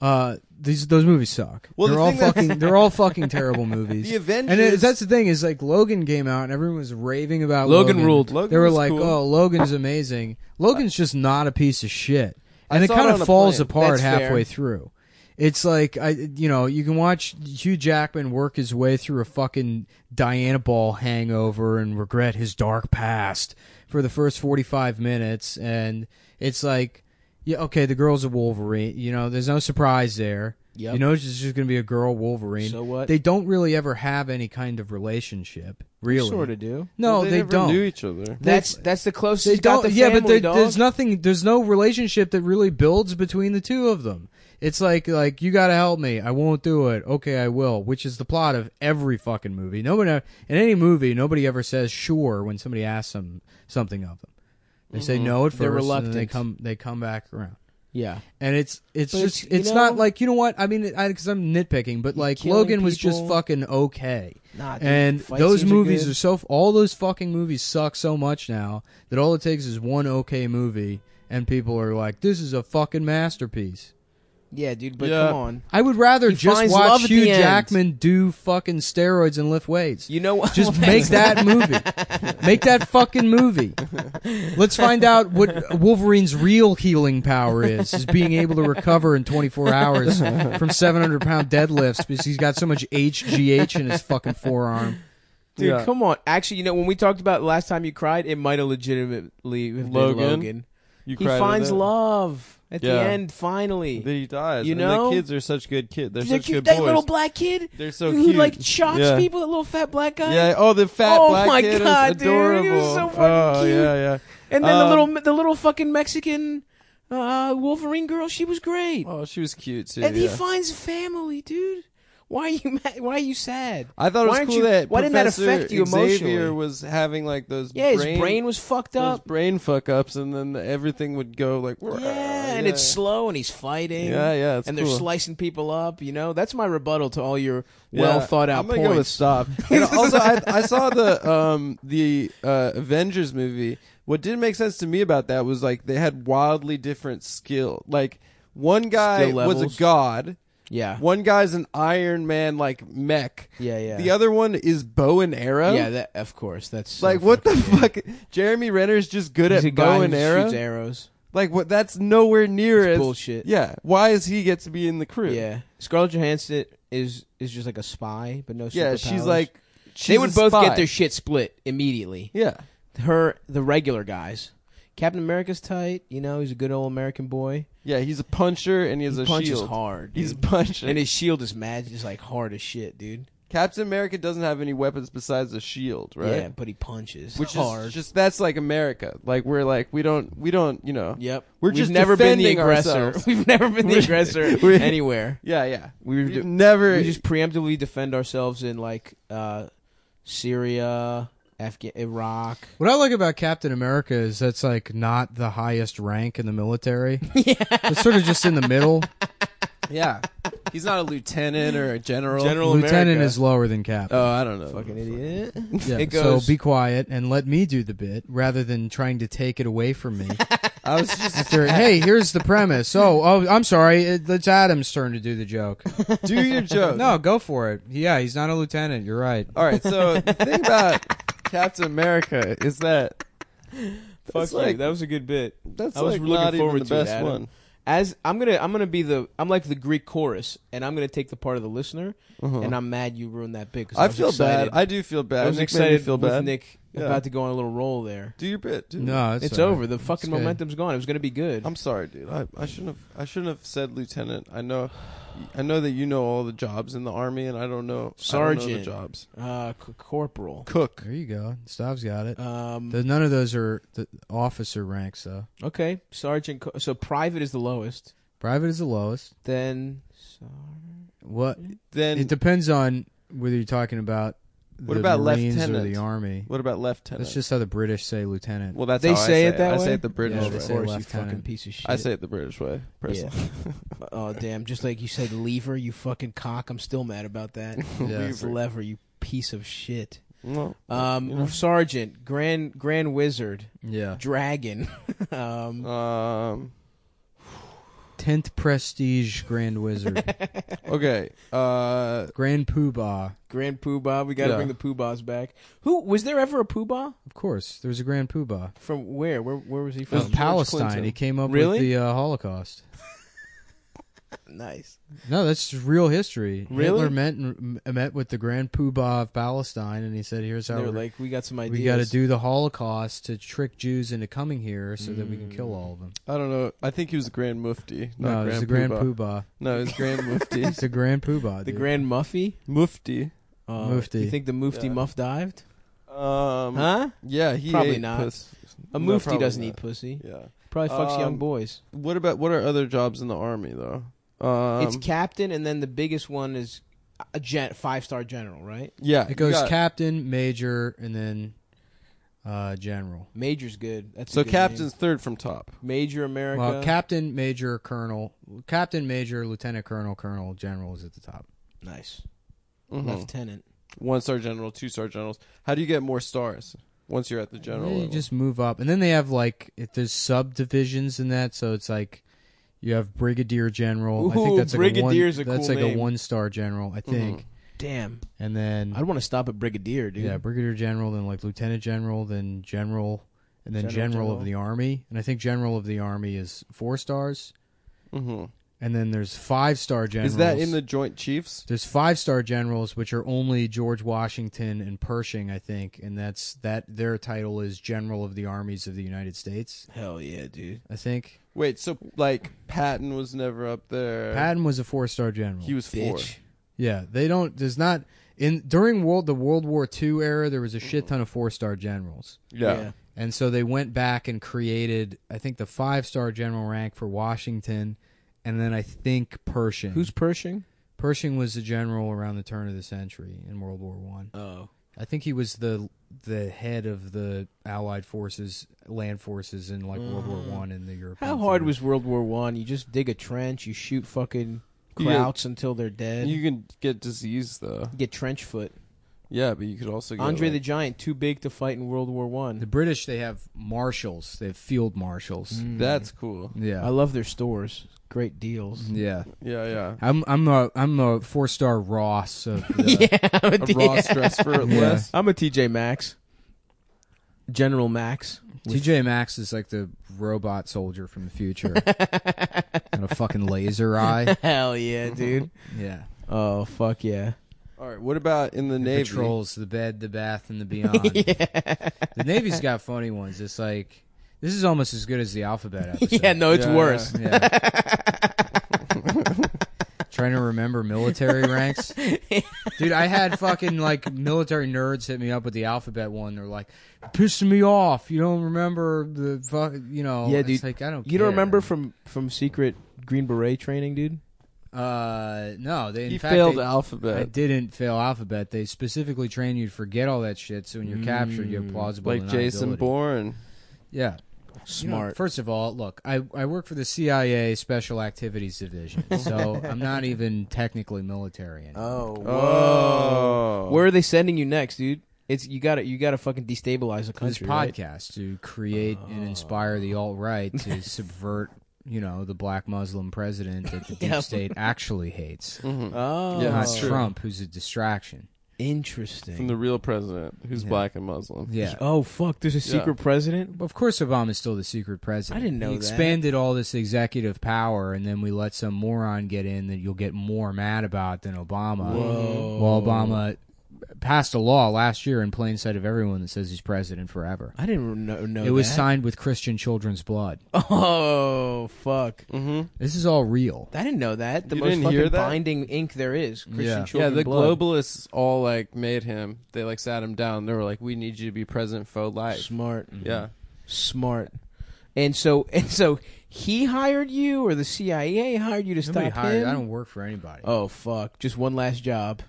[SPEAKER 1] Uh, these those movies suck.
[SPEAKER 2] Well,
[SPEAKER 1] they're
[SPEAKER 2] the
[SPEAKER 1] all
[SPEAKER 2] thing that-
[SPEAKER 1] fucking they're all fucking terrible movies.
[SPEAKER 2] The Avengers-
[SPEAKER 1] and it, that's the thing is like Logan came out and everyone was raving about
[SPEAKER 3] Logan
[SPEAKER 1] Logan,
[SPEAKER 3] ruled.
[SPEAKER 2] Logan
[SPEAKER 1] they were
[SPEAKER 2] was
[SPEAKER 1] like,
[SPEAKER 2] cool.
[SPEAKER 1] "Oh, Logan's amazing." Logan's just not a piece of shit, and it
[SPEAKER 2] saw it
[SPEAKER 1] kind
[SPEAKER 2] on
[SPEAKER 1] of
[SPEAKER 2] a
[SPEAKER 1] falls
[SPEAKER 2] plane.
[SPEAKER 1] apart
[SPEAKER 3] That's
[SPEAKER 1] halfway
[SPEAKER 3] fair.
[SPEAKER 1] through. It's like I, you know, you can watch Hugh Jackman work his way through a fucking Diana Ball hangover and regret his dark past for the first forty-five minutes, and it's like, yeah, okay, the girl's a Wolverine. You know, there's no surprise there.
[SPEAKER 3] Yep.
[SPEAKER 1] You know, it's just going to be a girl Wolverine.
[SPEAKER 3] So what?
[SPEAKER 1] They don't really ever have any kind of relationship, really.
[SPEAKER 3] Sort of do.
[SPEAKER 1] No,
[SPEAKER 2] they,
[SPEAKER 1] they,
[SPEAKER 2] never
[SPEAKER 1] don't.
[SPEAKER 2] knew each other.
[SPEAKER 3] That's that's the closest.
[SPEAKER 1] They
[SPEAKER 3] you got
[SPEAKER 1] don't.
[SPEAKER 3] the
[SPEAKER 1] yeah, but
[SPEAKER 3] family,
[SPEAKER 1] there,
[SPEAKER 3] dog.
[SPEAKER 1] there's nothing. There's no relationship that really builds between the two of them. It's like like you gotta help me. I won't do it. Okay, I will. Which is the plot of every fucking movie. Nobody in any movie, nobody ever says sure when somebody asks them something of them. They say no at 1st And
[SPEAKER 3] Mm-hmm. They're
[SPEAKER 1] then they
[SPEAKER 3] reluctant.
[SPEAKER 1] come. They come back around.
[SPEAKER 3] Yeah.
[SPEAKER 1] And it's it's
[SPEAKER 3] But
[SPEAKER 1] just
[SPEAKER 3] it's-
[SPEAKER 1] it's,
[SPEAKER 3] you
[SPEAKER 1] not
[SPEAKER 3] know-
[SPEAKER 1] like you know what I mean because I'm nitpicking, but like
[SPEAKER 3] killing
[SPEAKER 1] Logan was just
[SPEAKER 3] people.
[SPEAKER 1] fucking okay.
[SPEAKER 3] Nah, dude,
[SPEAKER 1] and
[SPEAKER 3] fight
[SPEAKER 1] those
[SPEAKER 3] scenes are
[SPEAKER 1] movies
[SPEAKER 3] good.
[SPEAKER 1] are, so all those fucking movies suck so much now that all it takes is one okay movie and people are like, this is a fucking masterpiece.
[SPEAKER 3] Yeah, dude. But
[SPEAKER 2] Yeah.
[SPEAKER 3] come on.
[SPEAKER 1] I would rather
[SPEAKER 3] He
[SPEAKER 1] just
[SPEAKER 3] finds love
[SPEAKER 1] watch
[SPEAKER 3] at
[SPEAKER 1] Hugh
[SPEAKER 3] the end.
[SPEAKER 1] Jackman do fucking steroids and lift weights.
[SPEAKER 3] You know what?
[SPEAKER 1] Just make that movie. Make that fucking movie. Let's find out what Wolverine's real healing power is, is being able to recover in 24 hours from 700 pound deadlifts because he's got so much HGH in his fucking forearm.
[SPEAKER 3] Dude,
[SPEAKER 2] Yeah.
[SPEAKER 3] come on. Actually, you know, when we talked about last time you cried, it might have legitimately have
[SPEAKER 2] Logan.
[SPEAKER 3] been Logan.
[SPEAKER 2] You
[SPEAKER 3] He
[SPEAKER 2] cried at
[SPEAKER 3] finds
[SPEAKER 2] that.
[SPEAKER 3] love at the
[SPEAKER 2] Yeah.
[SPEAKER 3] end, finally.
[SPEAKER 2] Then he dies.
[SPEAKER 3] You
[SPEAKER 2] and
[SPEAKER 3] know?
[SPEAKER 2] the kids are such good kids. They're,
[SPEAKER 3] They're
[SPEAKER 2] such
[SPEAKER 3] cute-
[SPEAKER 2] good
[SPEAKER 3] that
[SPEAKER 2] boys.
[SPEAKER 3] little black kid
[SPEAKER 2] They're so
[SPEAKER 3] who
[SPEAKER 2] cute.
[SPEAKER 3] like shocks
[SPEAKER 2] Yeah.
[SPEAKER 3] people, that little fat black guy.
[SPEAKER 2] yeah. Oh, the fat
[SPEAKER 3] Oh
[SPEAKER 2] black
[SPEAKER 3] my
[SPEAKER 2] kid
[SPEAKER 3] God,
[SPEAKER 2] is
[SPEAKER 3] dude, he was
[SPEAKER 2] adorable.
[SPEAKER 3] so fucking
[SPEAKER 2] oh
[SPEAKER 3] cute.
[SPEAKER 2] yeah, yeah.
[SPEAKER 3] And then
[SPEAKER 2] Um,
[SPEAKER 3] the little the little fucking Mexican uh, Wolverine girl, she was great.
[SPEAKER 2] Oh, she was cute too.
[SPEAKER 3] and he
[SPEAKER 2] yeah.
[SPEAKER 3] finds family, dude. Why are you mad? Why are you sad?
[SPEAKER 2] I thought it was
[SPEAKER 3] why aren't
[SPEAKER 2] cool
[SPEAKER 3] you,
[SPEAKER 2] that
[SPEAKER 3] why didn't that
[SPEAKER 2] Professor
[SPEAKER 3] affect you emotionally?
[SPEAKER 2] Xavier was having like those
[SPEAKER 3] yeah, his
[SPEAKER 2] brain,
[SPEAKER 3] brain, was fucked
[SPEAKER 2] those
[SPEAKER 3] up.
[SPEAKER 2] brain fuck ups, and then everything would go like
[SPEAKER 3] Yeah, and it's slow, and he's fighting.
[SPEAKER 2] uh, Yeah, yeah, it's
[SPEAKER 3] and
[SPEAKER 2] cool.
[SPEAKER 3] they're slicing people up. You know, that's my rebuttal to all your well
[SPEAKER 2] Yeah,
[SPEAKER 3] thought out
[SPEAKER 2] I'm gonna
[SPEAKER 3] points.
[SPEAKER 2] go with stop. And also, I, I saw the um, the uh, Avengers movie. What didn't make sense to me about that was like they had wildly different skill. Like one guy
[SPEAKER 3] Skill
[SPEAKER 2] was
[SPEAKER 3] levels.
[SPEAKER 2] a god.
[SPEAKER 3] yeah,
[SPEAKER 2] One guy's an Iron Man like mech.
[SPEAKER 3] Yeah, yeah.
[SPEAKER 2] The other one is bow and arrow.
[SPEAKER 3] yeah, that of course. That's so
[SPEAKER 2] like what the
[SPEAKER 3] fucking-
[SPEAKER 2] fuck? Jeremy Renner's just good
[SPEAKER 3] He's a
[SPEAKER 2] at
[SPEAKER 3] guy
[SPEAKER 2] bow
[SPEAKER 3] who
[SPEAKER 2] and arrow.
[SPEAKER 3] shoots arrows.
[SPEAKER 2] Like what? That's nowhere near
[SPEAKER 3] It's
[SPEAKER 2] as
[SPEAKER 3] bullshit.
[SPEAKER 2] Yeah. Why is he get to be in the crew?
[SPEAKER 3] Yeah, Scarlett Johansson is is just like a spy, but no.
[SPEAKER 2] Yeah. She's
[SPEAKER 3] superpowers.
[SPEAKER 2] like.
[SPEAKER 3] they
[SPEAKER 2] she's
[SPEAKER 3] would
[SPEAKER 2] a
[SPEAKER 3] both
[SPEAKER 2] spy.
[SPEAKER 3] get their shit split immediately.
[SPEAKER 2] Yeah.
[SPEAKER 3] Her, the regular guys. Captain America's tight. You know, he's a good old American boy.
[SPEAKER 2] Yeah, he's a puncher and he has
[SPEAKER 3] He
[SPEAKER 2] a
[SPEAKER 3] punches
[SPEAKER 2] shield.
[SPEAKER 3] hard.
[SPEAKER 2] He's
[SPEAKER 3] dude.
[SPEAKER 2] punching.
[SPEAKER 3] and his shield is mad, just like hard as shit, dude.
[SPEAKER 2] Captain America doesn't have any weapons besides a shield, right?
[SPEAKER 3] Yeah, but he punches
[SPEAKER 2] Which
[SPEAKER 3] hard.
[SPEAKER 2] is just that's like America. Like we're like we don't we don't you know.
[SPEAKER 3] yep.
[SPEAKER 2] We're
[SPEAKER 3] We've
[SPEAKER 2] just
[SPEAKER 3] never been the
[SPEAKER 2] defending
[SPEAKER 3] aggressor.
[SPEAKER 2] ourselves.
[SPEAKER 3] We've never been the
[SPEAKER 2] We-
[SPEAKER 3] aggressor
[SPEAKER 2] we-
[SPEAKER 3] anywhere.
[SPEAKER 2] Yeah, yeah.
[SPEAKER 3] We've,
[SPEAKER 2] We've never.
[SPEAKER 3] we just preemptively defend ourselves in like uh, Syria, Afghan, Iraq.
[SPEAKER 1] What I like about Captain America is that's like not the highest rank in the military. yeah. It's sort of just in the middle.
[SPEAKER 2] yeah. He's not a lieutenant or a general.
[SPEAKER 1] Lieutenant is lower than Cap.
[SPEAKER 2] Oh, I don't know.
[SPEAKER 3] Fucking idiot.
[SPEAKER 1] yeah.
[SPEAKER 3] it goes-
[SPEAKER 1] So be quiet and let me do the bit rather than trying to take it away from me.
[SPEAKER 2] I was just.
[SPEAKER 1] After, hey, here's the premise. Oh, oh, I'm sorry. It, it's Adam's turn to do the joke.
[SPEAKER 2] Do your joke.
[SPEAKER 1] No, go for it. Yeah, he's not a lieutenant. You're right.
[SPEAKER 2] All right. So the thing about Captain America is that
[SPEAKER 3] Fuck
[SPEAKER 2] That's like-
[SPEAKER 3] you. That was a good bit.
[SPEAKER 2] that's
[SPEAKER 3] I was
[SPEAKER 2] like
[SPEAKER 3] looking
[SPEAKER 2] not even
[SPEAKER 3] forward
[SPEAKER 2] the
[SPEAKER 3] to it,
[SPEAKER 2] best
[SPEAKER 3] Adam.
[SPEAKER 2] one.
[SPEAKER 3] As I'm gonna, I'm gonna be the, I'm like the Greek chorus, and I'm gonna take the part of the listener. And I'm mad you ruined that bit. Cause I,
[SPEAKER 2] Uh-huh. I
[SPEAKER 3] was
[SPEAKER 2] feel
[SPEAKER 3] excited.
[SPEAKER 2] bad. I do feel bad.
[SPEAKER 3] I was
[SPEAKER 2] Nick made me
[SPEAKER 3] excited
[SPEAKER 2] Feel
[SPEAKER 3] with
[SPEAKER 2] bad.
[SPEAKER 3] Nick
[SPEAKER 2] Yeah.
[SPEAKER 3] about to go on a little roll there.
[SPEAKER 2] Do your bit. Do it.
[SPEAKER 1] No, it's,
[SPEAKER 3] It's
[SPEAKER 1] all right.
[SPEAKER 3] over. The fucking
[SPEAKER 1] good.
[SPEAKER 3] momentum's gone. It was gonna be good.
[SPEAKER 2] I'm sorry, dude. I, I shouldn't have. I shouldn't have said lieutenant. I know, I know that you know all the jobs in the army, and I don't know I don't know
[SPEAKER 3] Sergeant.
[SPEAKER 2] the jobs.
[SPEAKER 3] uh, c- corporal.
[SPEAKER 2] Cook.
[SPEAKER 1] There you go. Stav's got it.
[SPEAKER 3] Um,
[SPEAKER 1] The- none of those are the officer ranks, though.
[SPEAKER 3] okay, sergeant. Co- so private is the lowest.
[SPEAKER 1] Private is the lowest.
[SPEAKER 3] Then
[SPEAKER 1] What?
[SPEAKER 2] Then
[SPEAKER 1] it depends on whether you're talking about the
[SPEAKER 2] What about
[SPEAKER 1] Marines or
[SPEAKER 2] lieutenant?
[SPEAKER 1] the Army.
[SPEAKER 2] what about lieutenant?
[SPEAKER 1] That's just how the British say lieutenant.
[SPEAKER 2] well, that's
[SPEAKER 3] They
[SPEAKER 2] how I
[SPEAKER 3] say it
[SPEAKER 2] it.
[SPEAKER 3] that
[SPEAKER 2] I
[SPEAKER 3] way?
[SPEAKER 2] say it the British
[SPEAKER 1] Yeah, they
[SPEAKER 2] way.
[SPEAKER 1] say
[SPEAKER 3] of course, you
[SPEAKER 1] lieutenant.
[SPEAKER 3] fucking piece of shit.
[SPEAKER 2] I say it the British way. Personally,
[SPEAKER 3] oh damn! Just like you said, lever. You fucking cock. I'm still mad about that.
[SPEAKER 1] Yeah.
[SPEAKER 3] It's lever. You piece of shit.
[SPEAKER 2] Well,
[SPEAKER 3] Um,
[SPEAKER 2] you know.
[SPEAKER 3] sergeant, grand, grand wizard,
[SPEAKER 1] yeah.
[SPEAKER 3] dragon. um,
[SPEAKER 2] um,
[SPEAKER 1] Tenth prestige Grand Wizard,
[SPEAKER 2] okay. Uh,
[SPEAKER 1] Grand Poobah.
[SPEAKER 3] grand poobah. We got to
[SPEAKER 2] Yeah.
[SPEAKER 3] bring the poobahs back. Who was there ever a poobah?
[SPEAKER 1] Of course, there was a Grand Poobah
[SPEAKER 3] From where? Where? Where was he
[SPEAKER 1] from
[SPEAKER 3] from?
[SPEAKER 1] Palestine.
[SPEAKER 2] Clinton.
[SPEAKER 1] He came up
[SPEAKER 3] Um, Really?
[SPEAKER 1] with the uh, Holocaust.
[SPEAKER 3] nice.
[SPEAKER 1] No, that's just real history.
[SPEAKER 3] Really?
[SPEAKER 1] Hitler met m- met with the Grand Poobah of Palestine, and he said, "Here's how
[SPEAKER 3] They were
[SPEAKER 1] we're-
[SPEAKER 3] like, we got some ideas.
[SPEAKER 1] we got to do the Holocaust to trick Jews into coming here, so that we can
[SPEAKER 3] Mm.
[SPEAKER 1] kill all of them."
[SPEAKER 2] I don't know. I think he was the Grand Mufti. Not
[SPEAKER 1] No,
[SPEAKER 2] grand
[SPEAKER 1] it's the Grand
[SPEAKER 2] Poobah.
[SPEAKER 1] Poobah.
[SPEAKER 2] No, it's Grand Mufti.
[SPEAKER 1] It's the Grand Poobah.
[SPEAKER 3] the
[SPEAKER 1] dude.
[SPEAKER 3] grand muffy.
[SPEAKER 2] Mufti.
[SPEAKER 3] Uh,
[SPEAKER 1] Mufti.
[SPEAKER 3] You think the mufti
[SPEAKER 2] Yeah.
[SPEAKER 3] muff dived?
[SPEAKER 2] Um,
[SPEAKER 3] Huh?
[SPEAKER 2] Yeah, he
[SPEAKER 3] Probably
[SPEAKER 2] ate
[SPEAKER 3] not.
[SPEAKER 2] puss.
[SPEAKER 3] A
[SPEAKER 2] No,
[SPEAKER 3] mufti
[SPEAKER 2] probably
[SPEAKER 3] doesn't
[SPEAKER 2] not.
[SPEAKER 3] eat pussy.
[SPEAKER 2] Yeah.
[SPEAKER 3] Probably fucks young
[SPEAKER 2] Um,
[SPEAKER 3] boys.
[SPEAKER 2] What about what are other jobs in the army though? Um,
[SPEAKER 3] it's captain, and then the biggest one is a gen- five star general, right?
[SPEAKER 2] yeah. you
[SPEAKER 1] It goes
[SPEAKER 2] got-
[SPEAKER 1] captain, major, and then uh, general.
[SPEAKER 3] Major's good. That's a
[SPEAKER 2] So
[SPEAKER 3] good
[SPEAKER 2] captain's third from top.
[SPEAKER 3] name. major America.
[SPEAKER 1] Well, captain, major, colonel, captain, major, lieutenant colonel, colonel, general is at the top.
[SPEAKER 3] nice
[SPEAKER 2] Mhm.
[SPEAKER 3] lieutenant.
[SPEAKER 2] One star general, two star generals. How do you get more stars once you're at the general?
[SPEAKER 1] Yeah, you
[SPEAKER 2] level?
[SPEAKER 1] just move up, and then they have like if there's subdivisions in that, so it's like you have brigadier general. I
[SPEAKER 3] Ooh,
[SPEAKER 1] think that's like a one.
[SPEAKER 3] brigadier's a
[SPEAKER 1] that's
[SPEAKER 3] cool
[SPEAKER 1] like
[SPEAKER 3] name. Mm-hmm.
[SPEAKER 1] a one star general, I think.
[SPEAKER 3] Damn,
[SPEAKER 1] And then
[SPEAKER 3] I'd want to stop at brigadier, dude.
[SPEAKER 1] yeah, brigadier general, then like lieutenant general, then general, and then
[SPEAKER 3] General,
[SPEAKER 1] general,
[SPEAKER 3] general.
[SPEAKER 1] of the army. And I think general of the army is four stars.
[SPEAKER 2] Mhm.
[SPEAKER 1] And then there's five star generals.
[SPEAKER 2] Is that in the Joint Chiefs?
[SPEAKER 1] There's five star generals, which are only George Washington and Pershing, I think, and that's that. Their title is General of the Armies of the United States,
[SPEAKER 3] Hell yeah, dude.
[SPEAKER 1] I think.
[SPEAKER 2] Wait, so like Patton was never up there.
[SPEAKER 1] Patton was a four star general.
[SPEAKER 2] he was four.
[SPEAKER 3] Bitch.
[SPEAKER 1] yeah, they don't. There's not in during world the World War II era. There was a shit ton of four star generals,
[SPEAKER 2] Yeah.
[SPEAKER 1] and so they went back and created, I think, the five star general rank for Washington, and then I think Pershing.
[SPEAKER 3] Who's Pershing?
[SPEAKER 1] Pershing was a general around the turn of the century in World War One.
[SPEAKER 3] Oh.
[SPEAKER 1] I think he was the the head of the Allied forces, land forces in like World War One in the European.
[SPEAKER 3] Mm. How hard
[SPEAKER 1] theater.
[SPEAKER 3] was World War One? You just dig a trench, you shoot fucking
[SPEAKER 2] You get-
[SPEAKER 3] krauts until they're dead.
[SPEAKER 2] You
[SPEAKER 3] You
[SPEAKER 2] can get disease though.
[SPEAKER 3] get trench foot.
[SPEAKER 2] Yeah, but you could also get
[SPEAKER 3] Andre the
[SPEAKER 2] like,
[SPEAKER 3] Giant, too big to fight in World War One.
[SPEAKER 1] the British? They have marshals. They have field marshals.
[SPEAKER 2] That's cool.
[SPEAKER 1] Yeah,
[SPEAKER 3] Mm. I love their stores. Great deals.
[SPEAKER 1] yeah.
[SPEAKER 2] Yeah, yeah.
[SPEAKER 1] I'm I'm the I'm the four star Ross of the,
[SPEAKER 2] A raw stress for less.
[SPEAKER 3] I'm a TJ Maxx. General Max.
[SPEAKER 1] TJ Maxx is like the robot soldier from the future. and a fucking laser eye.
[SPEAKER 3] Hell yeah, dude.
[SPEAKER 1] Yeah.
[SPEAKER 3] oh fuck yeah.
[SPEAKER 2] All right. What about in the
[SPEAKER 1] It
[SPEAKER 2] navy?
[SPEAKER 1] Patrols the bed, the bath, and the beyond. The Navy's got funny ones. It's like this is almost as good as the alphabet episode.
[SPEAKER 3] Yeah, no, it's
[SPEAKER 2] Yeah,
[SPEAKER 3] worse.
[SPEAKER 1] Yeah. Trying to remember military ranks. Dude, I had fucking like military nerds hit me up with the alphabet one. They're like, pissing me off. You don't remember the fuck, you know.
[SPEAKER 3] Yeah,
[SPEAKER 1] it's
[SPEAKER 3] dude.
[SPEAKER 1] like, I don't
[SPEAKER 3] You don't
[SPEAKER 1] care.
[SPEAKER 3] remember from from secret Green Beret training, dude?
[SPEAKER 1] Uh, no. They, in
[SPEAKER 2] He
[SPEAKER 1] fact,
[SPEAKER 2] failed
[SPEAKER 1] they- I
[SPEAKER 2] alphabet.
[SPEAKER 1] didn't fail alphabet. They specifically train you to forget all that shit, so when you're captured, you have plausible
[SPEAKER 2] Hmm. Like Jason
[SPEAKER 1] deniability.
[SPEAKER 2] Bourne.
[SPEAKER 1] Yeah, You know,
[SPEAKER 3] Smart.
[SPEAKER 1] first of all, look, I I work for the CIA Special Activities Division, so I'm not even technically military anymore.
[SPEAKER 3] oh,
[SPEAKER 2] Oh.
[SPEAKER 3] Where are they sending you next, dude? It's you got to you got to fucking destabilize
[SPEAKER 1] this
[SPEAKER 3] a country. right? Oh.
[SPEAKER 1] podcast to create and inspire the alt right to subvert. You know the black Muslim president that the deep
[SPEAKER 3] Yeah.
[SPEAKER 1] state actually hates,
[SPEAKER 3] Oh,
[SPEAKER 2] Yeah,
[SPEAKER 1] not
[SPEAKER 2] that's true.
[SPEAKER 1] Trump, who's a distraction.
[SPEAKER 3] interesting.
[SPEAKER 2] From the real president, who's black and Muslim.
[SPEAKER 1] Yeah,
[SPEAKER 3] oh fuck, there's a secret president.
[SPEAKER 1] Of course, Obama's still the secret president.
[SPEAKER 3] I didn't know
[SPEAKER 1] He
[SPEAKER 3] that.
[SPEAKER 1] expanded all this executive power, and then we let some moron get in that you'll get more mad about than Obama. While Obama passed a law last year in plain sight of everyone that says he's president forever.
[SPEAKER 3] I didn't know. know
[SPEAKER 1] it was
[SPEAKER 3] that.
[SPEAKER 1] signed with Christian children's blood.
[SPEAKER 3] Oh fuck,
[SPEAKER 1] This is all real.
[SPEAKER 3] I didn't know that. The
[SPEAKER 2] You
[SPEAKER 3] most
[SPEAKER 2] didn't
[SPEAKER 3] fucking
[SPEAKER 2] hear that?
[SPEAKER 3] binding ink there is. Christian
[SPEAKER 1] Yeah. Yeah,
[SPEAKER 2] Yeah,
[SPEAKER 3] children.
[SPEAKER 2] the
[SPEAKER 3] blood.
[SPEAKER 2] globalists all like made him. They like sat him down. They were like, "We need you to be president for life."
[SPEAKER 3] smart.
[SPEAKER 2] Yeah,
[SPEAKER 3] smart. And so and so he hired you or the CIA hired you to
[SPEAKER 1] Nobody
[SPEAKER 3] stop
[SPEAKER 1] hired.
[SPEAKER 3] him?
[SPEAKER 1] I don't work for anybody.
[SPEAKER 3] Oh fuck! Just one last job,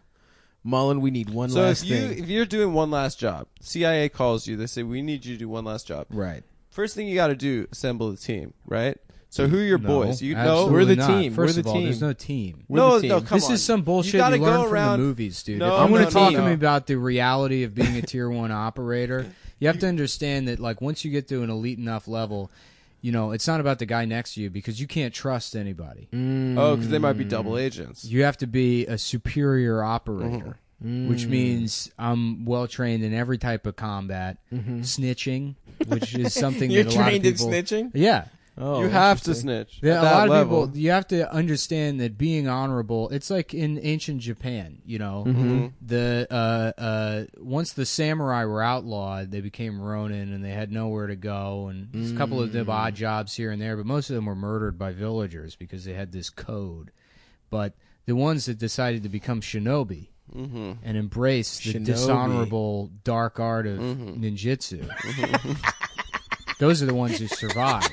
[SPEAKER 3] Mullen. We need one
[SPEAKER 2] So
[SPEAKER 3] last
[SPEAKER 2] if you
[SPEAKER 3] thing.
[SPEAKER 2] if you're doing one last job, CIA calls you. They say we need you to do one last job.
[SPEAKER 1] right.
[SPEAKER 2] First thing you got to do, assemble the team, right? So who are your boys? You know,
[SPEAKER 1] absolutely
[SPEAKER 3] We're the
[SPEAKER 1] not.
[SPEAKER 3] team. We're
[SPEAKER 1] First
[SPEAKER 3] the
[SPEAKER 1] of all, there's
[SPEAKER 3] team.
[SPEAKER 1] no team.
[SPEAKER 3] We're
[SPEAKER 2] no,
[SPEAKER 3] the
[SPEAKER 2] no,
[SPEAKER 3] team.
[SPEAKER 2] come
[SPEAKER 1] this
[SPEAKER 2] on.
[SPEAKER 1] is some bullshit
[SPEAKER 2] You
[SPEAKER 1] you,
[SPEAKER 2] gotta
[SPEAKER 1] learn
[SPEAKER 2] go
[SPEAKER 1] from
[SPEAKER 2] around.
[SPEAKER 1] the movies, dude.
[SPEAKER 2] No,
[SPEAKER 1] if I'm going
[SPEAKER 2] no,
[SPEAKER 1] to talk
[SPEAKER 2] no,
[SPEAKER 1] to
[SPEAKER 2] no.
[SPEAKER 1] me about the reality of being a tier one operator, you have to understand that, like, once you get to an elite enough level, you know, it's not about the guy next to you because you can't trust anybody.
[SPEAKER 3] Mm.
[SPEAKER 2] Oh, because they might be
[SPEAKER 1] Mm.
[SPEAKER 2] double agents.
[SPEAKER 1] You have to be a superior operator,
[SPEAKER 3] Mm-hmm. Mm.
[SPEAKER 1] which means I'm well trained in every type of combat, snitching, which is something
[SPEAKER 3] Mm-hmm. You're
[SPEAKER 1] that a lot of
[SPEAKER 3] trained in
[SPEAKER 1] people,
[SPEAKER 3] snitching?
[SPEAKER 1] Yeah.
[SPEAKER 3] oh,
[SPEAKER 2] you have to snitch.
[SPEAKER 1] Yeah,
[SPEAKER 2] at
[SPEAKER 1] a
[SPEAKER 2] that
[SPEAKER 1] lot of
[SPEAKER 2] level.
[SPEAKER 1] people. You have to understand that being honorable. It's like in ancient Japan. You know,
[SPEAKER 2] Mm-hmm.
[SPEAKER 1] the uh, uh, once the samurai were outlawed, they became ronin, and they had nowhere to go. And there's a
[SPEAKER 2] Mm.
[SPEAKER 1] couple of them odd jobs here and there, but most of them were murdered by villagers because they had this code. But the ones that decided to become shinobi. And embrace the
[SPEAKER 3] Mm-hmm. Shinobi. Mm-hmm.
[SPEAKER 1] dishonorable dark art of ninjutsu. Those are the ones who survived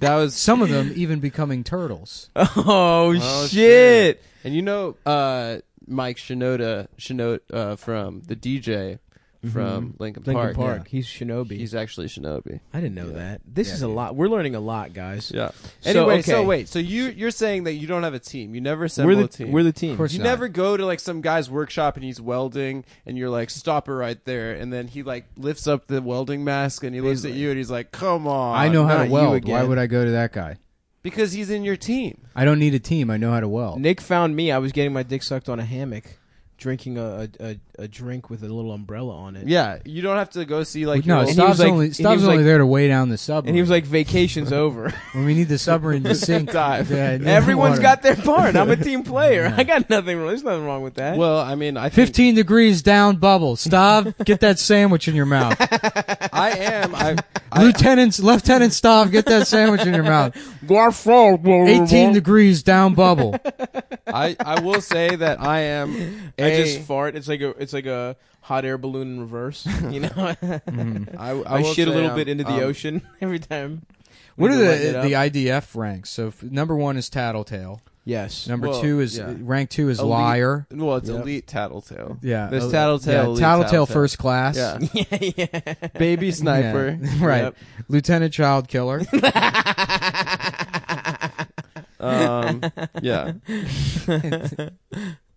[SPEAKER 2] That was
[SPEAKER 1] some of them even becoming turtles.
[SPEAKER 3] Oh,
[SPEAKER 2] Oh,
[SPEAKER 3] shit!
[SPEAKER 2] And you know, uh, Mike Shinoda, Shinoda uh, from the DJ
[SPEAKER 1] Mm-hmm.
[SPEAKER 2] from Lincoln Park.
[SPEAKER 3] Lincoln Park. He's Shinobi.
[SPEAKER 2] He's actually Shinobi.
[SPEAKER 3] I didn't know that. This is a lot. We're learning a lot, guys.
[SPEAKER 2] Yeah.
[SPEAKER 3] So,
[SPEAKER 2] Anyway, so,
[SPEAKER 3] okay.
[SPEAKER 2] wait, so you you're saying that you don't have a team. You never assemble
[SPEAKER 3] We're the
[SPEAKER 2] a team.
[SPEAKER 3] we're the team.
[SPEAKER 1] course
[SPEAKER 2] you
[SPEAKER 1] not.
[SPEAKER 2] never go to like some guy's workshop and he's welding, and you're like, "Stop it right there!" And then he like lifts up the welding mask and he looks at you and he's like, "Come on!"
[SPEAKER 1] I know how
[SPEAKER 3] not
[SPEAKER 1] to
[SPEAKER 3] you
[SPEAKER 1] weld. Why
[SPEAKER 3] again.
[SPEAKER 1] would I go to that guy?
[SPEAKER 2] because he's in your team.
[SPEAKER 1] I don't need a team. I know how to weld.
[SPEAKER 3] Nick found me. I was getting my dick sucked on a hammock, drinking a a, a, a drink with a little umbrella on it.
[SPEAKER 2] Yeah, you don't have to go see like
[SPEAKER 1] no,
[SPEAKER 2] your old-
[SPEAKER 3] he was
[SPEAKER 1] Stav's
[SPEAKER 3] like-
[SPEAKER 1] only
[SPEAKER 3] and he
[SPEAKER 1] Stav's
[SPEAKER 3] was
[SPEAKER 1] only
[SPEAKER 3] like-
[SPEAKER 1] there to weigh down the submarine.
[SPEAKER 3] And he was like, "Vacation's over.
[SPEAKER 1] when we need the submarine to sink,
[SPEAKER 2] Dive.
[SPEAKER 1] yeah, yeah,
[SPEAKER 3] Everyone's
[SPEAKER 1] water.
[SPEAKER 3] got their part. I'm a team player. I got nothing wrong. There's nothing wrong with that."
[SPEAKER 2] Well, I mean, I think
[SPEAKER 1] fifteen degrees down bubble. Stav, get that sandwich in your mouth.
[SPEAKER 2] I am. I, I
[SPEAKER 1] Lieutenant, Lieutenant Stav, get that sandwich in your mouth. Eighteen degrees down bubble.
[SPEAKER 2] I, I will say that I am.
[SPEAKER 3] I
[SPEAKER 2] a-
[SPEAKER 3] just fart. It's like a it's like a hot air balloon in reverse. You know,
[SPEAKER 2] I, I
[SPEAKER 3] I
[SPEAKER 2] will
[SPEAKER 3] shit a
[SPEAKER 2] say
[SPEAKER 3] little
[SPEAKER 2] I'm- um,
[SPEAKER 3] bit into the
[SPEAKER 2] I'm-
[SPEAKER 3] ocean every time.
[SPEAKER 1] What are
[SPEAKER 3] We're lighting it
[SPEAKER 1] the
[SPEAKER 3] up.
[SPEAKER 1] the IDF ranks? So f- number one is Tattletale.
[SPEAKER 3] Yes.
[SPEAKER 1] Number
[SPEAKER 2] Well,
[SPEAKER 1] two is
[SPEAKER 2] yeah.
[SPEAKER 1] rank two is
[SPEAKER 2] Elite-
[SPEAKER 1] liar.
[SPEAKER 2] Well, it's
[SPEAKER 3] Yep.
[SPEAKER 2] elite tattletale.
[SPEAKER 1] Yeah,
[SPEAKER 2] there's
[SPEAKER 1] uh,
[SPEAKER 2] tattletale.
[SPEAKER 1] yeah,
[SPEAKER 2] elite
[SPEAKER 1] tattletale first class.
[SPEAKER 2] Yeah,
[SPEAKER 3] yeah, yeah.
[SPEAKER 2] baby
[SPEAKER 1] Yeah.
[SPEAKER 2] sniper.
[SPEAKER 1] right?
[SPEAKER 2] Yep.
[SPEAKER 1] Lieutenant child killer.
[SPEAKER 2] Um, yeah.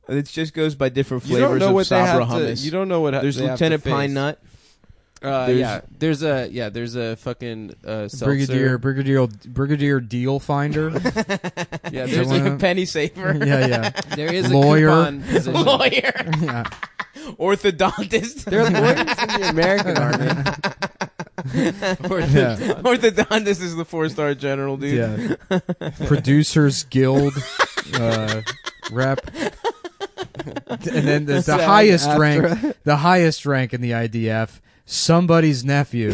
[SPEAKER 3] It just goes by different
[SPEAKER 2] You don't
[SPEAKER 3] flavors
[SPEAKER 2] know
[SPEAKER 3] of
[SPEAKER 2] what they
[SPEAKER 3] Sabra
[SPEAKER 2] have
[SPEAKER 3] hummus.
[SPEAKER 2] to. You don't know what ha-
[SPEAKER 3] There's
[SPEAKER 2] they have to
[SPEAKER 3] Lieutenant
[SPEAKER 2] face.
[SPEAKER 3] Pine Nut.
[SPEAKER 2] Uh,
[SPEAKER 3] There's-
[SPEAKER 2] yeah, there's a yeah, there's a fucking uh, seltzer.
[SPEAKER 1] Brigadier, Brigadier, Brigadier Deal Finder.
[SPEAKER 2] Yeah,
[SPEAKER 3] There's
[SPEAKER 2] there's
[SPEAKER 1] Someone-
[SPEAKER 2] a,
[SPEAKER 3] like a penny saver.
[SPEAKER 1] yeah, yeah.
[SPEAKER 2] there is a
[SPEAKER 1] Lawyer.
[SPEAKER 2] coupon position.
[SPEAKER 3] Lawyer.
[SPEAKER 1] yeah.
[SPEAKER 3] Orthodontist.
[SPEAKER 2] There are lawyers in the American army.
[SPEAKER 1] Yeah.
[SPEAKER 3] Orthodontist is the four star general, dude.
[SPEAKER 1] yeah. Producers Guild uh, rep. And then the, the
[SPEAKER 2] Sound
[SPEAKER 1] highest
[SPEAKER 2] after-
[SPEAKER 1] rank, the highest rank in the IDF, somebody's nephew.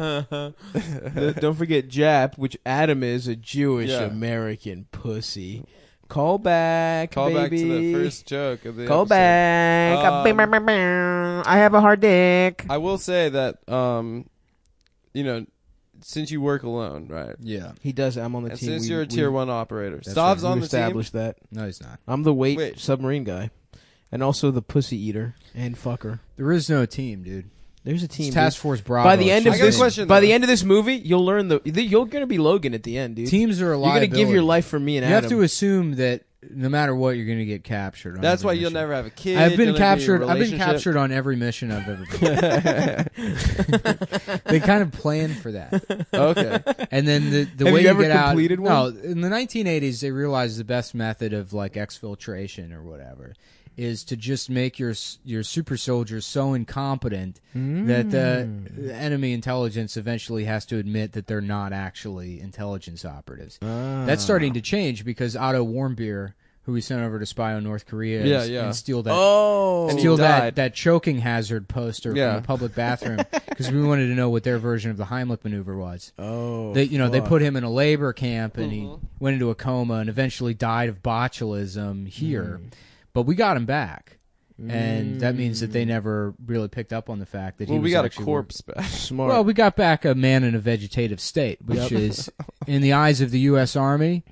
[SPEAKER 3] The- don't forget Jap, which Adam is a Jewish
[SPEAKER 2] Yeah.
[SPEAKER 3] American pussy. Call back,
[SPEAKER 2] Call back to the
[SPEAKER 3] baby.
[SPEAKER 2] first joke of the
[SPEAKER 3] Call
[SPEAKER 2] episode.
[SPEAKER 3] back. Uh,
[SPEAKER 2] Um,
[SPEAKER 3] Bing, bing, bing, bing. I have a hard dick.
[SPEAKER 2] I will say that um, you know, since you work alone, right?
[SPEAKER 1] yeah.
[SPEAKER 3] He does. I'm on the
[SPEAKER 2] And
[SPEAKER 3] team.
[SPEAKER 2] since
[SPEAKER 3] We-
[SPEAKER 2] you're a
[SPEAKER 3] we-
[SPEAKER 2] tier one operator,
[SPEAKER 3] that's
[SPEAKER 2] Stav's
[SPEAKER 3] right. We
[SPEAKER 2] on the team.
[SPEAKER 3] established that.
[SPEAKER 1] No, he's not.
[SPEAKER 3] I'm the weight
[SPEAKER 2] Wait.
[SPEAKER 3] submarine guy, and also the pussy eater and fucker.
[SPEAKER 1] There is no team, dude.
[SPEAKER 3] There's a team.
[SPEAKER 1] It's
[SPEAKER 3] dude.
[SPEAKER 1] Task Force Bravo.
[SPEAKER 3] by the end
[SPEAKER 2] I
[SPEAKER 3] of
[SPEAKER 2] got a
[SPEAKER 3] this,
[SPEAKER 2] question,
[SPEAKER 3] by
[SPEAKER 2] though.
[SPEAKER 3] the end of this movie, you'll learn the th- you're gonna be Logan at the end, dude.
[SPEAKER 1] teams are a
[SPEAKER 3] you're gonna
[SPEAKER 1] liability.
[SPEAKER 3] give your life for me and
[SPEAKER 1] You
[SPEAKER 3] Adam.
[SPEAKER 1] have to assume that no matter what, you're gonna get captured. On
[SPEAKER 2] That's
[SPEAKER 1] every
[SPEAKER 2] why you'll
[SPEAKER 1] mission.
[SPEAKER 2] never have a kid.
[SPEAKER 1] I've
[SPEAKER 2] you'll
[SPEAKER 1] been
[SPEAKER 2] never be in a
[SPEAKER 1] captured. I've been
[SPEAKER 2] relationship.
[SPEAKER 1] captured on every mission I've ever been. they kind of planned for that,
[SPEAKER 2] Okay.
[SPEAKER 1] and then the the
[SPEAKER 3] Have
[SPEAKER 1] way
[SPEAKER 3] you ever
[SPEAKER 1] get out.
[SPEAKER 3] completed one?
[SPEAKER 1] No, in the 1980s, they realized the best method of like exfiltration or whatever is to just make your s- your super soldiers so incompetent that the,
[SPEAKER 3] Mm.
[SPEAKER 1] the enemy intelligence eventually has to admit that they're not actually intelligence operatives.
[SPEAKER 3] Ah.
[SPEAKER 1] That's starting to change because Otto Warmbier, who we sent over to spy on North Korea,
[SPEAKER 2] Yeah,
[SPEAKER 1] and-
[SPEAKER 2] yeah.
[SPEAKER 1] and steal that
[SPEAKER 3] Oh,
[SPEAKER 2] And he
[SPEAKER 1] steal that,
[SPEAKER 2] died.
[SPEAKER 1] that choking hazard poster
[SPEAKER 2] Yeah.
[SPEAKER 1] from the public bathroom because we wanted to know what their version of the Heimlich maneuver was.
[SPEAKER 3] oh,
[SPEAKER 1] They, you know, they put him in a labor camp and he went into a coma and eventually died of botulism
[SPEAKER 2] Hmm.
[SPEAKER 1] here, but we got him back, and that means that they never really picked up on the fact that
[SPEAKER 2] Hmm. Well,
[SPEAKER 1] he
[SPEAKER 2] we
[SPEAKER 1] was
[SPEAKER 2] got a
[SPEAKER 1] actually-
[SPEAKER 2] corpse back.
[SPEAKER 3] smart.
[SPEAKER 1] Well, we got back a man in a vegetative state, which is, in the eyes of the U.S. Army,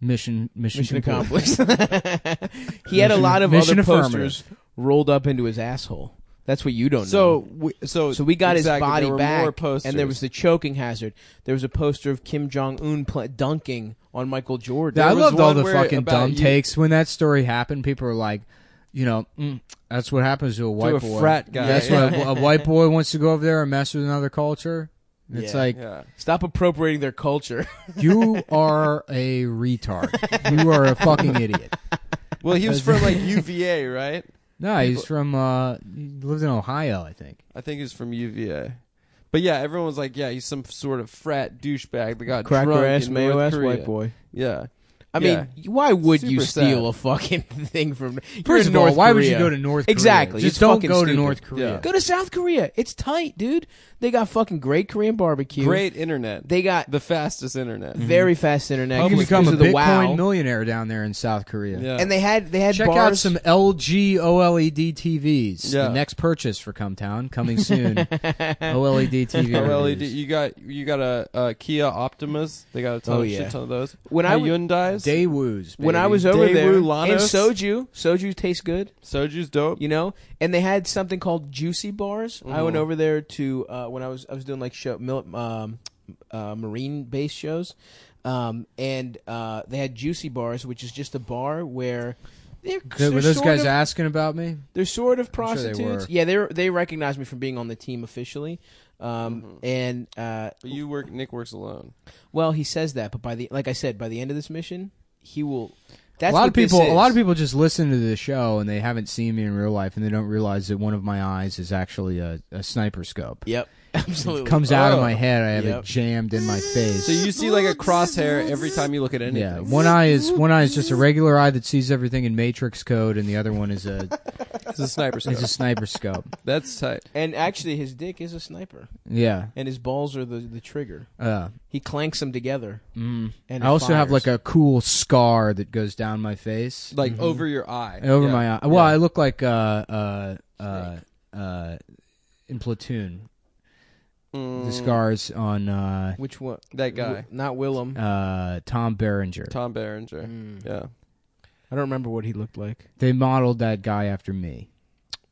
[SPEAKER 1] mission mission,
[SPEAKER 3] Mission
[SPEAKER 1] complete.
[SPEAKER 3] accomplished. he had a
[SPEAKER 1] Mission-
[SPEAKER 3] lot of
[SPEAKER 1] mission
[SPEAKER 3] other
[SPEAKER 1] affirmative.
[SPEAKER 3] posters rolled up into his asshole. That's what you don't know.
[SPEAKER 2] So, we, so,
[SPEAKER 3] So we got
[SPEAKER 2] exactly,
[SPEAKER 3] his body
[SPEAKER 2] there were
[SPEAKER 3] back,
[SPEAKER 2] More posters.
[SPEAKER 3] and there was the choking hazard. There was a poster of Kim Jong Un pl- dunking on Michael Jordan.
[SPEAKER 1] I
[SPEAKER 2] was
[SPEAKER 1] loved all
[SPEAKER 2] one
[SPEAKER 1] the
[SPEAKER 2] where
[SPEAKER 1] fucking
[SPEAKER 2] about
[SPEAKER 1] dumb
[SPEAKER 2] you-
[SPEAKER 1] takes when that story happened. People were like, you know, mm, that's what happens to a white
[SPEAKER 2] a
[SPEAKER 1] boy.
[SPEAKER 2] frat guy,
[SPEAKER 1] That's
[SPEAKER 2] yeah.
[SPEAKER 1] when a, a white boy wants to go over there and mess with another culture. It's
[SPEAKER 3] Yeah.
[SPEAKER 1] like
[SPEAKER 2] Yeah.
[SPEAKER 3] Stop appropriating their culture.
[SPEAKER 1] you are a retard. You are a fucking idiot.
[SPEAKER 2] Well, he was from like UVA, right?
[SPEAKER 1] No, he's from uh, he lives in Ohio, I think.
[SPEAKER 2] I think he's from UVA. But yeah, everyone was like, yeah, he's some sort of frat douchebag that got drunk in North Korea.
[SPEAKER 3] boy.
[SPEAKER 2] Yeah.
[SPEAKER 3] I
[SPEAKER 2] Yeah.
[SPEAKER 3] mean, why would you
[SPEAKER 2] Super
[SPEAKER 3] steal a fucking thing from? you're
[SPEAKER 1] First
[SPEAKER 3] in
[SPEAKER 1] of all,
[SPEAKER 3] North
[SPEAKER 1] why would you
[SPEAKER 3] Korea.
[SPEAKER 1] go to North Korea?
[SPEAKER 3] Exactly.
[SPEAKER 1] Just
[SPEAKER 3] It's
[SPEAKER 1] don't
[SPEAKER 3] fucking
[SPEAKER 1] go to
[SPEAKER 3] stupid.
[SPEAKER 1] North Korea.
[SPEAKER 2] Yeah.
[SPEAKER 3] Go to South Korea. It's tight, dude. They got fucking great Korean barbecue.
[SPEAKER 2] Great internet.
[SPEAKER 3] They got
[SPEAKER 2] the fastest internet.
[SPEAKER 3] very fast internet.
[SPEAKER 1] You can
[SPEAKER 3] because
[SPEAKER 1] become a
[SPEAKER 3] of the
[SPEAKER 1] Bitcoin
[SPEAKER 3] wow.
[SPEAKER 1] millionaire down there in South Korea.
[SPEAKER 2] Yeah.
[SPEAKER 3] And they had they had
[SPEAKER 1] Check
[SPEAKER 3] bars.
[SPEAKER 1] out some LG OLED TVs.
[SPEAKER 2] Yeah.
[SPEAKER 1] The next purchase for Cumtown coming soon. E OLED TV.
[SPEAKER 2] OLED.
[SPEAKER 1] reviews.
[SPEAKER 2] You got you got a, a Kia Optimus. They got a ton
[SPEAKER 3] Oh,
[SPEAKER 2] of
[SPEAKER 3] yeah.
[SPEAKER 2] shit ton of those.
[SPEAKER 3] When I w-
[SPEAKER 2] Hyundai's
[SPEAKER 1] Daewoo's.
[SPEAKER 3] when I
[SPEAKER 1] baby.
[SPEAKER 3] was over
[SPEAKER 2] Daewoo
[SPEAKER 3] there and
[SPEAKER 2] Lanos.
[SPEAKER 3] soju. Soju tastes good,
[SPEAKER 2] Soju's dope.
[SPEAKER 3] you know. And they had something called juicy bars. I
[SPEAKER 1] Mm-hmm.
[SPEAKER 3] went over there to uh, when I was I was doing like show mil- um, uh, marine base shows, um, and uh, they had juicy bars, which is just a bar where. They're,
[SPEAKER 1] Th-
[SPEAKER 3] they're
[SPEAKER 1] were those
[SPEAKER 3] sort
[SPEAKER 1] guys
[SPEAKER 3] of-
[SPEAKER 1] asking about me?
[SPEAKER 3] They're sort of
[SPEAKER 1] I'm sure they
[SPEAKER 3] prostitutes.
[SPEAKER 1] were.
[SPEAKER 3] yeah, they they recognize me from being on the team officially. Um,
[SPEAKER 1] Mm-hmm.
[SPEAKER 3] and uh,
[SPEAKER 2] But you work. Nick works alone.
[SPEAKER 3] well, he says that, but by the like I said, by the end of this mission, he will. That's
[SPEAKER 1] a lot
[SPEAKER 3] what
[SPEAKER 1] of people.
[SPEAKER 3] this
[SPEAKER 1] A lot of
[SPEAKER 3] is.
[SPEAKER 1] people just listen to the show and they haven't seen me in real life and they don't realize that one of my eyes is actually a, a sniper scope.
[SPEAKER 3] Yep, absolutely.
[SPEAKER 1] It comes out of
[SPEAKER 2] Oh.
[SPEAKER 1] my head. I have
[SPEAKER 3] Yep.
[SPEAKER 1] it jammed in my face.
[SPEAKER 2] So you see like a crosshair every time you look at anything.
[SPEAKER 1] yeah, one eye is one eye is just a regular eye that sees everything in matrix code, and the other one is a
[SPEAKER 2] It's a sniper scope.
[SPEAKER 1] is a sniper scope.
[SPEAKER 2] That's tight.
[SPEAKER 3] and actually, his dick is a sniper,
[SPEAKER 1] Yeah,
[SPEAKER 3] and his balls are the the trigger.
[SPEAKER 1] uh,
[SPEAKER 3] He clanks them together. Mm. And
[SPEAKER 1] I also have like a cool scar that goes down my face,
[SPEAKER 2] Like over your eye.
[SPEAKER 1] Mm-hmm. over
[SPEAKER 2] Yeah.
[SPEAKER 1] my eye. Well, I look like uh uh uh, uh in platoon. the scars on uh,
[SPEAKER 3] Which one?
[SPEAKER 2] That guy.
[SPEAKER 3] not Willem.
[SPEAKER 1] uh, Tom Berenger.
[SPEAKER 2] Tom Berenger.
[SPEAKER 1] Mm.
[SPEAKER 2] Yeah.
[SPEAKER 3] I don't remember what he looked like.
[SPEAKER 1] They modeled that guy after me.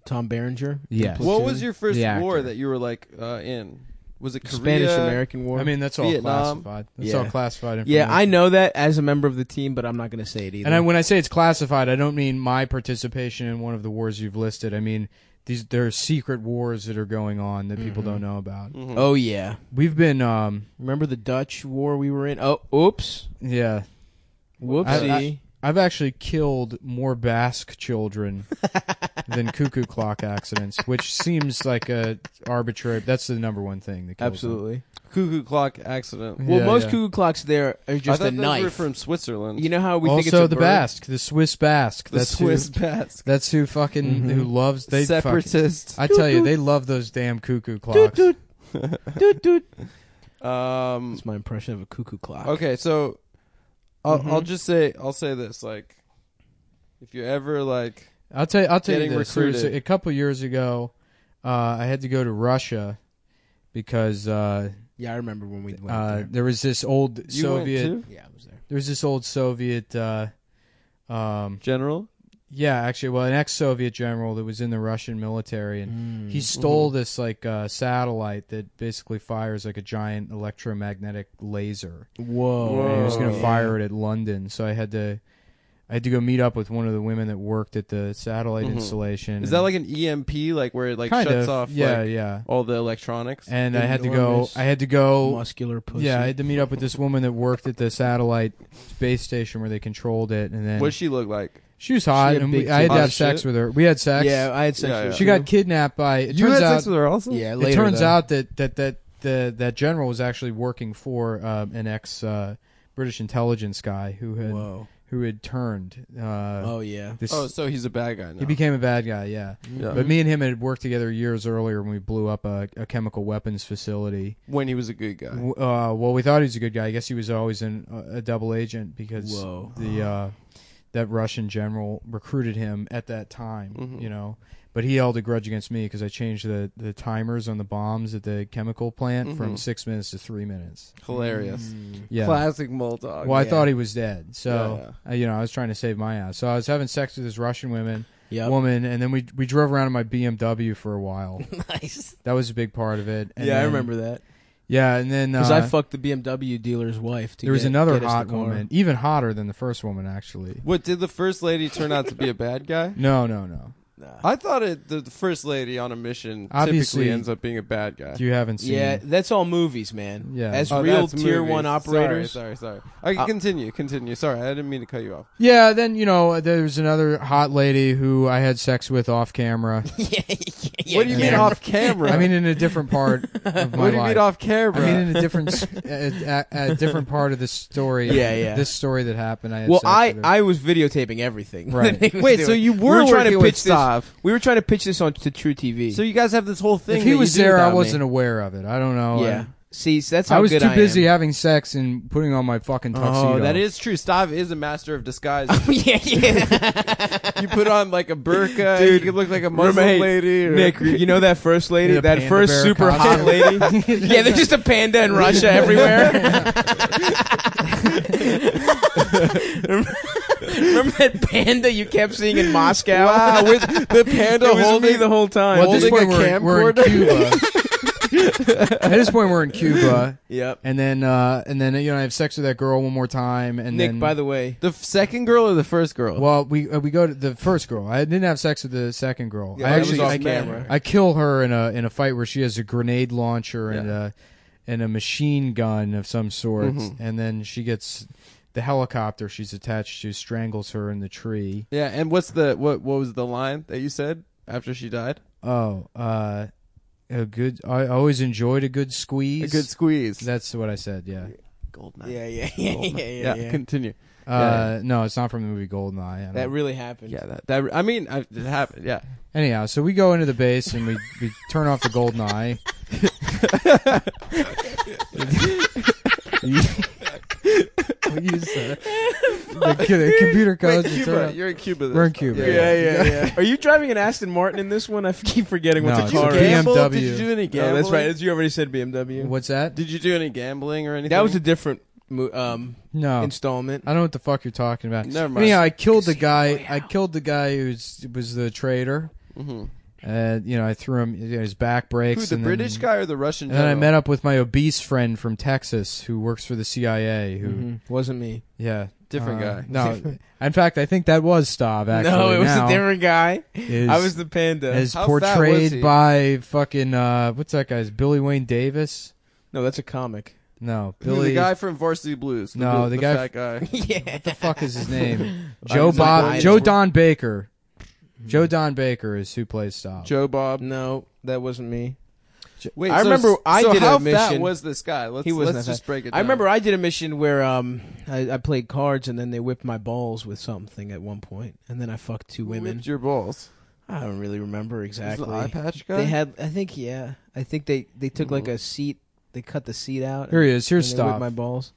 [SPEAKER 3] Tom Berenger.
[SPEAKER 1] Yes.
[SPEAKER 2] What was your first
[SPEAKER 1] The
[SPEAKER 2] war
[SPEAKER 1] actor.
[SPEAKER 2] that you were like uh, in? Was it Korea?
[SPEAKER 3] Spanish American War.
[SPEAKER 1] I mean, that's all
[SPEAKER 2] Vietnam.
[SPEAKER 1] classified. That's
[SPEAKER 3] Yeah.
[SPEAKER 1] all classified information.
[SPEAKER 3] yeah, I know that as a member of the team, but I'm not going to say it either.
[SPEAKER 1] And I, when I say it's classified, I don't mean my participation in one of the wars you've listed. I mean these there are secret wars that are going on that people don't know about.
[SPEAKER 3] oh yeah,
[SPEAKER 1] We've been, um,
[SPEAKER 3] remember the Dutch War we were in? Oh, oops,
[SPEAKER 1] yeah.
[SPEAKER 3] whoopsie.
[SPEAKER 1] I- I've actually killed more Basque children than cuckoo clock accidents, which seems like a arbitrary. That's the number one thing that kills them.
[SPEAKER 3] Absolutely.
[SPEAKER 2] Cuckoo clock accident.
[SPEAKER 1] Yeah,
[SPEAKER 3] Well, most
[SPEAKER 1] yeah.
[SPEAKER 3] cuckoo clocks there are
[SPEAKER 2] I
[SPEAKER 3] just
[SPEAKER 2] thought
[SPEAKER 3] a
[SPEAKER 2] those
[SPEAKER 3] knife.
[SPEAKER 2] Were from Switzerland.
[SPEAKER 3] you know how we think it's
[SPEAKER 1] also
[SPEAKER 3] a
[SPEAKER 1] the
[SPEAKER 3] bird?
[SPEAKER 1] Basque, the Swiss Basque.
[SPEAKER 2] the
[SPEAKER 1] that's
[SPEAKER 2] Swiss
[SPEAKER 1] who,
[SPEAKER 2] Basque.
[SPEAKER 1] That's who fucking who loves they fucking-
[SPEAKER 2] separatist.
[SPEAKER 1] I tell you, they love those damn cuckoo clocks.
[SPEAKER 3] Doot, doot.
[SPEAKER 2] Um.
[SPEAKER 3] That's my impression of a cuckoo clock.
[SPEAKER 2] Okay, so I'll,
[SPEAKER 1] Mm-hmm.
[SPEAKER 2] I'll just say I'll say this like, if you ever like,
[SPEAKER 1] I'll tell you, I'll tell you
[SPEAKER 2] Getting
[SPEAKER 1] this. There was
[SPEAKER 2] recruited.
[SPEAKER 1] a, a couple years ago, uh, I had to go to Russia because uh,
[SPEAKER 3] Yeah, I remember when we went
[SPEAKER 1] uh,
[SPEAKER 3] there.
[SPEAKER 1] there was this old
[SPEAKER 2] you
[SPEAKER 1] Soviet.
[SPEAKER 2] went to
[SPEAKER 3] Yeah, I was there.
[SPEAKER 1] There was this old Soviet. Uh, um,
[SPEAKER 2] general.
[SPEAKER 1] yeah, actually, well, an ex-Soviet general that was in the Russian military,
[SPEAKER 2] Mm,
[SPEAKER 1] and he stole
[SPEAKER 2] mm-hmm.
[SPEAKER 1] this like uh, satellite that basically fires like a giant electromagnetic laser.
[SPEAKER 3] Whoa.
[SPEAKER 1] and he was going to
[SPEAKER 2] Whoa.
[SPEAKER 1] fire it at London. So I had to, I had to go meet up with one of the women that worked at the satellite installation.
[SPEAKER 2] Mm-hmm. Is that
[SPEAKER 1] and
[SPEAKER 2] like an EMP, like where it like
[SPEAKER 1] kind
[SPEAKER 2] shuts
[SPEAKER 1] of,
[SPEAKER 2] off?
[SPEAKER 1] Yeah,
[SPEAKER 2] like,
[SPEAKER 1] yeah.
[SPEAKER 2] All the electronics.
[SPEAKER 1] And I had to go.
[SPEAKER 3] enormous
[SPEAKER 1] I had to go.
[SPEAKER 3] Muscular pussy.
[SPEAKER 1] Yeah, I had to meet up with this woman that worked at the satellite space station where they controlled it, and then
[SPEAKER 2] What'd she look like?
[SPEAKER 1] she was hot,
[SPEAKER 3] she had
[SPEAKER 1] and
[SPEAKER 3] big
[SPEAKER 1] we, I had to
[SPEAKER 2] titties.
[SPEAKER 1] have sex
[SPEAKER 2] Shit.
[SPEAKER 1] with her. We had sex.
[SPEAKER 3] Yeah, I had sex
[SPEAKER 2] Yeah,
[SPEAKER 3] with
[SPEAKER 2] yeah.
[SPEAKER 1] she got kidnapped by. It turns out,
[SPEAKER 2] her also.
[SPEAKER 3] Yeah,
[SPEAKER 1] it
[SPEAKER 3] later,
[SPEAKER 1] turns
[SPEAKER 3] though.
[SPEAKER 1] out that that that the that general was actually working for uh, an ex uh, British intelligence guy who had
[SPEAKER 3] Whoa.
[SPEAKER 1] who had turned. Uh,
[SPEAKER 3] Oh, yeah.
[SPEAKER 1] this,
[SPEAKER 2] Oh, so he's a bad guy now.
[SPEAKER 1] he became a bad guy, yeah.
[SPEAKER 2] Yeah.
[SPEAKER 1] But me and him had worked together years earlier when we blew up a, a chemical weapons facility.
[SPEAKER 2] when he was a good guy.
[SPEAKER 1] W- Uh, well, we thought he was a good guy. I guess he was always an, uh, a, a double agent because
[SPEAKER 3] Whoa.
[SPEAKER 1] the uh, that Russian general recruited him at that time,
[SPEAKER 3] Mm-hmm.
[SPEAKER 1] you know. But he held a grudge against me because I changed the, the timers on the bombs at the chemical plant
[SPEAKER 3] Mm-hmm.
[SPEAKER 1] from six minutes to three minutes.
[SPEAKER 2] Hilarious.
[SPEAKER 1] Yeah.
[SPEAKER 2] Classic Moldog.
[SPEAKER 1] Well, I thought he was dead.
[SPEAKER 2] Yeah,
[SPEAKER 1] So, uh, you know, I was trying to save my ass. So I was having sex with this Russian woman,
[SPEAKER 3] Yep.
[SPEAKER 1] woman, and then we we drove around in my BMW for a while.
[SPEAKER 5] Nice.
[SPEAKER 1] that was a big part of it. And
[SPEAKER 3] yeah, I
[SPEAKER 1] then-
[SPEAKER 3] remember that.
[SPEAKER 1] Yeah, and then
[SPEAKER 3] Because
[SPEAKER 1] uh,
[SPEAKER 3] I fucked the BMW dealer's wife. To
[SPEAKER 1] there was
[SPEAKER 3] get-
[SPEAKER 1] another
[SPEAKER 3] get us the
[SPEAKER 1] hot
[SPEAKER 3] car.
[SPEAKER 1] woman, even hotter than the first woman, actually.
[SPEAKER 2] What did the first lady turn out to be a bad guy?
[SPEAKER 1] No, no, no.
[SPEAKER 2] I thought it, the the first lady on a mission
[SPEAKER 1] Obviously-
[SPEAKER 2] typically ends up being a bad guy.
[SPEAKER 1] You haven't seen.
[SPEAKER 3] Yeah, that's all movies, man.
[SPEAKER 1] Yeah.
[SPEAKER 3] As
[SPEAKER 2] Oh,
[SPEAKER 3] real
[SPEAKER 2] that's
[SPEAKER 3] tier
[SPEAKER 2] movies.
[SPEAKER 3] one operators.
[SPEAKER 2] Sorry, sorry, sorry. I
[SPEAKER 3] Uh,
[SPEAKER 2] continue, continue. Sorry, I didn't mean to cut you off.
[SPEAKER 1] Yeah, then you know there was another hot lady who I had sex with off camera.
[SPEAKER 2] what do you mean
[SPEAKER 1] yeah.
[SPEAKER 2] off camera?
[SPEAKER 1] I mean, in a different part of my
[SPEAKER 2] what do you
[SPEAKER 1] life.
[SPEAKER 2] mean off camera?
[SPEAKER 1] I mean, in a different, s- a, a, a different part of the story.
[SPEAKER 3] Yeah, yeah.
[SPEAKER 1] This story that happened. I had
[SPEAKER 3] Well,
[SPEAKER 1] sex
[SPEAKER 3] I,
[SPEAKER 1] with her.
[SPEAKER 3] I was videotaping everything.
[SPEAKER 1] Right.
[SPEAKER 3] that he was
[SPEAKER 2] Wait,
[SPEAKER 3] doing.
[SPEAKER 2] so you
[SPEAKER 3] We
[SPEAKER 2] were
[SPEAKER 3] trying
[SPEAKER 2] working
[SPEAKER 3] to
[SPEAKER 2] with
[SPEAKER 3] pitch
[SPEAKER 2] Stav.
[SPEAKER 3] this. We were trying to pitch this on to True TV.
[SPEAKER 2] so you guys have this whole thing.
[SPEAKER 1] if he
[SPEAKER 2] that
[SPEAKER 1] was
[SPEAKER 2] you do
[SPEAKER 1] there, I
[SPEAKER 2] without me.
[SPEAKER 1] wasn't aware of it. I don't know.
[SPEAKER 3] yeah.
[SPEAKER 1] I-
[SPEAKER 3] See, so that's how
[SPEAKER 1] I was
[SPEAKER 3] good
[SPEAKER 1] too
[SPEAKER 3] am.
[SPEAKER 1] busy having sex and putting on my fucking tuxedo.
[SPEAKER 2] Oh, that is true. Stav is a master of disguise.
[SPEAKER 5] yeah, yeah.
[SPEAKER 2] you put on like a burqa,
[SPEAKER 3] Dude,
[SPEAKER 2] you could look like a Muslim
[SPEAKER 3] Roommate,
[SPEAKER 2] lady. Or,
[SPEAKER 3] Nick, you know that first lady,
[SPEAKER 1] Yeah,
[SPEAKER 3] that
[SPEAKER 1] panda
[SPEAKER 3] first
[SPEAKER 1] bear
[SPEAKER 3] super hot
[SPEAKER 1] costume.
[SPEAKER 3] lady. yeah, there's just a panda in Russia everywhere. Remember that panda you kept seeing in Moscow?
[SPEAKER 2] wow, with the panda
[SPEAKER 3] it was
[SPEAKER 2] holding
[SPEAKER 3] me the whole time.
[SPEAKER 1] Well, at this
[SPEAKER 2] Holding
[SPEAKER 1] point,
[SPEAKER 2] a
[SPEAKER 1] we're, we're in
[SPEAKER 2] camcorder?
[SPEAKER 1] Cuba. at this point, we're in Cuba,
[SPEAKER 3] yep.
[SPEAKER 1] and then uh, and then you know I have sex with that girl one more time, and
[SPEAKER 3] Nick,
[SPEAKER 1] then
[SPEAKER 3] by the way,
[SPEAKER 2] The f- second girl or the first girl?
[SPEAKER 1] well we uh, we go to the first girl. I didn't have sex with the second girl. I
[SPEAKER 2] that
[SPEAKER 1] actually
[SPEAKER 2] was
[SPEAKER 1] I,
[SPEAKER 2] off camera.
[SPEAKER 1] I kill her in a in a fight where she has a grenade launcher and
[SPEAKER 2] Yeah.
[SPEAKER 1] a and a machine gun of some sort,
[SPEAKER 2] Mm-hmm.
[SPEAKER 1] and then she gets. The helicopter she's attached to strangles her in the tree.
[SPEAKER 2] yeah, and what's the what? What was the line that you said after she died?
[SPEAKER 1] Oh, uh, a good. I always enjoyed a good squeeze.
[SPEAKER 2] A good squeeze.
[SPEAKER 1] That's what I said. Yeah.
[SPEAKER 2] gold
[SPEAKER 3] yeah, yeah, yeah, yeah, yeah,
[SPEAKER 2] Yeah, continue.
[SPEAKER 1] Uh, no, it's not from the movie Goldeneye. I
[SPEAKER 3] that
[SPEAKER 1] don't-
[SPEAKER 3] really happened.
[SPEAKER 2] Yeah, that, that I mean, I, it happened. Yeah,
[SPEAKER 1] Anyhow, so we go into the base and we, we turn off the Goldeneye. you said it. The, c- the computer codes.
[SPEAKER 2] Wait,
[SPEAKER 1] and
[SPEAKER 2] Cuba.
[SPEAKER 1] turn it-
[SPEAKER 2] You're in Cuba. This
[SPEAKER 1] We're in
[SPEAKER 2] time.
[SPEAKER 1] Cuba.
[SPEAKER 2] Yeah, yeah.
[SPEAKER 3] yeah, yeah. Are you driving an Aston Martin in this one? I keep forgetting what
[SPEAKER 1] No,
[SPEAKER 3] the
[SPEAKER 1] it's
[SPEAKER 2] Did you
[SPEAKER 3] car
[SPEAKER 1] a
[SPEAKER 3] is.
[SPEAKER 1] BMW.
[SPEAKER 2] gamble? Did you do any
[SPEAKER 3] No,
[SPEAKER 2] gambling?
[SPEAKER 3] Oh, that's right. As you already said, BMW.
[SPEAKER 1] What's that?
[SPEAKER 2] Did you do any gambling or anything?
[SPEAKER 3] That was a different mo- um,
[SPEAKER 1] No.
[SPEAKER 3] installment.
[SPEAKER 1] Oh. I don't know what the fuck you're talking about.
[SPEAKER 2] Never mind.
[SPEAKER 1] Anyhow, I killed the guy. I killed the guy who was the traitor. Uh, you know, I threw him you know, his back breaks.
[SPEAKER 2] Mm-hmm. Who, the
[SPEAKER 1] and
[SPEAKER 2] British
[SPEAKER 1] then,
[SPEAKER 2] guy or the Russian
[SPEAKER 1] And then I met up with my obese friend from Texas who works for the CIA. Who,
[SPEAKER 2] Mm-hmm.
[SPEAKER 3] Mm-hmm. Wasn't me.
[SPEAKER 1] yeah,
[SPEAKER 2] Uh, Different guy.
[SPEAKER 1] No, in fact, I think that was Stav. Actually,
[SPEAKER 3] no, it was
[SPEAKER 1] now,
[SPEAKER 3] a different guy.
[SPEAKER 1] is-
[SPEAKER 3] I was the panda.
[SPEAKER 1] As
[SPEAKER 2] How fat was he?
[SPEAKER 1] portrayed by fucking uh, what's that guy's Billy Wayne Davis?
[SPEAKER 3] no, that's a comic.
[SPEAKER 1] No,
[SPEAKER 2] Who,
[SPEAKER 1] Billy.
[SPEAKER 2] the guy from Varsity Blues.
[SPEAKER 1] No,
[SPEAKER 2] blue-
[SPEAKER 1] the guy
[SPEAKER 2] fat guy.
[SPEAKER 3] yeah.
[SPEAKER 1] the fuck is his name? Joe
[SPEAKER 2] Isaac
[SPEAKER 1] Bob.
[SPEAKER 2] Williams.
[SPEAKER 1] Joe Don Baker.
[SPEAKER 2] Hmm.
[SPEAKER 1] Joe Don Baker is who plays Stav.
[SPEAKER 2] Joe Bob.
[SPEAKER 3] No, that wasn't me.
[SPEAKER 2] Wait,
[SPEAKER 3] I
[SPEAKER 2] so-
[SPEAKER 3] remember I
[SPEAKER 2] so
[SPEAKER 3] did a
[SPEAKER 2] how fat
[SPEAKER 3] mission-
[SPEAKER 2] was this guy? Let's,
[SPEAKER 3] He wasn't
[SPEAKER 2] let's
[SPEAKER 3] that
[SPEAKER 2] just
[SPEAKER 3] fat.
[SPEAKER 2] break it. Down.
[SPEAKER 3] I remember I did a mission where um I, I played cards and then they whipped my balls with something at one point and then I fucked two
[SPEAKER 2] Who
[SPEAKER 3] women.
[SPEAKER 2] whipped your balls.
[SPEAKER 3] I don't really remember
[SPEAKER 2] Was it
[SPEAKER 3] exactly.
[SPEAKER 2] the eye patch guy.
[SPEAKER 3] They had, I think, yeah, I think they they took like a seat. They cut the seat out.
[SPEAKER 1] Here he is. Here's
[SPEAKER 3] and they whipped
[SPEAKER 1] Stav.
[SPEAKER 3] my balls.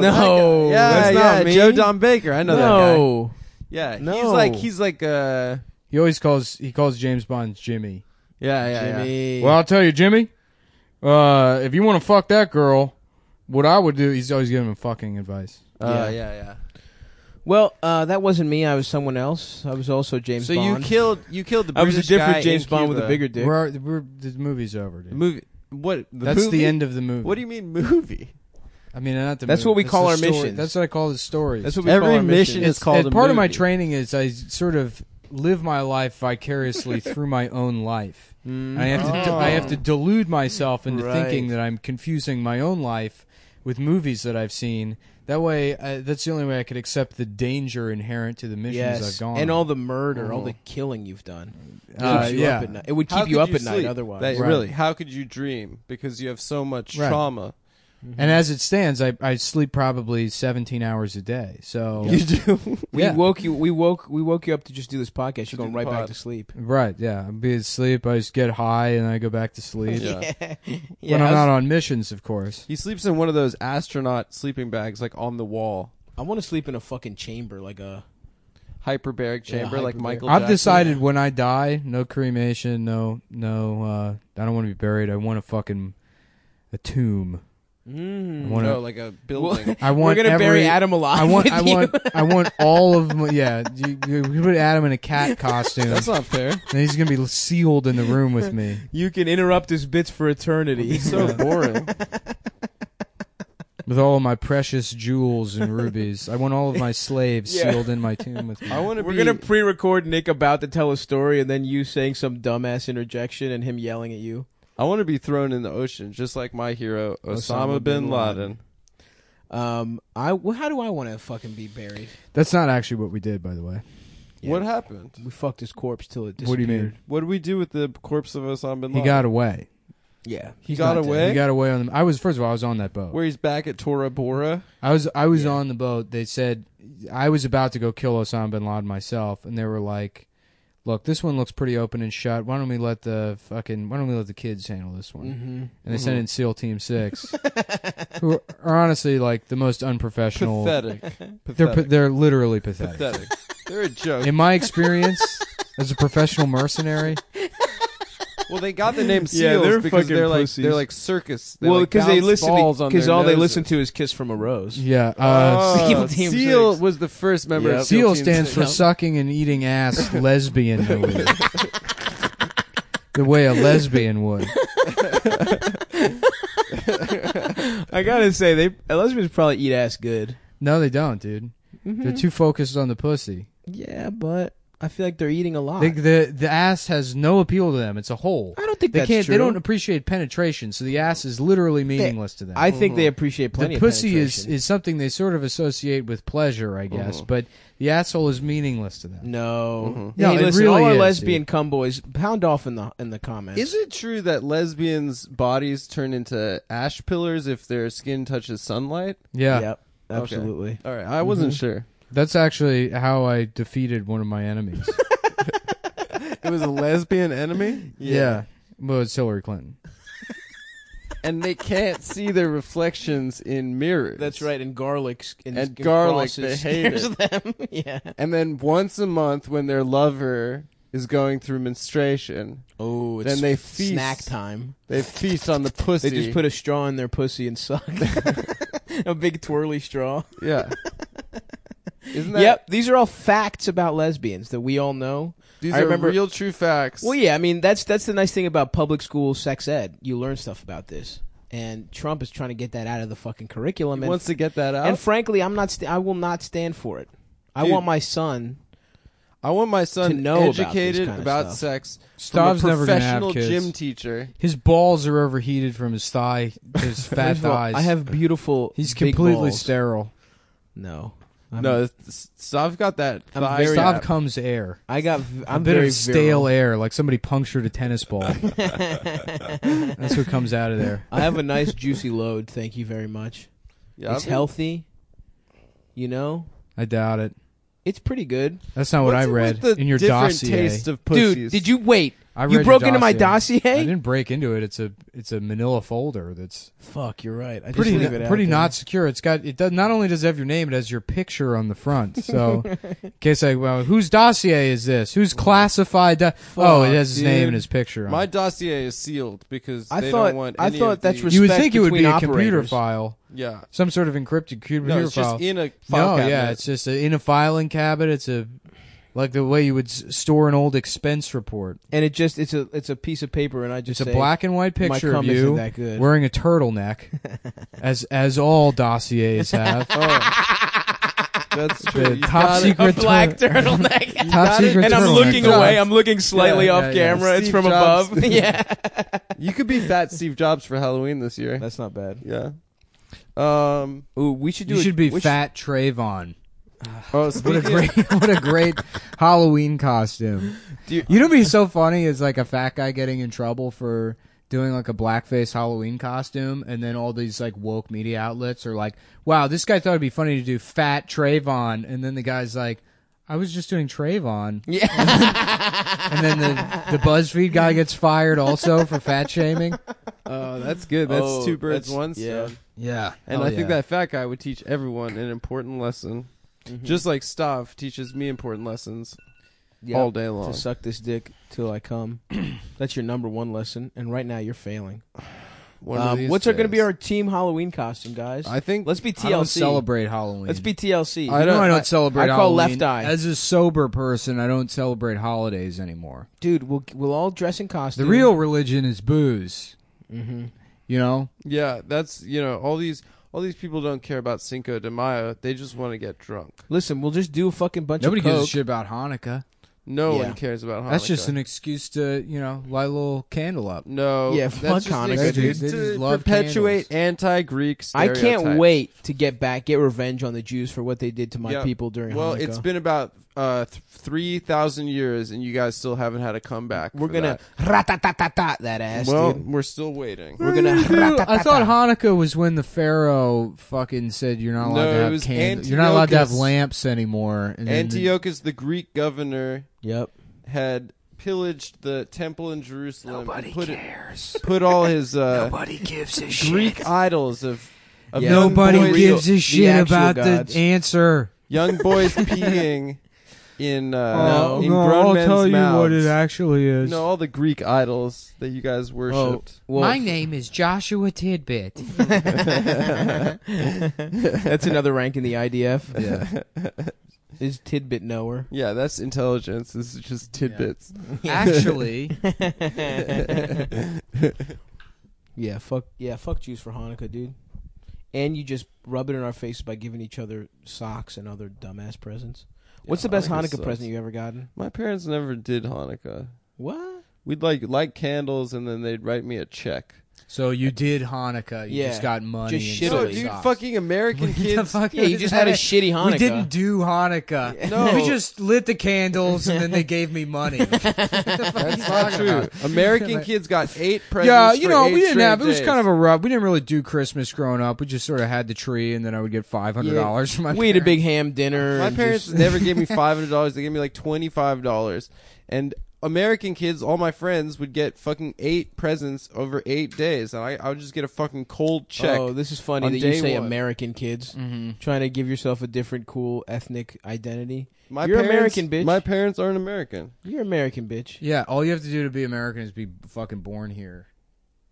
[SPEAKER 3] No,
[SPEAKER 2] that guy. yeah,
[SPEAKER 3] that's
[SPEAKER 2] yeah,
[SPEAKER 3] not me.
[SPEAKER 2] Joe Don Baker. I know that guy.
[SPEAKER 3] no,
[SPEAKER 2] Yeah, he's
[SPEAKER 3] No.
[SPEAKER 2] like he's like uh
[SPEAKER 1] He always calls he calls James Bond Jimmy.
[SPEAKER 2] yeah yeah yeah.
[SPEAKER 3] Jimmy.
[SPEAKER 1] Well, I'll tell you, Jimmy. Uh, if you want to fuck that girl, what I would do, he's always giving him fucking advice.
[SPEAKER 2] Uh,
[SPEAKER 3] Yeah.
[SPEAKER 2] yeah, yeah.
[SPEAKER 3] Well, uh, that wasn't me. I was someone else. I was also James
[SPEAKER 2] So
[SPEAKER 3] Bond.
[SPEAKER 2] you killed you killed the
[SPEAKER 3] I was
[SPEAKER 2] British
[SPEAKER 3] a
[SPEAKER 2] guy
[SPEAKER 3] different James
[SPEAKER 2] in
[SPEAKER 3] Bond with
[SPEAKER 2] Cuba.
[SPEAKER 3] a bigger dick.
[SPEAKER 1] We're, we're the movie's over,
[SPEAKER 2] The
[SPEAKER 1] dude.
[SPEAKER 2] movie. What? The
[SPEAKER 1] That's
[SPEAKER 2] movie?
[SPEAKER 1] the end of the movie.
[SPEAKER 2] What do you mean movie?
[SPEAKER 1] I mean, not the.
[SPEAKER 3] That's
[SPEAKER 1] movie.
[SPEAKER 3] what we call
[SPEAKER 1] the
[SPEAKER 3] our
[SPEAKER 1] story.
[SPEAKER 3] missions.
[SPEAKER 1] That's what I call the story.
[SPEAKER 3] That's what we
[SPEAKER 2] Every
[SPEAKER 3] call our
[SPEAKER 2] mission is-
[SPEAKER 3] mission.
[SPEAKER 1] It's-
[SPEAKER 2] called
[SPEAKER 1] and
[SPEAKER 2] a
[SPEAKER 1] part of my
[SPEAKER 2] movie.
[SPEAKER 1] training is I sort of live my life vicariously through my own life. I have to I have to delude myself into
[SPEAKER 3] Mm. Oh. Right.
[SPEAKER 1] thinking that I'm confusing my own life with movies that I've seen. That way, I, that's the only way I could accept the danger inherent to the missions
[SPEAKER 3] Yes,
[SPEAKER 1] I've gone.
[SPEAKER 3] and
[SPEAKER 1] on.
[SPEAKER 3] all the murder, all the killing you've done.
[SPEAKER 1] Uh,
[SPEAKER 3] Keeps you
[SPEAKER 1] yeah.
[SPEAKER 3] up at night. It would keep
[SPEAKER 2] How
[SPEAKER 3] you
[SPEAKER 2] could
[SPEAKER 3] up at night
[SPEAKER 2] sleep?
[SPEAKER 3] otherwise.
[SPEAKER 2] That-
[SPEAKER 1] Right.
[SPEAKER 2] Really? How could you dream? Because you have so much
[SPEAKER 1] Right.
[SPEAKER 2] trauma.
[SPEAKER 1] And as it stands, I, I sleep probably 17 hours a day. So
[SPEAKER 2] do.
[SPEAKER 3] We
[SPEAKER 1] Yeah.
[SPEAKER 3] woke you. We woke. We woke you up to just do this podcast. You're
[SPEAKER 2] do
[SPEAKER 3] going
[SPEAKER 2] the
[SPEAKER 3] right back
[SPEAKER 2] pod.
[SPEAKER 3] to sleep.
[SPEAKER 1] right, yeah, I'd be asleep. I just get high and I go back to sleep.
[SPEAKER 2] Yeah.
[SPEAKER 1] When I'm not on missions, of course.
[SPEAKER 2] He sleeps in one of those astronaut sleeping bags, like on the wall,
[SPEAKER 3] I want to sleep in a fucking chamber, like a.
[SPEAKER 2] hyperbaric chamber, like
[SPEAKER 3] hyperbaric.
[SPEAKER 2] Michael.
[SPEAKER 1] I've
[SPEAKER 2] Jackson.
[SPEAKER 1] decided when I die, no cremation, no, no. Uh, I don't want to be buried. I want a fucking a tomb. I want a-
[SPEAKER 2] No, like a building.
[SPEAKER 1] I want
[SPEAKER 3] Mm, We're gonna
[SPEAKER 1] every-
[SPEAKER 3] bury Adam alive.
[SPEAKER 1] I want.
[SPEAKER 3] with
[SPEAKER 1] I
[SPEAKER 3] you.
[SPEAKER 1] want. I want all of. My, yeah, you, you put Adam in a cat costume,
[SPEAKER 2] That's
[SPEAKER 1] and
[SPEAKER 2] not fair.
[SPEAKER 1] he's gonna be sealed in the room with me.
[SPEAKER 3] You can interrupt his bits for eternity.
[SPEAKER 2] He's so boring.
[SPEAKER 1] with all of my precious jewels and rubies. I want all of my slaves
[SPEAKER 3] Yeah.
[SPEAKER 1] sealed in my tomb with me.
[SPEAKER 2] I want to.
[SPEAKER 3] We're
[SPEAKER 2] be,
[SPEAKER 3] gonna pre-record Nick about to tell a story, and then you saying some dumbass interjection and him yelling at you.
[SPEAKER 2] I want to be thrown in the ocean, just like my hero Osama,
[SPEAKER 3] Osama
[SPEAKER 2] bin
[SPEAKER 3] bin
[SPEAKER 2] Laden.
[SPEAKER 3] Um, I. Well, how do I want to fucking be buried?
[SPEAKER 1] That's not actually what we did, by the way.
[SPEAKER 3] Yeah.
[SPEAKER 2] What happened?
[SPEAKER 3] We fucked his corpse till it disappeared.
[SPEAKER 1] What do you mean?
[SPEAKER 2] What did we do with the corpse of Osama bin Laden?
[SPEAKER 1] He got away.
[SPEAKER 3] Yeah,
[SPEAKER 2] He got
[SPEAKER 3] not dead.
[SPEAKER 2] away.
[SPEAKER 1] He got away on the. I was first of all, I was on that boat.
[SPEAKER 2] Where he's back at Tora Bora.
[SPEAKER 1] I was I was on the boat. They said I was about to go kill Osama bin Laden myself, and they were like, "Look, this one looks pretty open and shut. Why don't we let the fucking Why don't we let the kids handle this one?"
[SPEAKER 2] Mm-hmm.
[SPEAKER 3] Mm-hmm.
[SPEAKER 1] And they sent in SEAL Team Six, who are honestly like the most unprofessional.
[SPEAKER 2] Pathetic.
[SPEAKER 1] They're pa-
[SPEAKER 2] Pathetic.
[SPEAKER 1] they're literally pathetic.
[SPEAKER 2] pathetic. They're a joke.
[SPEAKER 1] In my experience as a professional mercenary,
[SPEAKER 2] Well, they got the name
[SPEAKER 3] Yeah,
[SPEAKER 2] seals
[SPEAKER 3] they're
[SPEAKER 2] because
[SPEAKER 3] fucking
[SPEAKER 2] they're like
[SPEAKER 3] pussies.
[SPEAKER 2] they're like circus. They
[SPEAKER 3] Well,
[SPEAKER 2] like
[SPEAKER 3] because they
[SPEAKER 2] bounce
[SPEAKER 3] listen
[SPEAKER 2] balls on
[SPEAKER 3] because
[SPEAKER 2] their
[SPEAKER 3] all they
[SPEAKER 2] noses.
[SPEAKER 3] listen to is "Kiss from a Rose."
[SPEAKER 1] yeah, uh,
[SPEAKER 2] Oh,
[SPEAKER 3] Seal Team
[SPEAKER 2] Seal
[SPEAKER 3] Six.
[SPEAKER 2] was the first member
[SPEAKER 3] Yep.
[SPEAKER 2] of
[SPEAKER 1] SEAL
[SPEAKER 2] Team
[SPEAKER 1] stands for
[SPEAKER 2] Six.
[SPEAKER 1] sucking and eating ass lesbian movie. the way a lesbian would.
[SPEAKER 3] I gotta say, they lesbians probably eat ass good.
[SPEAKER 1] No, they don't, dude. They're
[SPEAKER 3] Mm-hmm.
[SPEAKER 1] too focused on the pussy.
[SPEAKER 3] Yeah, but I feel like they're eating a lot.
[SPEAKER 1] They, the the ass has no appeal to them. It's a hole.
[SPEAKER 3] I don't think
[SPEAKER 1] they
[SPEAKER 3] that's
[SPEAKER 1] can't. They
[SPEAKER 3] true.
[SPEAKER 1] don't appreciate penetration, so the ass is literally meaningless to them.
[SPEAKER 3] I think they appreciate plenty.
[SPEAKER 1] the pussy is, is something they sort of associate with pleasure, I guess,
[SPEAKER 3] Uh-huh.
[SPEAKER 1] but the asshole is meaningless to them.
[SPEAKER 3] no.
[SPEAKER 1] No,
[SPEAKER 3] hey,
[SPEAKER 1] it
[SPEAKER 3] listen,
[SPEAKER 1] really
[SPEAKER 3] all our
[SPEAKER 1] is,
[SPEAKER 3] lesbian
[SPEAKER 1] dude.
[SPEAKER 3] cumboys, pound off in the in the comments.
[SPEAKER 2] Is it true that lesbians' bodies turn into ash pillars if their skin touches sunlight?
[SPEAKER 1] Yeah,
[SPEAKER 3] Yep, absolutely.
[SPEAKER 2] All right, I wasn't
[SPEAKER 3] Mm-hmm.
[SPEAKER 2] sure.
[SPEAKER 1] that's actually how I defeated one of my enemies.
[SPEAKER 2] It was a lesbian enemy.
[SPEAKER 1] yeah, well, it's Hillary Clinton.
[SPEAKER 2] and they can't see their reflections in mirrors.
[SPEAKER 3] That's right, and garlic and,
[SPEAKER 2] And garlic,
[SPEAKER 3] crosses
[SPEAKER 2] they hate
[SPEAKER 3] scares
[SPEAKER 2] it.
[SPEAKER 3] them. yeah.
[SPEAKER 2] And then once a month, when their lover is going through menstruation,
[SPEAKER 3] Oh,
[SPEAKER 2] it's Then they feast.
[SPEAKER 3] snack time.
[SPEAKER 2] they feast on the pussy.
[SPEAKER 3] They just put a straw in their pussy and suck. a big twirly straw.
[SPEAKER 2] yeah. Isn't that?
[SPEAKER 3] yep, these are all facts about lesbians that we all know.
[SPEAKER 2] These
[SPEAKER 3] I
[SPEAKER 2] are
[SPEAKER 3] remember-
[SPEAKER 2] real, true facts.
[SPEAKER 3] Well, yeah, I mean that's that's the nice thing about public school sex ed. You learn stuff about this, and Trump is trying to get that out of the fucking curriculum.
[SPEAKER 2] He
[SPEAKER 3] And,
[SPEAKER 2] wants to get that out.
[SPEAKER 3] and frankly, I'm not. St- I will not stand for it. I
[SPEAKER 2] Dude.
[SPEAKER 3] want my son.
[SPEAKER 2] I want my son
[SPEAKER 3] to know about this
[SPEAKER 2] educated
[SPEAKER 3] kind of
[SPEAKER 2] about
[SPEAKER 3] stuff.
[SPEAKER 2] sex
[SPEAKER 1] Stav's
[SPEAKER 2] from a
[SPEAKER 1] never gonna have
[SPEAKER 2] professional
[SPEAKER 1] kids.
[SPEAKER 2] gym teacher.
[SPEAKER 1] His balls are overheated from his thigh, his fat
[SPEAKER 3] First of all,
[SPEAKER 1] thighs.
[SPEAKER 3] I have beautiful.
[SPEAKER 1] He's
[SPEAKER 3] big
[SPEAKER 1] completely
[SPEAKER 3] balls.
[SPEAKER 1] sterile.
[SPEAKER 3] No, I'm,
[SPEAKER 2] no, Stav got that.
[SPEAKER 3] I'm
[SPEAKER 2] thigh
[SPEAKER 1] Stav
[SPEAKER 3] very-
[SPEAKER 2] gap.
[SPEAKER 3] Yeah.
[SPEAKER 1] comes air.
[SPEAKER 3] I got. v-
[SPEAKER 1] a
[SPEAKER 3] I'm
[SPEAKER 1] bit
[SPEAKER 3] very
[SPEAKER 1] of stale
[SPEAKER 3] virile.
[SPEAKER 1] air, like somebody punctured a tennis ball. That's what comes out of there.
[SPEAKER 3] I have a nice juicy load. Thank you very much.
[SPEAKER 2] Yeah,
[SPEAKER 3] it's
[SPEAKER 2] I've been-
[SPEAKER 3] healthy. You know,
[SPEAKER 1] I doubt it.
[SPEAKER 3] it's pretty good.
[SPEAKER 1] That's not what
[SPEAKER 2] What's
[SPEAKER 1] I
[SPEAKER 2] it
[SPEAKER 1] read
[SPEAKER 2] with the
[SPEAKER 1] in your
[SPEAKER 2] different
[SPEAKER 1] dossier.
[SPEAKER 2] taste of pussies?
[SPEAKER 3] Dude, did you wait?
[SPEAKER 1] I
[SPEAKER 3] you
[SPEAKER 1] read
[SPEAKER 3] broke
[SPEAKER 1] your
[SPEAKER 3] into my dossier.
[SPEAKER 1] I didn't break into it. It's a it's a Manila folder that's
[SPEAKER 3] Fuck, you're right. I just
[SPEAKER 1] pretty
[SPEAKER 3] leave it out
[SPEAKER 1] pretty
[SPEAKER 3] there.
[SPEAKER 1] not secure. It's got it does not only does it have your name, it has your picture on the front. So, in case I well, whose dossier is this? Whose classified? Do- oh, it has his
[SPEAKER 2] dude.
[SPEAKER 1] name and his picture. On
[SPEAKER 2] My
[SPEAKER 1] it.
[SPEAKER 2] dossier is sealed because
[SPEAKER 3] I
[SPEAKER 2] they
[SPEAKER 3] thought-
[SPEAKER 2] don't want.
[SPEAKER 3] I
[SPEAKER 2] any
[SPEAKER 3] thought
[SPEAKER 2] of
[SPEAKER 3] that's
[SPEAKER 2] the-
[SPEAKER 3] res-
[SPEAKER 1] you would
[SPEAKER 3] respect
[SPEAKER 1] think it would be
[SPEAKER 3] between
[SPEAKER 1] a computer
[SPEAKER 3] operators.
[SPEAKER 1] file,
[SPEAKER 2] yeah.
[SPEAKER 1] some sort of encrypted computer
[SPEAKER 2] No, it's
[SPEAKER 1] file.
[SPEAKER 2] just in a
[SPEAKER 1] no,
[SPEAKER 2] file cabinet.
[SPEAKER 1] yeah, it's just a, in a filing cabinet. It's a like the way you would s- store an old expense report.
[SPEAKER 3] And it just it's a it's a piece of paper, and I just
[SPEAKER 1] It's a
[SPEAKER 3] say,
[SPEAKER 1] black and white
[SPEAKER 3] "My
[SPEAKER 1] picture of
[SPEAKER 3] cum isn't
[SPEAKER 1] you
[SPEAKER 3] that good."
[SPEAKER 1] wearing a turtleneck, as as all dossiers have.
[SPEAKER 2] that's true.
[SPEAKER 1] the
[SPEAKER 2] Oh, You
[SPEAKER 1] top
[SPEAKER 2] gotta-
[SPEAKER 1] secret
[SPEAKER 3] black
[SPEAKER 1] tur-
[SPEAKER 3] turtleneck.
[SPEAKER 1] top secret
[SPEAKER 3] and I'm
[SPEAKER 1] turtleneck
[SPEAKER 3] looking
[SPEAKER 1] doc-
[SPEAKER 3] away. I'm looking slightly
[SPEAKER 1] Yeah,
[SPEAKER 3] off
[SPEAKER 1] yeah, yeah.
[SPEAKER 3] camera. It's
[SPEAKER 2] Steve
[SPEAKER 3] from
[SPEAKER 2] Jobs.
[SPEAKER 3] above. yeah,
[SPEAKER 2] You could be Fat Steve Jobs for Halloween this year.
[SPEAKER 3] that's not bad.
[SPEAKER 2] yeah. Um.
[SPEAKER 3] Ooh, we should do.
[SPEAKER 1] You
[SPEAKER 3] a-
[SPEAKER 1] should be
[SPEAKER 3] we
[SPEAKER 1] Fat Trayvon.
[SPEAKER 2] Oh,
[SPEAKER 1] What a
[SPEAKER 2] speaking
[SPEAKER 1] great, what a great Halloween costume!
[SPEAKER 2] Do you-
[SPEAKER 1] you, know, what'd be so funny is like a fat guy getting in trouble for doing like a blackface Halloween costume, and then all these like woke media outlets are like, "Wow, this guy thought it'd be funny to do Fat Trayvon," and then the guy's like. I was just doing Trayvon. Yeah. and then the, the BuzzFeed guy gets fired also for fat shaming.
[SPEAKER 2] Oh, that's good. That's
[SPEAKER 3] Oh,
[SPEAKER 2] two birds,
[SPEAKER 3] that's-
[SPEAKER 2] one
[SPEAKER 3] yeah.
[SPEAKER 2] stone.
[SPEAKER 1] Yeah.
[SPEAKER 2] And
[SPEAKER 1] Hell
[SPEAKER 2] I think
[SPEAKER 1] yeah.
[SPEAKER 2] that fat guy would teach everyone an important lesson, just like Stav teaches me important lessons
[SPEAKER 3] Yeah.
[SPEAKER 2] all day long.
[SPEAKER 3] to suck this dick till I come. That's your number one lesson, and right now you're failing.
[SPEAKER 2] One of
[SPEAKER 3] Um,
[SPEAKER 2] these
[SPEAKER 3] what's going to be
[SPEAKER 2] days.
[SPEAKER 3] our team Halloween costume, guys?
[SPEAKER 2] I think
[SPEAKER 3] Let's be
[SPEAKER 1] I don't
[SPEAKER 3] TLC.
[SPEAKER 1] celebrate Halloween.
[SPEAKER 3] Let's be TLC.
[SPEAKER 2] I
[SPEAKER 1] I
[SPEAKER 2] don't-
[SPEAKER 1] don't, I don't celebrate.
[SPEAKER 3] I call
[SPEAKER 1] Halloween.
[SPEAKER 3] left eye.
[SPEAKER 1] As a sober person, I don't celebrate holidays anymore.
[SPEAKER 3] Dude, we'll we'll all dress in
[SPEAKER 1] The
[SPEAKER 3] costume.
[SPEAKER 1] real religion is booze.
[SPEAKER 2] Mm-hmm.
[SPEAKER 3] Mhm.
[SPEAKER 1] You know,
[SPEAKER 2] yeah. That's you know all these all these people don't care about Cinco de Mayo. They just want to get drunk.
[SPEAKER 3] Listen, we'll just do a fucking bunch
[SPEAKER 1] nobody
[SPEAKER 3] of coke.
[SPEAKER 1] gives a shit about Hanukkah.
[SPEAKER 2] No
[SPEAKER 3] Yeah.
[SPEAKER 2] one cares about Hanukkah.
[SPEAKER 1] That's just an excuse to you know light a little candle up.
[SPEAKER 2] no.
[SPEAKER 3] Yeah,
[SPEAKER 2] that's
[SPEAKER 3] fuck
[SPEAKER 2] just an
[SPEAKER 3] Hanukkah,
[SPEAKER 2] excuse
[SPEAKER 1] dude. They
[SPEAKER 2] to
[SPEAKER 1] just love
[SPEAKER 2] perpetuate
[SPEAKER 1] candles.
[SPEAKER 2] anti-Greek.
[SPEAKER 3] I can't
[SPEAKER 2] stereotypes.
[SPEAKER 3] wait to get back, get revenge on the Jews for what they did to my
[SPEAKER 2] Yeah.
[SPEAKER 3] people during
[SPEAKER 2] Well,
[SPEAKER 3] Hanukkah.
[SPEAKER 2] it's been about uh, th- three thousand years, and you guys still haven't had a comeback.
[SPEAKER 3] we're
[SPEAKER 2] for
[SPEAKER 3] gonna rat-a-tat-tat that
[SPEAKER 2] that.
[SPEAKER 3] ass,
[SPEAKER 2] Well,
[SPEAKER 3] dude.
[SPEAKER 2] we're still waiting.
[SPEAKER 3] We're gonna
[SPEAKER 1] I thought
[SPEAKER 3] rat-a-tat-tat.
[SPEAKER 1] Hanukkah was when the Pharaoh fucking said you're not allowed
[SPEAKER 2] No, it
[SPEAKER 1] to have
[SPEAKER 2] was
[SPEAKER 1] candles. You're not allowed to have
[SPEAKER 2] Antiochus.
[SPEAKER 1] lamps anymore. And then the-
[SPEAKER 2] Antiochus, the Greek governor,
[SPEAKER 3] Yep.
[SPEAKER 2] had pillaged the temple in Jerusalem. Nobody put cares. It, put all his uh, nobody gives a Greek idols of, of
[SPEAKER 3] Yeah.
[SPEAKER 2] young
[SPEAKER 1] nobody
[SPEAKER 2] boys-
[SPEAKER 1] gives a shit
[SPEAKER 3] actual
[SPEAKER 1] about
[SPEAKER 3] gods.
[SPEAKER 1] the answer.
[SPEAKER 2] young boys peeing in
[SPEAKER 1] Oh,
[SPEAKER 2] uh,
[SPEAKER 3] No.
[SPEAKER 2] in grown men's mouths.
[SPEAKER 1] actually is.
[SPEAKER 2] no, all the Greek idols that you guys worshipped.
[SPEAKER 3] Well,
[SPEAKER 1] name is Joshua Tidbit.
[SPEAKER 3] that's another rank in the IDF.
[SPEAKER 1] yeah.
[SPEAKER 3] Is tidbit knower.
[SPEAKER 2] Yeah, that's intelligence. This is just tidbits.
[SPEAKER 1] Actually,
[SPEAKER 3] Yeah, fuck. Yeah, fuck Jews for Hanukkah, dude. And you just rub it in our faces by giving each other socks and other dumbass presents. What's the best
[SPEAKER 2] Hanukkah
[SPEAKER 3] Hanukkah
[SPEAKER 2] sucks.
[SPEAKER 3] present you ever gotten?
[SPEAKER 2] My parents never did Hanukkah.
[SPEAKER 3] What?
[SPEAKER 2] We'd like light candles, and then they'd write me a check.
[SPEAKER 1] so you did Hanukkah. You
[SPEAKER 3] Yeah.
[SPEAKER 1] just got money.
[SPEAKER 3] Just
[SPEAKER 1] and
[SPEAKER 3] shit
[SPEAKER 2] No,
[SPEAKER 3] Italy.
[SPEAKER 2] dude,
[SPEAKER 1] socks.
[SPEAKER 2] fucking American
[SPEAKER 1] What the
[SPEAKER 2] kids.
[SPEAKER 1] fuck
[SPEAKER 3] Yeah, you
[SPEAKER 1] is
[SPEAKER 3] just had a
[SPEAKER 1] that?
[SPEAKER 3] shitty Hanukkah.
[SPEAKER 1] We didn't do Hanukkah.
[SPEAKER 2] No.
[SPEAKER 1] we just lit the candles and then they gave me money.
[SPEAKER 2] That's not true. American kids got eight presents.
[SPEAKER 1] Yeah, you
[SPEAKER 2] for
[SPEAKER 1] know,
[SPEAKER 2] eight
[SPEAKER 1] we didn't
[SPEAKER 2] straight
[SPEAKER 1] have. It was
[SPEAKER 2] days.
[SPEAKER 1] kind of a rough. We didn't really do Christmas growing up. We just sort of had the tree, and then I would get five hundred dollars from my.
[SPEAKER 3] we had a
[SPEAKER 1] parents.
[SPEAKER 3] big ham dinner.
[SPEAKER 2] My
[SPEAKER 3] and
[SPEAKER 2] parents
[SPEAKER 3] just-
[SPEAKER 2] never gave me five hundred dollars. They gave me like twenty five dollars, and American kids, all my friends would get fucking eight presents over eight days, and I, I would just get a fucking cold check.
[SPEAKER 3] Oh, this is funny
[SPEAKER 2] on
[SPEAKER 3] that you
[SPEAKER 2] day
[SPEAKER 3] say
[SPEAKER 2] one.
[SPEAKER 3] American kids trying to give yourself a different cool ethnic identity.
[SPEAKER 2] My
[SPEAKER 3] You're
[SPEAKER 2] parents-
[SPEAKER 3] American, bitch.
[SPEAKER 2] My parents aren't American.
[SPEAKER 3] You're American, bitch.
[SPEAKER 1] Yeah, all you have to do to be American is be fucking born here.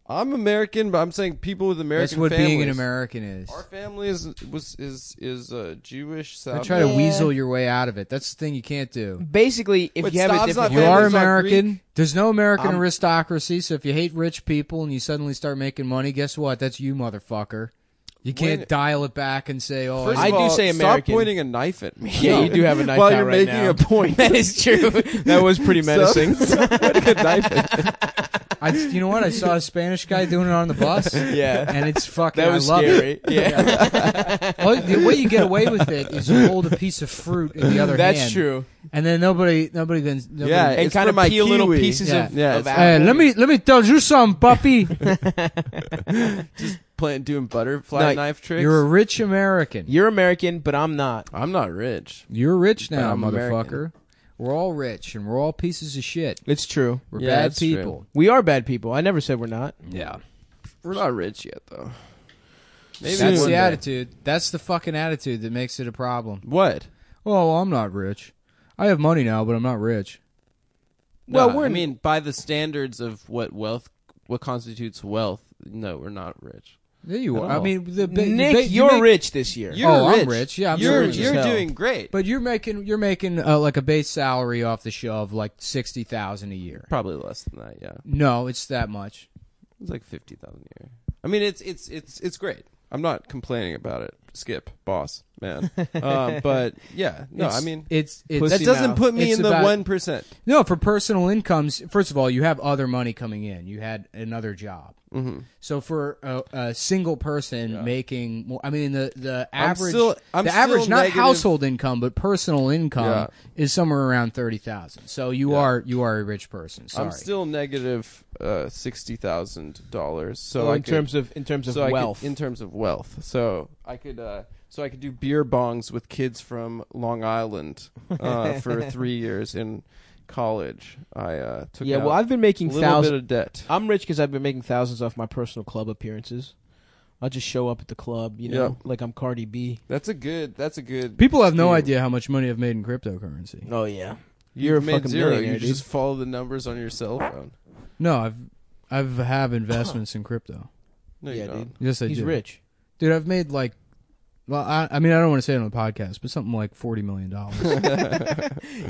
[SPEAKER 2] I'm American, but I'm saying people with American.
[SPEAKER 1] That's what
[SPEAKER 2] families.
[SPEAKER 1] being an American is.
[SPEAKER 2] Our family is was is is uh, Jewish.
[SPEAKER 1] I
[SPEAKER 2] South.
[SPEAKER 1] try to weasel your way out of it. That's the thing you can't do.
[SPEAKER 3] Basically, if
[SPEAKER 2] Wait,
[SPEAKER 3] you have a
[SPEAKER 2] Stav's not
[SPEAKER 3] different,
[SPEAKER 1] You are
[SPEAKER 2] family's not
[SPEAKER 1] American.
[SPEAKER 2] uh, Greek. Um,
[SPEAKER 1] There's no American aristocracy, so if you hate rich people and you suddenly start making money, guess what? That's you, motherfucker. You can't
[SPEAKER 2] When-
[SPEAKER 1] dial it back and say, "Oh,
[SPEAKER 2] First
[SPEAKER 1] I-
[SPEAKER 3] I
[SPEAKER 2] of
[SPEAKER 3] do
[SPEAKER 2] all,
[SPEAKER 3] say
[SPEAKER 2] Stop
[SPEAKER 3] American.
[SPEAKER 2] pointing a knife at me.
[SPEAKER 3] yeah, you do have a knife
[SPEAKER 2] While
[SPEAKER 3] out
[SPEAKER 2] you're
[SPEAKER 3] right
[SPEAKER 2] making
[SPEAKER 3] now.
[SPEAKER 2] a point.
[SPEAKER 3] that is true. that was pretty menacing.
[SPEAKER 2] Pointing a knife at me.
[SPEAKER 1] I, you know what? I saw a Spanish guy doing it on the bus.
[SPEAKER 3] Yeah.
[SPEAKER 1] and it's fucking.
[SPEAKER 3] that was
[SPEAKER 1] I love it.
[SPEAKER 3] scary. Yeah,
[SPEAKER 1] Well, the way you get away with it is you hold a piece of fruit in the other hand.
[SPEAKER 3] that's true.
[SPEAKER 1] And then nobody, nobody can. Nobody
[SPEAKER 2] Yeah,
[SPEAKER 3] And
[SPEAKER 2] it's
[SPEAKER 3] kind
[SPEAKER 2] for
[SPEAKER 3] of
[SPEAKER 2] my
[SPEAKER 3] peel little
[SPEAKER 2] kiwi.
[SPEAKER 3] pieces
[SPEAKER 1] Yeah.
[SPEAKER 3] of,
[SPEAKER 2] Yeah,
[SPEAKER 3] of
[SPEAKER 2] it's-
[SPEAKER 1] Hey,
[SPEAKER 3] apple.
[SPEAKER 1] let me let me tell you something, puppy.
[SPEAKER 2] Plant doing butterfly
[SPEAKER 3] No,
[SPEAKER 2] knife tricks.
[SPEAKER 1] You're a rich American.
[SPEAKER 3] You're American, but I'm not.
[SPEAKER 2] I'm not rich.
[SPEAKER 1] You're rich now,
[SPEAKER 2] I'm
[SPEAKER 1] motherfucker.
[SPEAKER 2] American.
[SPEAKER 1] We're all rich and we're all pieces of shit.
[SPEAKER 3] It's true.
[SPEAKER 1] We're
[SPEAKER 2] Yeah,
[SPEAKER 1] bad
[SPEAKER 2] that's true.
[SPEAKER 1] people.
[SPEAKER 3] We are bad people. I never said we're not.
[SPEAKER 1] Yeah,
[SPEAKER 2] We're not rich yet, though. Maybe
[SPEAKER 1] that's
[SPEAKER 2] one
[SPEAKER 1] the
[SPEAKER 2] day.
[SPEAKER 1] attitude. That's the fucking attitude that makes it a problem.
[SPEAKER 2] What?
[SPEAKER 1] Oh, I'm not rich. I have money now, but I'm not rich.
[SPEAKER 2] Well,
[SPEAKER 3] No,
[SPEAKER 2] we're.
[SPEAKER 3] I
[SPEAKER 2] I mean, by the standards of what wealth, what constitutes wealth, no, we're not rich.
[SPEAKER 1] There you
[SPEAKER 2] At
[SPEAKER 1] are. I
[SPEAKER 2] all.
[SPEAKER 1] mean, the, ba-
[SPEAKER 3] Nick,
[SPEAKER 1] ba-
[SPEAKER 3] you're
[SPEAKER 1] make-
[SPEAKER 3] rich this year.
[SPEAKER 2] You're
[SPEAKER 1] Oh, I'm
[SPEAKER 2] rich.
[SPEAKER 1] rich. Yeah, I'm
[SPEAKER 2] you're
[SPEAKER 1] rich as
[SPEAKER 2] you're
[SPEAKER 3] hell.
[SPEAKER 2] doing great.
[SPEAKER 1] But you're making you're making uh, like a base salary off the show of like sixty thousand a year.
[SPEAKER 2] probably less than that. Yeah,
[SPEAKER 1] No, it's that much.
[SPEAKER 2] it's like fifty thousand a year. I mean, it's it's it's it's great. I'm not complaining about it. Skip, boss, man. um, but yeah, no, I mean
[SPEAKER 1] it's it's
[SPEAKER 2] that doesn't put me
[SPEAKER 1] It's
[SPEAKER 2] in the
[SPEAKER 1] about-
[SPEAKER 2] one percent.
[SPEAKER 1] No, for personal incomes, first of all, you have other money coming in. You had another job. Mm-hmm. So for a, a single person making more, I mean the the
[SPEAKER 2] I'm
[SPEAKER 1] average
[SPEAKER 2] still- I'm
[SPEAKER 1] the
[SPEAKER 2] still
[SPEAKER 1] average not
[SPEAKER 2] negative-
[SPEAKER 1] household income but personal income
[SPEAKER 2] Yeah.
[SPEAKER 1] is somewhere around thirty thousand. So you are you are a rich person. Sorry.
[SPEAKER 2] I'm still negative uh, sixty thousand dollars. So
[SPEAKER 3] Oh,
[SPEAKER 2] I
[SPEAKER 3] in
[SPEAKER 2] could-
[SPEAKER 3] terms of in terms of
[SPEAKER 2] so I could-
[SPEAKER 3] wealth,
[SPEAKER 2] in terms of wealth, so I could uh, so I could do beer bongs with kids from Long Island uh, for three years in college. I uh, took
[SPEAKER 3] yeah.
[SPEAKER 2] out
[SPEAKER 3] Well, I've been
[SPEAKER 2] a
[SPEAKER 3] making
[SPEAKER 2] little
[SPEAKER 3] thousands.
[SPEAKER 2] bit of debt.
[SPEAKER 3] I'm rich because I've been making thousands off my personal club appearances. I'll just show up at the club, you know,
[SPEAKER 2] Yeah.
[SPEAKER 3] like I'm Cardi B.
[SPEAKER 2] That's a good. That's a good.
[SPEAKER 1] People have no
[SPEAKER 2] scheme.
[SPEAKER 1] idea how much money I've made in cryptocurrency.
[SPEAKER 3] Oh yeah,
[SPEAKER 2] You've
[SPEAKER 3] you're a
[SPEAKER 2] made
[SPEAKER 3] fucking
[SPEAKER 2] zero.
[SPEAKER 3] millionaire,
[SPEAKER 2] You
[SPEAKER 3] dude.
[SPEAKER 2] just follow the numbers on your cell phone.
[SPEAKER 1] No, I've I've have investments in crypto.
[SPEAKER 2] No,
[SPEAKER 3] yeah,
[SPEAKER 2] you don't.
[SPEAKER 3] dude.
[SPEAKER 1] Yes, I
[SPEAKER 3] He's
[SPEAKER 1] do.
[SPEAKER 3] rich.
[SPEAKER 1] dude. I've made like, well, I, I mean, I don't want to say it on the podcast, but something like forty million dollars.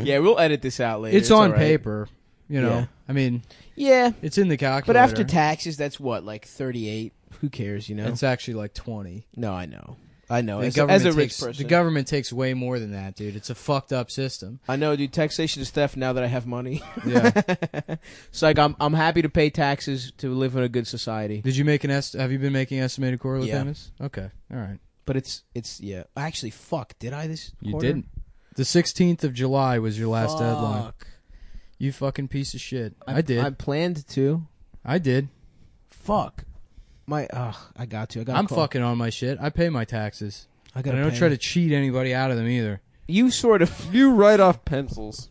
[SPEAKER 3] Yeah, we'll edit this out later.
[SPEAKER 1] it's on
[SPEAKER 3] all right.
[SPEAKER 1] paper, you know.
[SPEAKER 3] Yeah.
[SPEAKER 1] I mean,
[SPEAKER 3] Yeah,
[SPEAKER 1] it's in the calculator,
[SPEAKER 3] but after taxes, that's what like 38. Who cares, you know?
[SPEAKER 1] it's actually like twenty.
[SPEAKER 3] no, I know, I know.
[SPEAKER 1] The
[SPEAKER 3] Oh, As,
[SPEAKER 1] government
[SPEAKER 3] as a rich
[SPEAKER 1] takes,
[SPEAKER 3] person,
[SPEAKER 1] the government takes way more than that, dude. It's a fucked up system.
[SPEAKER 3] I know, dude. Taxation is theft. Now that I have money,
[SPEAKER 1] Yeah.
[SPEAKER 3] it's like I'm I'm happy to pay taxes to live in a good society.
[SPEAKER 1] Did you make an est? Have you been making estimated quarterly
[SPEAKER 3] Yeah.
[SPEAKER 1] payments? Okay, all right.
[SPEAKER 3] But it's it's yeah. Actually, fuck. Did I this?
[SPEAKER 1] You
[SPEAKER 3] quarter?
[SPEAKER 1] didn't. The sixteenth of July was your last deadline.
[SPEAKER 3] Fuck.
[SPEAKER 1] You fucking piece of shit. I, did.
[SPEAKER 3] I planned to.
[SPEAKER 1] I did.
[SPEAKER 3] Fuck. My ugh, I got you. I got. a
[SPEAKER 1] I'm
[SPEAKER 3] call.
[SPEAKER 1] fucking on my shit. I pay my taxes.
[SPEAKER 3] I
[SPEAKER 1] And
[SPEAKER 3] got.
[SPEAKER 1] I don't try to cheat anybody out of them either.
[SPEAKER 3] You sort of.
[SPEAKER 2] You write off pencils.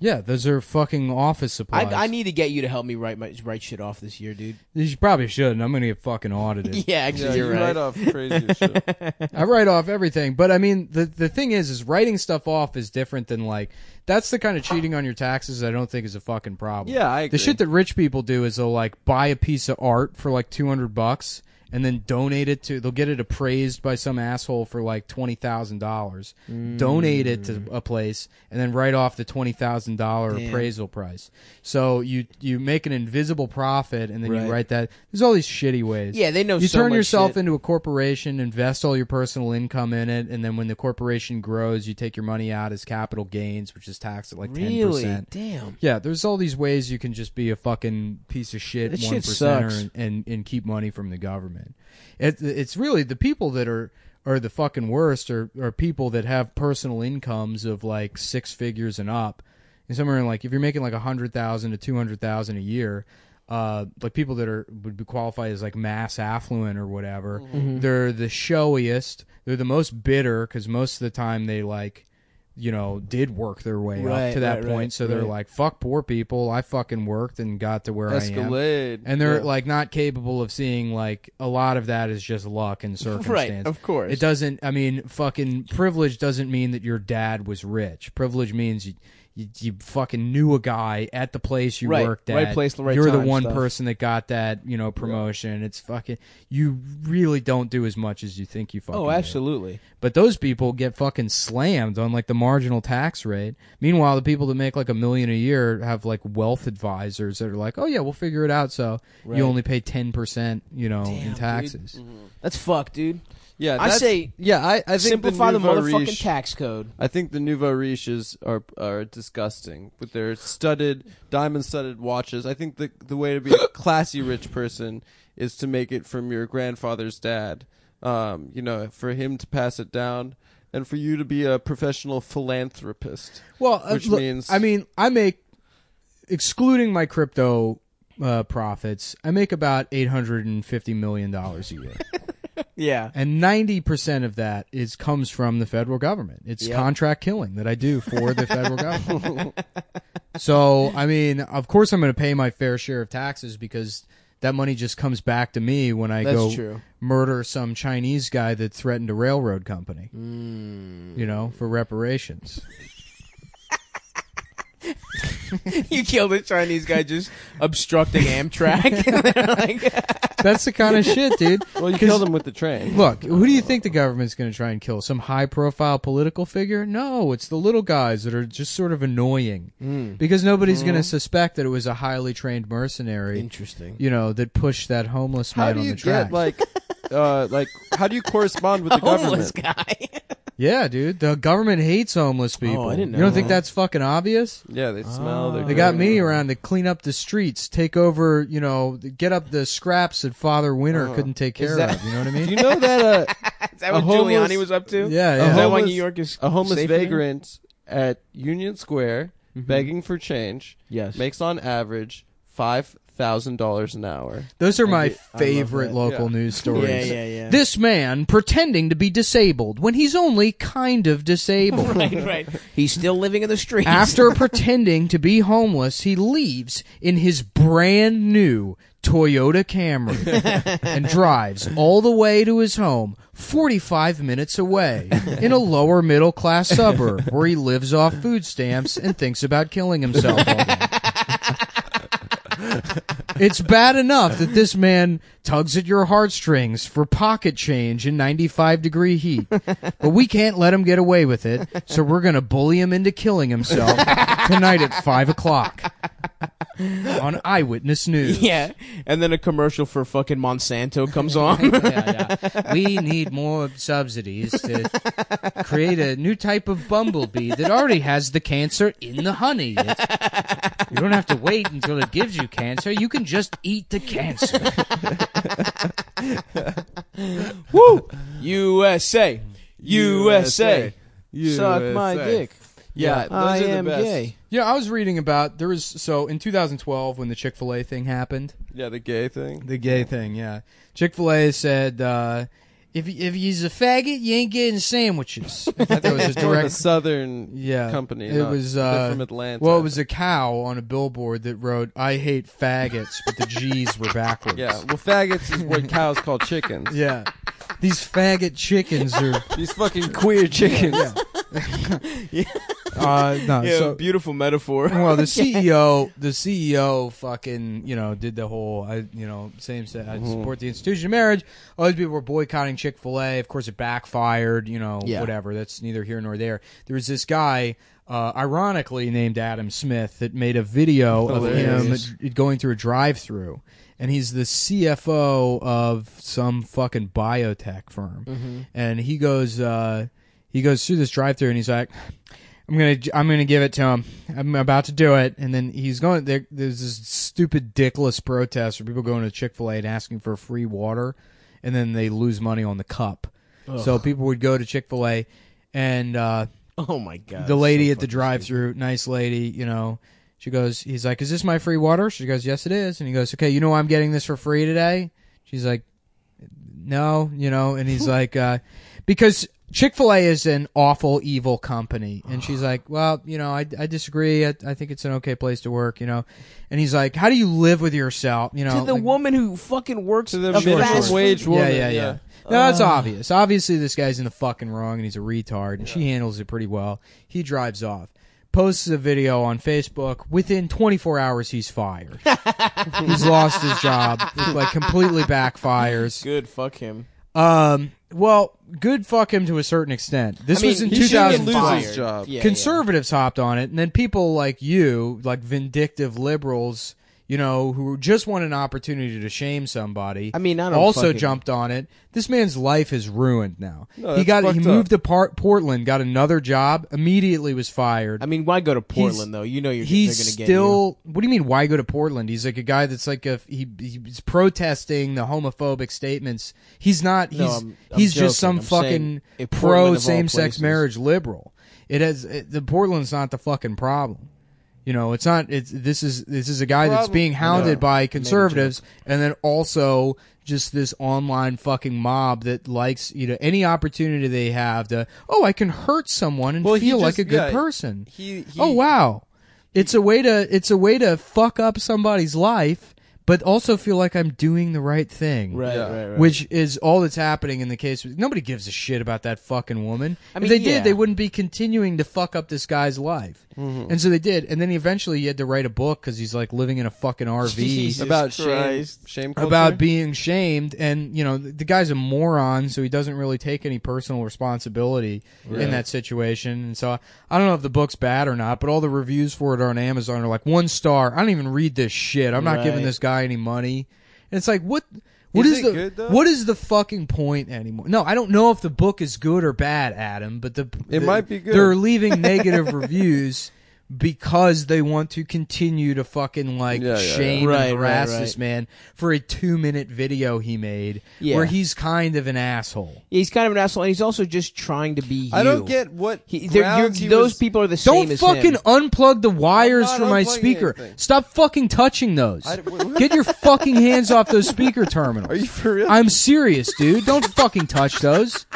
[SPEAKER 1] Yeah, those are fucking office
[SPEAKER 3] I,
[SPEAKER 1] supplies.
[SPEAKER 3] I need to get you to help me write my write shit off this year, dude.
[SPEAKER 1] You probably shouldn't. I'm gonna get fucking audited.
[SPEAKER 3] Yeah, actually,
[SPEAKER 2] Yeah,
[SPEAKER 3] you're
[SPEAKER 2] you
[SPEAKER 3] right.
[SPEAKER 2] write off crazy shit.
[SPEAKER 1] I write off everything, but I mean, the the thing is, is writing stuff off is different than like that's the kind of cheating on your taxes I don't think is a fucking problem.
[SPEAKER 2] Yeah, I
[SPEAKER 1] the
[SPEAKER 2] agree.
[SPEAKER 1] shit that rich people do is they'll like buy a piece of art for like 200 bucks and then donate it to they'll get it appraised by some asshole for like $20,000
[SPEAKER 3] Mm.
[SPEAKER 1] donate it to a place and then write off the $20,000 appraisal price so you you make an invisible profit and then
[SPEAKER 3] Right.
[SPEAKER 1] you write that there's all these shitty ways
[SPEAKER 3] Yeah, they know
[SPEAKER 1] you
[SPEAKER 3] so
[SPEAKER 1] turn
[SPEAKER 3] much
[SPEAKER 1] yourself
[SPEAKER 3] shit.
[SPEAKER 1] into a corporation invest all your personal income in it and then when the corporation grows you take your money out as capital gains which is taxed at like 10%
[SPEAKER 3] Really? Damn.
[SPEAKER 1] yeah, there's all these ways you can just be a fucking piece of shit,
[SPEAKER 3] That
[SPEAKER 1] one
[SPEAKER 3] shit
[SPEAKER 1] percenter,
[SPEAKER 3] sucks.
[SPEAKER 1] and, and and keep money from the government. It, it's really the people that are are the fucking worst are are people that have personal incomes of like six figures and up, and somewhere in like if you're making like a hundred thousand to two hundred thousand a year. Uh, like people that are would be qualified as like mass affluent or whatever,
[SPEAKER 3] Mm-hmm.
[SPEAKER 1] they're the showiest. They're the most bitter because most of the time they like you know, did work their way
[SPEAKER 3] Right,
[SPEAKER 1] up to that
[SPEAKER 3] right,
[SPEAKER 1] point.
[SPEAKER 3] right,
[SPEAKER 1] so they're
[SPEAKER 3] right.
[SPEAKER 1] like, "Fuck poor people. I fucking worked and got to where I am."
[SPEAKER 2] Escalade.
[SPEAKER 1] And they're
[SPEAKER 2] Yeah.
[SPEAKER 1] like not capable of seeing like a lot of that is just luck and circumstance.
[SPEAKER 3] of course.
[SPEAKER 1] It doesn't. I mean, fucking privilege doesn't mean that your dad was rich. Privilege means you. You, you fucking knew a guy at the place you
[SPEAKER 3] Right,
[SPEAKER 1] worked at.
[SPEAKER 3] right place, right
[SPEAKER 1] You're the
[SPEAKER 3] time
[SPEAKER 1] one
[SPEAKER 3] stuff.
[SPEAKER 1] person that got that, you know, promotion. It's fucking. You really don't do as much as you think you fucking.
[SPEAKER 3] Oh,
[SPEAKER 1] do.
[SPEAKER 3] absolutely.
[SPEAKER 1] But those people get fucking slammed on like the marginal tax rate. Meanwhile, the people that make like a million a year have like wealth advisors that are like, "Oh yeah, we'll figure it out." So you only pay ten percent, you know, in taxes.
[SPEAKER 2] Mm-hmm.
[SPEAKER 3] That's fucked, dude.
[SPEAKER 2] yeah,
[SPEAKER 3] I
[SPEAKER 2] that's-
[SPEAKER 3] say
[SPEAKER 2] yeah. I, I think
[SPEAKER 3] Simplify the,
[SPEAKER 2] nouveau
[SPEAKER 3] motherfucking
[SPEAKER 2] riche-
[SPEAKER 3] tax code.
[SPEAKER 2] I think the nouveau riches are are disgusting with their studded diamond studded watches. I think the the way to be a classy rich person is to make it from your grandfather's dad. Um, you know, for him to pass it down, and for you to be a professional philanthropist.
[SPEAKER 1] Well, uh,
[SPEAKER 2] which
[SPEAKER 1] look,
[SPEAKER 2] means
[SPEAKER 1] I mean, I make excluding my crypto uh, profits, I make about eight hundred and fifty million dollars a year.
[SPEAKER 3] Yeah.
[SPEAKER 1] and ninety percent of that is comes from the federal government. It's contract killing that I do for the federal government. so I mean, of course, I'm going to pay my fair share of taxes because that money just comes back to me when I
[SPEAKER 3] That's
[SPEAKER 1] go
[SPEAKER 3] true.
[SPEAKER 1] murder some Chinese guy that threatened a railroad company.
[SPEAKER 3] Mm.
[SPEAKER 1] You know, for reparations.
[SPEAKER 3] you killed a Chinese guy just obstructing Amtrak. And they're like,
[SPEAKER 1] That's the kind of shit, dude.
[SPEAKER 2] well, you killed him with the train.
[SPEAKER 1] Look, who do you think the government's going to try and kill? Some high profile political figure? No, it's the little guys that are just sort of annoying
[SPEAKER 2] Hmm.
[SPEAKER 1] because nobody's going to suspect that it was a highly trained mercenary.
[SPEAKER 3] Interesting.
[SPEAKER 1] You know, that pushed that homeless
[SPEAKER 2] how
[SPEAKER 1] man
[SPEAKER 2] do
[SPEAKER 1] on
[SPEAKER 2] you
[SPEAKER 1] the track.
[SPEAKER 2] get like, uh, like how do you correspond with the
[SPEAKER 3] homeless
[SPEAKER 2] government?
[SPEAKER 3] guy.
[SPEAKER 1] yeah, dude. The government hates homeless people.
[SPEAKER 3] Oh, I didn't
[SPEAKER 1] you
[SPEAKER 3] know
[SPEAKER 1] don't think
[SPEAKER 3] that. Oh,
[SPEAKER 1] that's fucking obvious?
[SPEAKER 2] Yeah, they smell. they're
[SPEAKER 1] They got
[SPEAKER 2] dirty.
[SPEAKER 1] me around to clean up the streets, take over, you know, get up the scraps that Father Winter couldn't take care
[SPEAKER 2] Uh-huh. that-
[SPEAKER 1] of. You know what I
[SPEAKER 2] Do
[SPEAKER 1] mean?
[SPEAKER 2] you know that uh,
[SPEAKER 3] Is that
[SPEAKER 2] A
[SPEAKER 3] what
[SPEAKER 2] homeless-
[SPEAKER 3] Giuliani was up to?
[SPEAKER 1] Yeah,
[SPEAKER 2] a
[SPEAKER 1] yeah.
[SPEAKER 3] Is that why
[SPEAKER 2] homeless-
[SPEAKER 3] New York is
[SPEAKER 2] a homeless
[SPEAKER 3] safer now?
[SPEAKER 2] vagrant at Union Square
[SPEAKER 1] Mm-hmm.
[SPEAKER 2] begging for change
[SPEAKER 3] Yes.
[SPEAKER 2] makes on average five thousand dollars an hour.
[SPEAKER 1] Those are my
[SPEAKER 3] get- I love
[SPEAKER 1] favorite
[SPEAKER 3] that.
[SPEAKER 1] local
[SPEAKER 2] Yeah.
[SPEAKER 1] news stories.
[SPEAKER 3] Yeah, yeah, yeah.
[SPEAKER 1] This man pretending to be disabled when he's only kind of disabled.
[SPEAKER 3] right, right. He's still living in the streets.
[SPEAKER 1] After pretending to be homeless, he leaves in his brand new Toyota Camry and drives all the way to his home, 45 minutes away, in a lower middle class suburb where he lives off food stamps and thinks about killing himself. all day. It's bad enough that this man tugs at your heartstrings for pocket change in 95 degree heat, but we can't let him get away with it, so we're going to bully him into killing himself tonight at 5 o'clock on Eyewitness News.
[SPEAKER 3] yeah. And then a commercial for fucking Monsanto comes on.
[SPEAKER 1] Yeah, yeah. We need more subsidies to create a new type of bumblebee that already has the cancer in the honey. It- you don't have to wait until it gives you cancer. You can just eat the cancer.
[SPEAKER 3] Woo! USA. USA. Suck my
[SPEAKER 2] USA.
[SPEAKER 3] dick.
[SPEAKER 2] Yeah, those
[SPEAKER 3] I
[SPEAKER 2] are the
[SPEAKER 3] am
[SPEAKER 2] best.
[SPEAKER 3] gay.
[SPEAKER 1] Yeah, I was reading about there was so in 2012 when the Chick Fil A thing happened,
[SPEAKER 2] Yeah, the gay thing.
[SPEAKER 1] the gay thing. Yeah, Chick Fil A said uh, if y- if you's a faggot, you ain't getting sandwiches. I think that was a
[SPEAKER 2] More of a
[SPEAKER 1] direct.
[SPEAKER 2] southern
[SPEAKER 1] Yeah,
[SPEAKER 2] company.
[SPEAKER 1] It
[SPEAKER 2] not-
[SPEAKER 1] was
[SPEAKER 2] they're
[SPEAKER 1] uh,
[SPEAKER 2] from Atlanta.
[SPEAKER 1] Well, it was a cow on a billboard that wrote "I hate faggots," but the G's were backwards.
[SPEAKER 2] yeah. Well, faggots is what cows call chickens.
[SPEAKER 1] yeah. These faggot chickens are.
[SPEAKER 2] These fucking queer chickens.
[SPEAKER 1] Uh, no,
[SPEAKER 3] Yeah,
[SPEAKER 1] so
[SPEAKER 3] beautiful metaphor.
[SPEAKER 1] well the ceo the ceo fucking you know did the whole i you know same set i support the institution of marriage all these people were boycotting chick-fil-a of course it backfired you know
[SPEAKER 3] Yeah.
[SPEAKER 1] whatever that's neither here nor there there was this guy uh, ironically named adam smith that made a video
[SPEAKER 3] Hilarious.
[SPEAKER 1] of him going through a drive-through and he's the cfo of some fucking biotech firm and he goes uh, he goes through this drive-through and he's like I'm gonna I'm gonna give it to him. I'm about to do it, and then he's going. There, there's this stupid dickless protest where people going to Chick Fil A and asking for free water, and then they lose money on the cup. So people would go to Chick Fil A, and uh,
[SPEAKER 3] oh my god.
[SPEAKER 1] the lady at the drive-through, nice lady, you know, she goes. He's like, "Is this my free water?" She goes, "Yes, it is." And he goes, "Okay, you know why I'm getting this for free today?" She's like, "No, you know," and he's like, uh, "Because Chick fil A is an awful, evil company. And she's like, well, you know, I, I disagree. I, I think it's an okay place to work, you know. And he's like, how do you live with yourself? You know,
[SPEAKER 3] to the
[SPEAKER 1] like-
[SPEAKER 3] woman who fucking works
[SPEAKER 2] To the
[SPEAKER 3] a fast
[SPEAKER 2] minimum
[SPEAKER 3] food- Uh.
[SPEAKER 2] wage woman.
[SPEAKER 1] yeah, yeah, yeah. No, that's obvious. Obviously, this guy's in the fucking wrong, and he's a retard. And she handles it pretty well. He drives off, posts a video on Facebook. Within 24 hours, he's fired. he's lost his job. It, like completely backfires.
[SPEAKER 3] Good, fuck him.
[SPEAKER 1] Um, well, good fuck him to a certain extent. This
[SPEAKER 3] I mean,
[SPEAKER 1] was in
[SPEAKER 3] he shouldn't get
[SPEAKER 1] 2005
[SPEAKER 2] lose his job.
[SPEAKER 3] Yeah,
[SPEAKER 1] conservatives hopped on it, and then people like you, like vindictive liberals, you know, who just want an opportunity to shame somebody.
[SPEAKER 3] I mean, I don't
[SPEAKER 1] also
[SPEAKER 3] fucking-
[SPEAKER 1] jumped on it. This man's life is ruined now. he
[SPEAKER 2] that's
[SPEAKER 1] got he
[SPEAKER 2] fucked
[SPEAKER 1] moved to Par- Portland, got another job, immediately was fired.
[SPEAKER 3] I mean, why go to Portland
[SPEAKER 1] He's-
[SPEAKER 3] though? You know you're
[SPEAKER 1] He's
[SPEAKER 3] they're gonna get you.
[SPEAKER 1] still. What do you mean? Why go to Portland? He's like a guy that's like a he. He's protesting the homophobic statements. He's not. He's
[SPEAKER 3] No, I'm- I'm
[SPEAKER 1] he's just some
[SPEAKER 3] joking. I'm saying
[SPEAKER 1] fucking
[SPEAKER 3] if Portland, of
[SPEAKER 1] pro
[SPEAKER 3] all
[SPEAKER 1] same sex
[SPEAKER 3] places-
[SPEAKER 1] marriage liberal. It has it, the Portland's not the fucking problem. You know, it's not. It's this is this is a guy that's
[SPEAKER 2] Problem-
[SPEAKER 1] being hounded
[SPEAKER 2] No,
[SPEAKER 1] by conservatives, and then also just this online fucking mob that likes you know any opportunity they have to. Oh, I can hurt someone and
[SPEAKER 2] Well, he
[SPEAKER 1] feel like
[SPEAKER 2] just-
[SPEAKER 1] a good
[SPEAKER 2] yeah,
[SPEAKER 1] person.
[SPEAKER 2] he- he-
[SPEAKER 1] oh wow, it's a way to it's a way to fuck up somebody's life, but also feel like I'm doing the right thing.
[SPEAKER 3] Right,
[SPEAKER 2] Yeah.
[SPEAKER 3] right, right.
[SPEAKER 1] Which is all that's happening in the case. Nobody gives a shit about that fucking woman.
[SPEAKER 3] I
[SPEAKER 1] if
[SPEAKER 3] mean,
[SPEAKER 1] they
[SPEAKER 3] yeah. Mm-hmm.
[SPEAKER 1] did, they wouldn't be continuing to fuck up this guy's life. And so they did. And then he eventually he had to write a book because he's like living in a fucking RV
[SPEAKER 3] Jesus
[SPEAKER 2] about
[SPEAKER 3] Christ.
[SPEAKER 2] shame, shame culture.
[SPEAKER 1] about being shamed and you know the, the guy's a moron so he doesn't really take any personal responsibility in that situation and so I, I don't know if the book's bad or not but all the reviews for it on amazon are like one star i don't even read this shit i'm not giving
[SPEAKER 3] Right.
[SPEAKER 1] this guy any money and it's like what what
[SPEAKER 2] Is
[SPEAKER 1] is
[SPEAKER 2] it
[SPEAKER 1] the
[SPEAKER 2] good, though?
[SPEAKER 1] what is the fucking point anymore? No, I don't know if the book is good or bad, Adam. But the the-
[SPEAKER 2] It might be good.
[SPEAKER 1] They're leaving negative reviews because they want to continue to fucking like
[SPEAKER 2] Yeah, yeah, yeah.
[SPEAKER 1] shame
[SPEAKER 3] Right,
[SPEAKER 1] and
[SPEAKER 3] right,
[SPEAKER 1] harass
[SPEAKER 3] right.
[SPEAKER 1] this man for a two minute video he made
[SPEAKER 3] Yeah.
[SPEAKER 1] where he's kind of an asshole.
[SPEAKER 3] he's kind of an asshole, and he's also just trying to be. You.
[SPEAKER 2] I don't get what
[SPEAKER 3] He, they're- you're-
[SPEAKER 2] grounds he
[SPEAKER 3] those
[SPEAKER 2] was-
[SPEAKER 3] people are the same
[SPEAKER 1] Don't
[SPEAKER 3] as
[SPEAKER 1] fucking
[SPEAKER 3] him.
[SPEAKER 1] unplug the wires
[SPEAKER 2] I'm not
[SPEAKER 1] from my
[SPEAKER 2] unplugging
[SPEAKER 1] speaker.
[SPEAKER 2] anything.
[SPEAKER 1] Stop fucking touching those.
[SPEAKER 2] I- what-
[SPEAKER 1] Get your fucking hands off those speaker terminals.
[SPEAKER 2] Are you for real?
[SPEAKER 1] I'm serious, dude. Don't fucking touch those.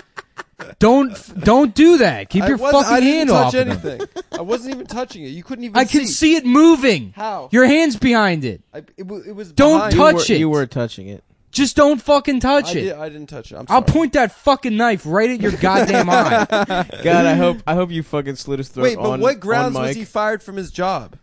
[SPEAKER 1] Don't f- don't do that. Keep
[SPEAKER 2] I
[SPEAKER 1] your
[SPEAKER 2] wasn't-
[SPEAKER 1] fucking
[SPEAKER 2] I didn't
[SPEAKER 1] hand
[SPEAKER 2] touch
[SPEAKER 1] off. of them.
[SPEAKER 2] anything. I wasn't even touching it. You couldn't even.
[SPEAKER 1] I can see it moving.
[SPEAKER 2] How?
[SPEAKER 1] Your hands behind it.
[SPEAKER 2] I, it, w- it was.
[SPEAKER 1] Don't
[SPEAKER 2] behind.
[SPEAKER 3] You
[SPEAKER 1] touch
[SPEAKER 3] were-
[SPEAKER 1] it.
[SPEAKER 3] You were touching it.
[SPEAKER 1] Just don't fucking touch
[SPEAKER 2] I,
[SPEAKER 1] it.
[SPEAKER 2] did, I didn't touch it. I'm
[SPEAKER 1] I'll
[SPEAKER 2] sorry.
[SPEAKER 1] point that fucking knife right at your goddamn eye.
[SPEAKER 3] God, I hope I hope you fucking slit his throat.
[SPEAKER 2] Wait, but
[SPEAKER 3] on-
[SPEAKER 2] what grounds
[SPEAKER 3] on
[SPEAKER 2] was
[SPEAKER 3] mic.
[SPEAKER 2] he fired from his job?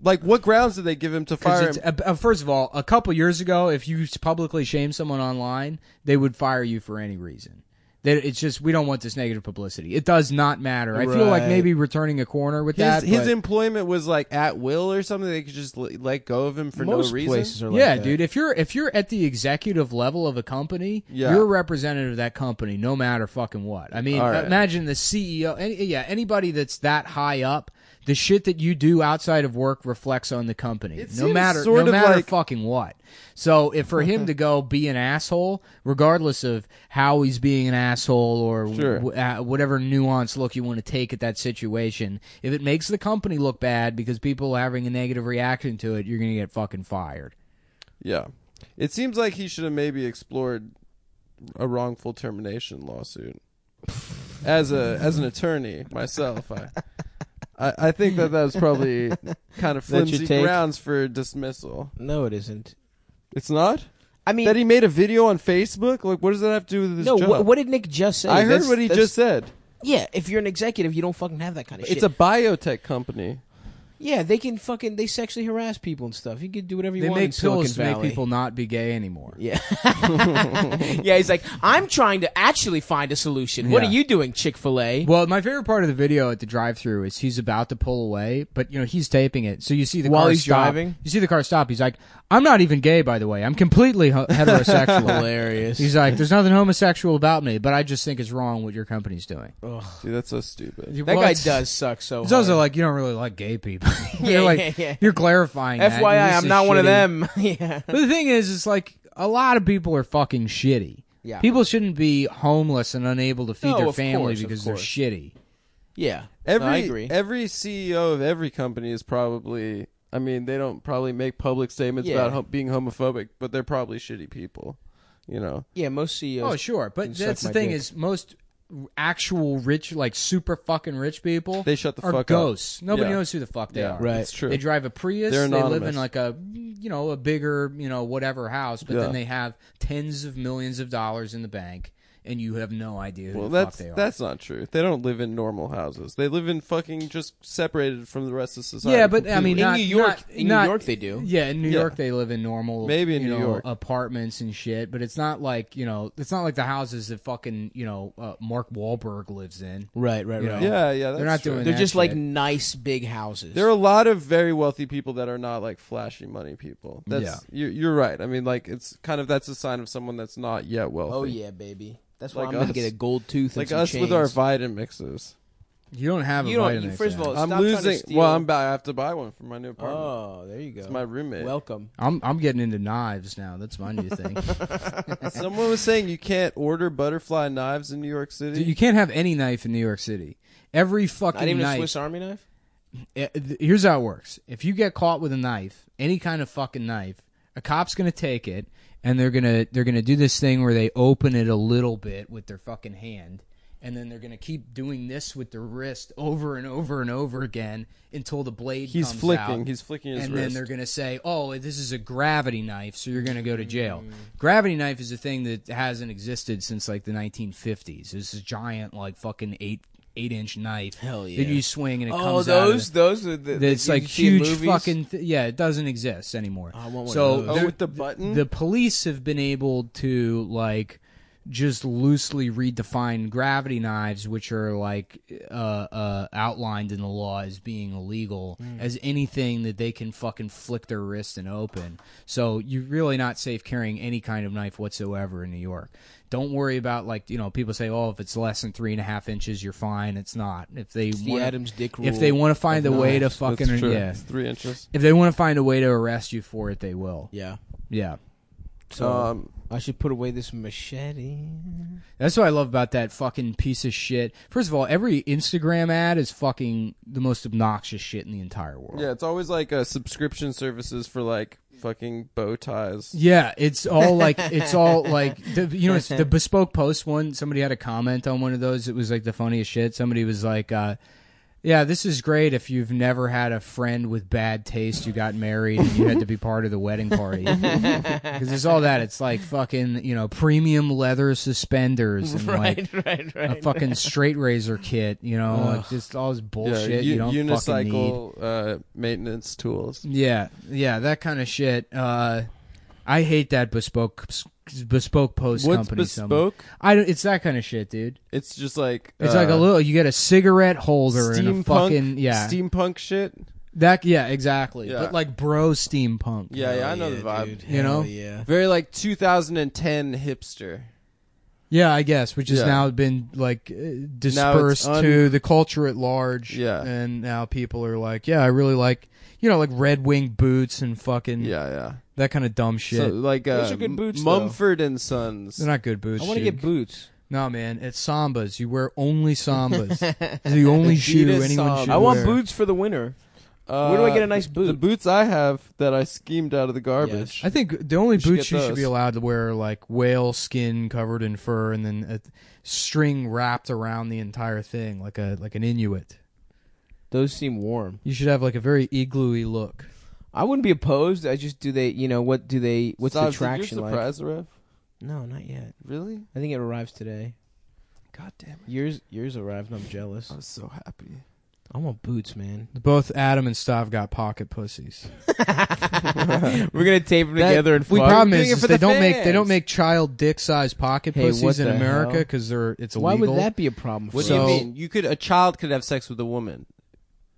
[SPEAKER 2] Like, what grounds did they give him to
[SPEAKER 1] 'Cause
[SPEAKER 2] fire
[SPEAKER 1] it's-
[SPEAKER 2] him?
[SPEAKER 1] uh, uh, first of all, a couple years ago, if you publicly shame someone online, they would fire you for any reason. They, it's just we don't want this negative publicity. It does not matter. I feel like
[SPEAKER 3] Right.
[SPEAKER 1] maybe returning a corner with
[SPEAKER 2] His,
[SPEAKER 1] that.
[SPEAKER 2] his
[SPEAKER 1] but-
[SPEAKER 2] employment was like at will or something. They could just l- let go of him for
[SPEAKER 3] Most
[SPEAKER 2] no reason.
[SPEAKER 3] places are like
[SPEAKER 1] yeah,
[SPEAKER 3] that.
[SPEAKER 1] dude. If you're if you're at the executive level of a company,
[SPEAKER 2] Yeah.
[SPEAKER 1] you're a representative of that company, no matter fucking what. I mean,
[SPEAKER 2] All right.
[SPEAKER 1] imagine the CEO. Any, yeah, anybody that's that high up, the shit that you do outside of work reflects on the company,
[SPEAKER 2] It
[SPEAKER 1] no
[SPEAKER 2] seems
[SPEAKER 1] matter
[SPEAKER 2] sort
[SPEAKER 1] no
[SPEAKER 2] of
[SPEAKER 1] matter
[SPEAKER 2] like-
[SPEAKER 1] fucking what. So, if for him to go be an asshole, regardless of how he's being an asshole or
[SPEAKER 2] Sure.
[SPEAKER 1] w- uh, whatever nuanced look you want to take at that situation, if it makes the company look bad because people are having a negative reaction to it, you're gonna get fucking fired.
[SPEAKER 2] yeah, it seems like he should have maybe explored a wrongful termination lawsuit. As a as an attorney myself, I I, I think that that was probably kind of
[SPEAKER 3] That your
[SPEAKER 2] flimsy
[SPEAKER 3] take?
[SPEAKER 2] grounds for dismissal.
[SPEAKER 3] No, it isn't.
[SPEAKER 2] It's not
[SPEAKER 3] I mean,
[SPEAKER 2] that he made a video on Facebook. Like, what does that have to do with his
[SPEAKER 3] no.
[SPEAKER 2] job?
[SPEAKER 3] What, what did Nick just say?
[SPEAKER 2] I heard
[SPEAKER 3] That's-
[SPEAKER 2] what he
[SPEAKER 3] that's-
[SPEAKER 2] just said.
[SPEAKER 3] Yeah, if you're an executive, you don't fucking have that kind of shit.
[SPEAKER 2] It's a biotech company.
[SPEAKER 3] yeah. They can fucking they sexually harass people and stuff. You can do whatever you
[SPEAKER 1] They
[SPEAKER 3] want. in
[SPEAKER 1] make pills to
[SPEAKER 3] Silicon
[SPEAKER 1] make
[SPEAKER 3] Valley.
[SPEAKER 1] people not be gay anymore.
[SPEAKER 3] Yeah. yeah, he's like, I'm trying to actually find a solution. What
[SPEAKER 1] Yeah.
[SPEAKER 3] are you doing, Chick fil A?
[SPEAKER 1] Well, my favorite part of the video at the drive-through is he's about to pull away, but you know he's taping it, so you see the
[SPEAKER 3] While
[SPEAKER 1] car
[SPEAKER 3] he's
[SPEAKER 1] stop.
[SPEAKER 3] driving?
[SPEAKER 1] You see the car stop. He's like, "I'm not even gay, by the way. I'm completely ho- heterosexual."
[SPEAKER 3] Hilarious.
[SPEAKER 1] he's like, "There's nothing homosexual about me, but I just think it's wrong what your company's doing."
[SPEAKER 2] Dude, that's so stupid.
[SPEAKER 3] that guy
[SPEAKER 1] What?
[SPEAKER 3] does suck so
[SPEAKER 1] It's
[SPEAKER 3] hard.
[SPEAKER 1] also like you don't really like gay people.
[SPEAKER 3] Yeah,
[SPEAKER 1] you're like
[SPEAKER 3] yeah, yeah.
[SPEAKER 1] you're clarifying. that. You're
[SPEAKER 3] FYI,
[SPEAKER 1] just
[SPEAKER 3] I'm
[SPEAKER 1] a
[SPEAKER 3] not one of
[SPEAKER 1] shitty-
[SPEAKER 3] them. yeah.
[SPEAKER 1] But the thing is, it's like a lot of people are fucking shitty.
[SPEAKER 3] Yeah.
[SPEAKER 1] People shouldn't be homeless and unable to feed
[SPEAKER 3] No,
[SPEAKER 1] their
[SPEAKER 3] of
[SPEAKER 1] family
[SPEAKER 3] course, of
[SPEAKER 1] because they're
[SPEAKER 3] course.
[SPEAKER 1] shitty.
[SPEAKER 3] Yeah.
[SPEAKER 2] Every
[SPEAKER 3] No, I agree.
[SPEAKER 2] every CEO of every company is probably. I mean, they don't probably make public statements
[SPEAKER 3] Yeah.
[SPEAKER 2] about ho- being homophobic, but they're probably shitty people. You know,
[SPEAKER 3] yeah, most E CEOs.
[SPEAKER 1] Oh, sure, but
[SPEAKER 3] suck
[SPEAKER 1] that's the
[SPEAKER 3] my
[SPEAKER 1] thing
[SPEAKER 3] dick.
[SPEAKER 1] is most actual rich, like super fucking rich people,
[SPEAKER 2] They shut the
[SPEAKER 1] are
[SPEAKER 2] fuck up.
[SPEAKER 1] ghosts. Nobody
[SPEAKER 2] Yeah.
[SPEAKER 1] knows who the fuck they
[SPEAKER 2] Yeah,
[SPEAKER 1] are.
[SPEAKER 2] Right. it's true.
[SPEAKER 1] They drive a Prius.
[SPEAKER 2] They're
[SPEAKER 1] they live in
[SPEAKER 2] anonymous.
[SPEAKER 1] like a you know a bigger you know whatever house, but
[SPEAKER 2] Yeah.
[SPEAKER 1] then they have tens of millions of dollars in the bank, and you have no idea who
[SPEAKER 2] Well,
[SPEAKER 1] the
[SPEAKER 2] that's
[SPEAKER 1] fuck they are.
[SPEAKER 2] that's not true. They don't live in normal houses. They live in fucking just separated from the rest of society.
[SPEAKER 1] yeah, but I mean,
[SPEAKER 3] In
[SPEAKER 1] not-
[SPEAKER 3] New York-
[SPEAKER 1] not-
[SPEAKER 3] in New
[SPEAKER 1] not-
[SPEAKER 3] York they do.
[SPEAKER 1] Yeah, in New
[SPEAKER 2] Yeah.
[SPEAKER 1] York they live in normal,
[SPEAKER 2] Maybe in
[SPEAKER 1] you
[SPEAKER 2] New
[SPEAKER 1] know,
[SPEAKER 2] York.
[SPEAKER 1] apartments and shit. But it's not like you know, it's not like the houses that fucking you know uh, Mark Wahlberg lives in.
[SPEAKER 3] Right, right,
[SPEAKER 1] You
[SPEAKER 3] right.
[SPEAKER 1] know?
[SPEAKER 2] Yeah, yeah, that's
[SPEAKER 1] they're not
[SPEAKER 2] true.
[SPEAKER 1] doing.
[SPEAKER 3] They're
[SPEAKER 1] that
[SPEAKER 3] just like
[SPEAKER 1] shit.
[SPEAKER 3] nice big houses.
[SPEAKER 2] There are a lot of very wealthy people that are not like flashy money people. That's you're, you're right. I mean, like it's kind of that's a sign of someone that's not yet wealthy.
[SPEAKER 3] oh yeah, baby. That's why
[SPEAKER 2] Like
[SPEAKER 3] I'm gonna
[SPEAKER 2] us.
[SPEAKER 3] get a gold tooth. And
[SPEAKER 2] like
[SPEAKER 3] some
[SPEAKER 2] us with our
[SPEAKER 3] chains.
[SPEAKER 2] Vitamin mixes.
[SPEAKER 1] you don't have. A
[SPEAKER 3] You don't. You,
[SPEAKER 1] Vitamix
[SPEAKER 3] first of
[SPEAKER 1] ad.
[SPEAKER 3] all,
[SPEAKER 2] I'm
[SPEAKER 3] stop trying to
[SPEAKER 2] losing.
[SPEAKER 3] steal.
[SPEAKER 2] Well, I'm about, I have to buy one for my new apartment.
[SPEAKER 3] Oh, there you go.
[SPEAKER 2] It's my roommate.
[SPEAKER 3] Welcome.
[SPEAKER 1] I'm I'm getting into knives now. That's my new thing.
[SPEAKER 2] Someone was saying you can't order butterfly knives in New York City.
[SPEAKER 1] Dude, you can't have any knife in New York City. Every fucking
[SPEAKER 3] Not even
[SPEAKER 1] knife.
[SPEAKER 3] a Swiss Army knife.
[SPEAKER 1] eh, th- here's how it works. If you get caught with a knife, any kind of fucking knife, a cop's gonna take it and they're gonna they're gonna do this thing where they open it a little bit with their fucking hand, and then they're gonna keep doing this with their wrist over and over and over again until the blade.
[SPEAKER 2] He's
[SPEAKER 1] comes
[SPEAKER 2] flicking.
[SPEAKER 1] out,
[SPEAKER 2] He's flicking his
[SPEAKER 1] and
[SPEAKER 2] wrist.
[SPEAKER 1] then they're going to say, "Oh, this is a gravity knife, so you're going to go to jail."
[SPEAKER 2] Mm.
[SPEAKER 1] Gravity knife is a thing that hasn't existed since like the 1950s. It's a giant, like fucking eight eight inch knife
[SPEAKER 3] Hell yeah.
[SPEAKER 1] that you swing and it
[SPEAKER 3] Oh,
[SPEAKER 1] comes
[SPEAKER 3] those,
[SPEAKER 1] out.
[SPEAKER 3] those are the.
[SPEAKER 1] Of
[SPEAKER 3] that
[SPEAKER 1] the, it's
[SPEAKER 3] you
[SPEAKER 1] like
[SPEAKER 3] see in
[SPEAKER 1] huge
[SPEAKER 3] movies?
[SPEAKER 1] fucking th- yeah. It doesn't exist anymore.
[SPEAKER 3] I want one
[SPEAKER 1] so
[SPEAKER 3] of those.
[SPEAKER 2] oh,
[SPEAKER 1] they're-
[SPEAKER 2] with the button.
[SPEAKER 1] the police have been able to like just loosely redefine gravity knives, which are like uh, uh, outlined in the law as being illegal, as anything that they can fucking flick their wrist and open. So you're really not safe carrying any kind of knife whatsoever in New York. Don't worry about like you know people say, oh, if it's less than three and a half inches, you're fine. It's not. If they
[SPEAKER 3] the
[SPEAKER 1] wanna-
[SPEAKER 3] Adam's dick
[SPEAKER 1] if they
[SPEAKER 3] rule
[SPEAKER 1] want to find a
[SPEAKER 3] of
[SPEAKER 1] way to
[SPEAKER 3] knives.
[SPEAKER 2] That's
[SPEAKER 1] fucking
[SPEAKER 2] true.
[SPEAKER 1] yeah,
[SPEAKER 2] It's three inches.
[SPEAKER 1] if they want to find a way to arrest you for it, they will.
[SPEAKER 3] Yeah.
[SPEAKER 1] Yeah.
[SPEAKER 3] So
[SPEAKER 2] um,
[SPEAKER 3] I should put away this machete.
[SPEAKER 1] That's what I love about that fucking piece of shit. First of all, every Instagram ad is fucking the most obnoxious shit in the entire world.
[SPEAKER 2] yeah, it's always like uh, subscription services for like fucking bow ties.
[SPEAKER 1] Yeah, it's all like it's all like the, you know it's the bespoke post one. Somebody had a comment on one of those. It was like the funniest shit. Somebody was like, uh, "Yeah, this is great if you've never had a friend with bad taste. You got married and you had to be part of the wedding party because it's all that. It's like fucking you know premium leather suspenders and like
[SPEAKER 3] right,
[SPEAKER 1] a fucking straight razor kit, you know, like just all this bullshit
[SPEAKER 2] u-
[SPEAKER 1] you don't fucking need.
[SPEAKER 2] unicycle uh, maintenance tools.
[SPEAKER 1] Yeah, yeah, that kind of shit. Uh, I hate that bespoke bespoke post
[SPEAKER 2] What's
[SPEAKER 1] company. so much.
[SPEAKER 2] bespoke?
[SPEAKER 1] I don't, it's that kind of shit, dude.
[SPEAKER 2] It's just like
[SPEAKER 1] It's like a
[SPEAKER 2] uh,
[SPEAKER 1] little. You get a cigarette holder and a
[SPEAKER 2] steampunk
[SPEAKER 1] fucking yeah.
[SPEAKER 2] steampunk shit.
[SPEAKER 1] that yeah, exactly.
[SPEAKER 2] Yeah.
[SPEAKER 1] But like bro steampunk.
[SPEAKER 2] Yeah, yeah, I know the vibe.
[SPEAKER 1] You know?
[SPEAKER 3] Yeah.
[SPEAKER 2] Very like 2010 hipster.
[SPEAKER 1] Yeah, I guess, which has
[SPEAKER 2] Yeah.
[SPEAKER 1] now been like uh, dispersed
[SPEAKER 2] un-
[SPEAKER 1] to the culture at large.
[SPEAKER 2] Yeah.
[SPEAKER 1] and now people are like, yeah, I really like you know like Red Wing boots and fucking
[SPEAKER 2] Yeah, yeah.
[SPEAKER 1] that kind of dumb shit.
[SPEAKER 2] So like uh,
[SPEAKER 3] Those are good
[SPEAKER 2] M-
[SPEAKER 3] boots, though.
[SPEAKER 2] Mumford and Sons.
[SPEAKER 1] They're not good boots.
[SPEAKER 3] I want to
[SPEAKER 1] dude.
[SPEAKER 3] get boots.
[SPEAKER 1] No, man, it's sambas. You wear only sambas. it's the only shoe
[SPEAKER 2] Adidas
[SPEAKER 1] anyone
[SPEAKER 2] Samba.
[SPEAKER 1] should
[SPEAKER 3] I want
[SPEAKER 1] wear.
[SPEAKER 3] boots for the winter.
[SPEAKER 2] Uh,
[SPEAKER 3] Where do I get a nice boot?
[SPEAKER 2] The boots I have that I schemed out of the garbage.
[SPEAKER 1] I think the only
[SPEAKER 2] should
[SPEAKER 1] boots
[SPEAKER 2] get
[SPEAKER 1] you should
[SPEAKER 2] those.
[SPEAKER 1] be allowed to wear are like whale skin covered in fur and then a string wrapped around the entire thing, like a like an Inuit.
[SPEAKER 3] Those seem warm.
[SPEAKER 1] You should have like a very igloo look.
[SPEAKER 3] I wouldn't be opposed. I just do they. You know what do they? What's
[SPEAKER 2] Stav,
[SPEAKER 3] the
[SPEAKER 2] did
[SPEAKER 3] traction
[SPEAKER 2] your
[SPEAKER 3] like?
[SPEAKER 2] surprise arrive?
[SPEAKER 3] No, not yet.
[SPEAKER 2] Really?
[SPEAKER 3] I think it arrives today.
[SPEAKER 2] God damn it!
[SPEAKER 3] Yours yours arrived. and I'm jealous.
[SPEAKER 2] I was so happy.
[SPEAKER 3] I want boots, man.
[SPEAKER 1] Both Adam and Stav got pocket pussies.
[SPEAKER 3] We're gonna tape them
[SPEAKER 2] That-
[SPEAKER 3] together and
[SPEAKER 1] The
[SPEAKER 2] Well,
[SPEAKER 3] fuck.
[SPEAKER 1] problem
[SPEAKER 2] doing
[SPEAKER 1] is,
[SPEAKER 2] it
[SPEAKER 1] is
[SPEAKER 2] for
[SPEAKER 1] they
[SPEAKER 2] the
[SPEAKER 1] don't make they don't
[SPEAKER 2] fans.
[SPEAKER 1] make child dick sized pocket
[SPEAKER 3] Hey, what
[SPEAKER 1] pussies in
[SPEAKER 3] the
[SPEAKER 1] America
[SPEAKER 3] hell?
[SPEAKER 1] because they're it's
[SPEAKER 3] Why
[SPEAKER 1] illegal.
[SPEAKER 3] would that be a problem? For
[SPEAKER 2] What
[SPEAKER 3] us?
[SPEAKER 2] do
[SPEAKER 1] So-
[SPEAKER 2] you mean? You could a child could have sex with a woman.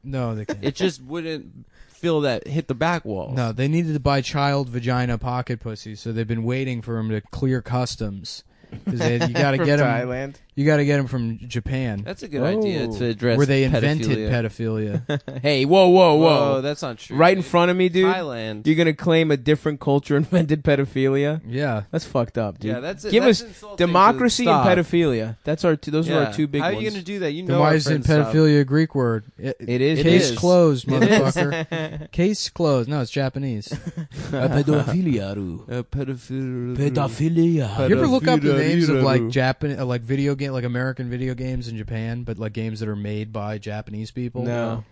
[SPEAKER 1] No, they can't.
[SPEAKER 2] It just wouldn't feel that hit the back wall.
[SPEAKER 1] No, they needed to buy child vagina pocket pussies, so they've been waiting for them to clear customs. 'Cause they- you got to
[SPEAKER 3] From
[SPEAKER 1] get them.
[SPEAKER 3] Thailand.
[SPEAKER 1] You got to get 'em from Japan,
[SPEAKER 2] That's a good idea
[SPEAKER 3] Oh.
[SPEAKER 2] to address
[SPEAKER 1] where they invented
[SPEAKER 2] pedophilia.
[SPEAKER 1] pedophilia.
[SPEAKER 3] Hey, whoa, whoa, whoa!
[SPEAKER 2] Whoa, that's not true.
[SPEAKER 3] right in front of me, dude.
[SPEAKER 2] Thailand.
[SPEAKER 3] You're gonna claim a different culture invented pedophilia?
[SPEAKER 1] yeah,
[SPEAKER 3] That's fucked up, dude.
[SPEAKER 2] Yeah, that's it.
[SPEAKER 3] Give
[SPEAKER 2] That's
[SPEAKER 3] us
[SPEAKER 2] insulting to
[SPEAKER 3] democracy and
[SPEAKER 2] Stav.
[SPEAKER 3] pedophilia. That's our two, those are
[SPEAKER 2] Yeah.
[SPEAKER 3] our two big
[SPEAKER 2] How
[SPEAKER 3] ones.
[SPEAKER 2] are you gonna do that? You
[SPEAKER 1] then
[SPEAKER 2] know,
[SPEAKER 1] why
[SPEAKER 2] our
[SPEAKER 1] isn't
[SPEAKER 2] friends stop.
[SPEAKER 1] pedophilia a Greek word?
[SPEAKER 3] it is
[SPEAKER 2] It
[SPEAKER 1] Case
[SPEAKER 2] is.
[SPEAKER 1] closed,
[SPEAKER 2] It is.
[SPEAKER 1] motherfucker. Case closed. No, it's Japanese.
[SPEAKER 3] pedophilia.
[SPEAKER 2] Uh, pedophilia.
[SPEAKER 3] Pedophilia.
[SPEAKER 1] You ever look up the names of like Japan, uh, like video game, game, like American video games in Japan, but like games that are made by Japanese people.
[SPEAKER 3] No.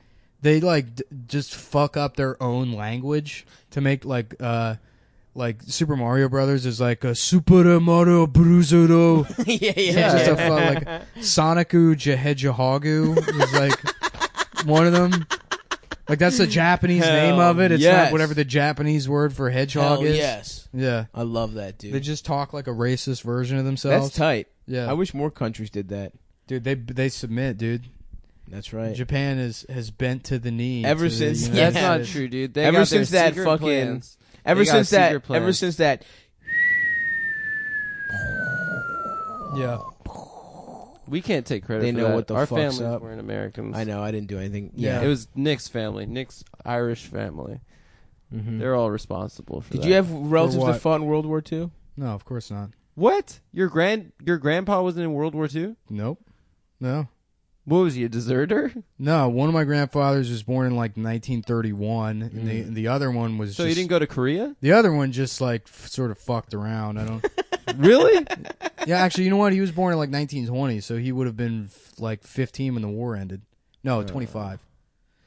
[SPEAKER 1] they like d- just fuck up their own language to make like uh like Super Mario Brothers is like a Super Mario Bruzuro.
[SPEAKER 3] yeah, yeah.
[SPEAKER 1] It's just a fu- like Sonicu Jehejahagu is like one of them. Like that's the Japanese name of it. It's
[SPEAKER 3] yes.
[SPEAKER 1] not whatever the Japanese word for hedgehog
[SPEAKER 3] Hell
[SPEAKER 1] is.
[SPEAKER 3] yes.
[SPEAKER 1] Yeah.
[SPEAKER 3] I love that, dude.
[SPEAKER 1] They just talk like a racist version of
[SPEAKER 3] That's
[SPEAKER 1] themselves.
[SPEAKER 3] tight.
[SPEAKER 1] Yeah.
[SPEAKER 3] I wish more countries did that.
[SPEAKER 1] dude, they they submit, dude.
[SPEAKER 3] That's right.
[SPEAKER 1] Japan is has bent to the knee to
[SPEAKER 3] Ever
[SPEAKER 1] the
[SPEAKER 3] since-
[SPEAKER 1] United
[SPEAKER 2] That's
[SPEAKER 3] Yeah.
[SPEAKER 2] not
[SPEAKER 1] States.
[SPEAKER 2] true, dude. They
[SPEAKER 3] Ever
[SPEAKER 2] got their
[SPEAKER 3] since that
[SPEAKER 2] secret
[SPEAKER 3] fucking-
[SPEAKER 2] plans.
[SPEAKER 3] ever
[SPEAKER 2] They got
[SPEAKER 3] since that,
[SPEAKER 2] secret plans.
[SPEAKER 3] ever since that,
[SPEAKER 1] Yeah.
[SPEAKER 2] we can't take credit.
[SPEAKER 3] They
[SPEAKER 2] for
[SPEAKER 3] know
[SPEAKER 2] that.
[SPEAKER 3] what the
[SPEAKER 2] our
[SPEAKER 3] fuck's
[SPEAKER 2] families
[SPEAKER 3] up.
[SPEAKER 2] weren't Americans.
[SPEAKER 3] I know I didn't do anything.
[SPEAKER 1] Yeah.
[SPEAKER 3] Yeah.
[SPEAKER 2] It was Nick's family, Nick's Irish family.
[SPEAKER 3] Mhm.
[SPEAKER 2] They're all responsible for
[SPEAKER 3] Did
[SPEAKER 2] that.
[SPEAKER 3] you have relatives
[SPEAKER 1] what?
[SPEAKER 3] that fought in World War II?
[SPEAKER 1] No, of course not.
[SPEAKER 2] what? Your grand your grandpa wasn't in World War II?
[SPEAKER 1] Nope. No.
[SPEAKER 2] What was he, a deserter?
[SPEAKER 1] No, one of my grandfathers was born in like 1931, and
[SPEAKER 3] Mm.
[SPEAKER 1] the the other one was
[SPEAKER 2] So
[SPEAKER 1] just
[SPEAKER 2] he didn't go to Korea?
[SPEAKER 1] the other one just like f- sort of fucked around. I don't.
[SPEAKER 2] Really?
[SPEAKER 1] yeah, actually, you know what? He was born in like 1920, so he would have been f- like 15 when the war ended. No, 25.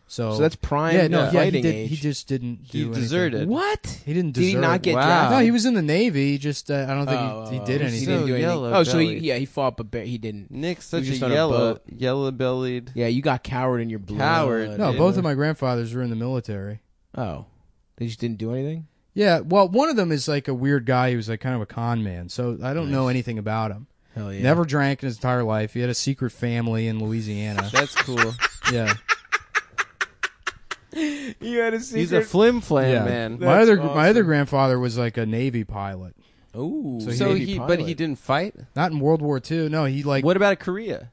[SPEAKER 1] So,
[SPEAKER 3] Uh. So that's prime uh,
[SPEAKER 1] yeah, no, yeah, he,
[SPEAKER 3] fighting
[SPEAKER 1] did,
[SPEAKER 3] age.
[SPEAKER 1] he just didn't.
[SPEAKER 2] He
[SPEAKER 1] do
[SPEAKER 2] deserted.
[SPEAKER 1] Anything.
[SPEAKER 3] what?
[SPEAKER 1] He didn't
[SPEAKER 3] Did
[SPEAKER 1] deserve.
[SPEAKER 3] he not get
[SPEAKER 2] Wow.
[SPEAKER 3] drafted?
[SPEAKER 1] No, he was in the navy. He just uh, I don't think
[SPEAKER 3] Oh,
[SPEAKER 1] he, he
[SPEAKER 3] oh,
[SPEAKER 1] did
[SPEAKER 3] oh.
[SPEAKER 1] anything.
[SPEAKER 3] He didn't do
[SPEAKER 2] So
[SPEAKER 3] anything.
[SPEAKER 2] yellow
[SPEAKER 3] Oh, so he,
[SPEAKER 2] bellied.
[SPEAKER 3] yeah, he fought, but ba- he didn't.
[SPEAKER 2] Nick's
[SPEAKER 3] He was
[SPEAKER 2] such a
[SPEAKER 3] just on a
[SPEAKER 2] yellow
[SPEAKER 3] boat.
[SPEAKER 2] yellow bellied
[SPEAKER 3] Yeah, you got coward in your blood.
[SPEAKER 2] Coward,
[SPEAKER 1] no,
[SPEAKER 2] dude.
[SPEAKER 1] both of my grandfathers were in the military.
[SPEAKER 3] Oh, they just didn't do anything.
[SPEAKER 1] Yeah, well, one of them is like a weird guy. He was like kind of a con man, so I don't know anything about him.
[SPEAKER 3] Hell yeah.
[SPEAKER 1] Never drank in his entire life. He had a secret family in Louisiana.
[SPEAKER 2] That's cool.
[SPEAKER 1] yeah,
[SPEAKER 3] You had a secret.
[SPEAKER 2] He's a flim flam
[SPEAKER 1] yeah.
[SPEAKER 2] man.
[SPEAKER 1] my other my
[SPEAKER 3] awesome.
[SPEAKER 1] other grandfather was like a Navy pilot,
[SPEAKER 3] oh,
[SPEAKER 1] So
[SPEAKER 2] So he but he didn't fight?
[SPEAKER 1] not in World War II. No, he like
[SPEAKER 2] What about Korea?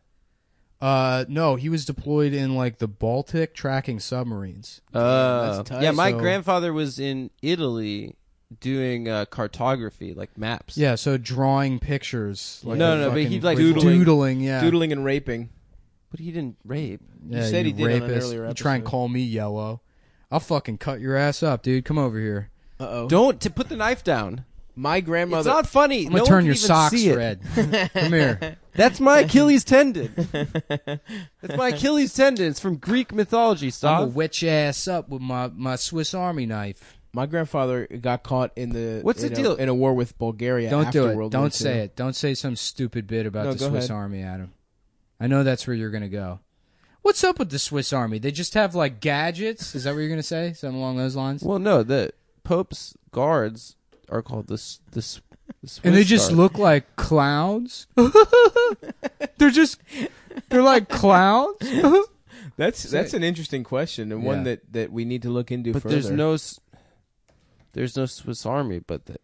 [SPEAKER 1] uh no, he was deployed in like the Baltic tracking submarines.
[SPEAKER 2] Uh,
[SPEAKER 3] that's tight.
[SPEAKER 2] yeah, my
[SPEAKER 1] So-
[SPEAKER 2] grandfather was in Italy doing uh, cartography, like maps.
[SPEAKER 1] Yeah, so drawing pictures. Like
[SPEAKER 2] No,
[SPEAKER 1] a
[SPEAKER 2] no, but
[SPEAKER 1] fucking
[SPEAKER 2] he'd, like,
[SPEAKER 1] crazy-
[SPEAKER 2] doodling.
[SPEAKER 1] doodling. Yeah,
[SPEAKER 3] doodling and raping.
[SPEAKER 2] But he didn't rape.
[SPEAKER 1] Yeah,
[SPEAKER 3] said he did on an
[SPEAKER 1] rapist.
[SPEAKER 3] earlier
[SPEAKER 1] You try and
[SPEAKER 3] episode.
[SPEAKER 1] call me yellow. I'll fucking cut your ass up, dude. Come over here.
[SPEAKER 3] Uh oh.
[SPEAKER 2] Don't to put the knife down.
[SPEAKER 3] My grandmother.
[SPEAKER 2] It's not funny.
[SPEAKER 1] I'm gonna
[SPEAKER 2] no one
[SPEAKER 1] turn
[SPEAKER 2] can
[SPEAKER 1] your
[SPEAKER 2] even
[SPEAKER 1] socks
[SPEAKER 2] see it.
[SPEAKER 1] red. Come here.
[SPEAKER 2] That's my Achilles tendon. That's my Achilles tendon. It's from Greek mythology.
[SPEAKER 1] I'm gonna
[SPEAKER 2] Stop.
[SPEAKER 1] wet your ass up with my, my Swiss Army knife.
[SPEAKER 3] my grandfather got caught in the
[SPEAKER 2] What's
[SPEAKER 3] in
[SPEAKER 2] the
[SPEAKER 3] a-
[SPEAKER 2] deal?
[SPEAKER 3] in a war with Bulgaria.
[SPEAKER 1] Don't
[SPEAKER 3] after
[SPEAKER 1] do it.
[SPEAKER 3] World War
[SPEAKER 1] Don't say
[SPEAKER 3] II.
[SPEAKER 1] it. Don't say some stupid bit about
[SPEAKER 3] No,
[SPEAKER 1] the
[SPEAKER 3] go
[SPEAKER 1] Swiss
[SPEAKER 3] ahead.
[SPEAKER 1] Army, Adam. I know that's where you're gonna go. What's up with the Swiss Army? They just have like gadgets. Is that what you're gonna say? Something along those lines.
[SPEAKER 2] Well, no, the Pope's guards are called the s- the, s- the Swiss
[SPEAKER 1] and they just
[SPEAKER 2] guard.
[SPEAKER 1] look like clouds. they're just they're like clouds.
[SPEAKER 3] That's that's an interesting question and
[SPEAKER 1] Yeah.
[SPEAKER 3] one that, that we need to look into
[SPEAKER 2] But
[SPEAKER 3] further.
[SPEAKER 2] there's no s- there's no Swiss army, but the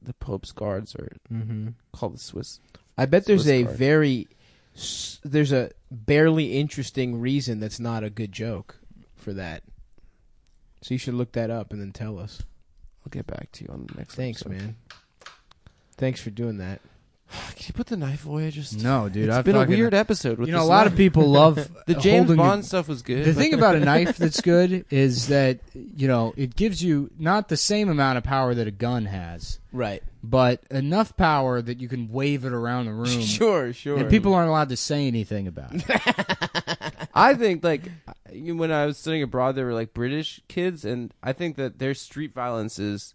[SPEAKER 2] the Pope's guards are
[SPEAKER 3] Mm-hmm.
[SPEAKER 2] called the Swiss.
[SPEAKER 3] I bet there's
[SPEAKER 2] Swiss
[SPEAKER 3] a
[SPEAKER 2] card.
[SPEAKER 3] very s- there's a barely interesting reason that's not a good joke for that. So you should look that up and then tell us.
[SPEAKER 2] I'll get back to you on the next.
[SPEAKER 3] Thanks,
[SPEAKER 2] episode.
[SPEAKER 3] man. Thanks for doing that.
[SPEAKER 2] Can you put the knife away? Just
[SPEAKER 1] No, dude,
[SPEAKER 2] It's
[SPEAKER 1] I've
[SPEAKER 2] been a
[SPEAKER 1] fucking-
[SPEAKER 2] weird episode. With
[SPEAKER 1] You know, a
[SPEAKER 2] this
[SPEAKER 1] lot of
[SPEAKER 2] knife.
[SPEAKER 1] people love
[SPEAKER 2] the James
[SPEAKER 1] holding a-
[SPEAKER 2] Bond stuff was good.
[SPEAKER 1] The thing about a knife that's good is that you know it gives you not the same amount of power that a gun has,
[SPEAKER 3] Right.
[SPEAKER 1] but enough power that you can wave it around the room.
[SPEAKER 3] Sure, sure.
[SPEAKER 1] And people aren't allowed to say anything about it.
[SPEAKER 2] I think like I- when I was studying abroad, there were like British kids, and I think that their street violence is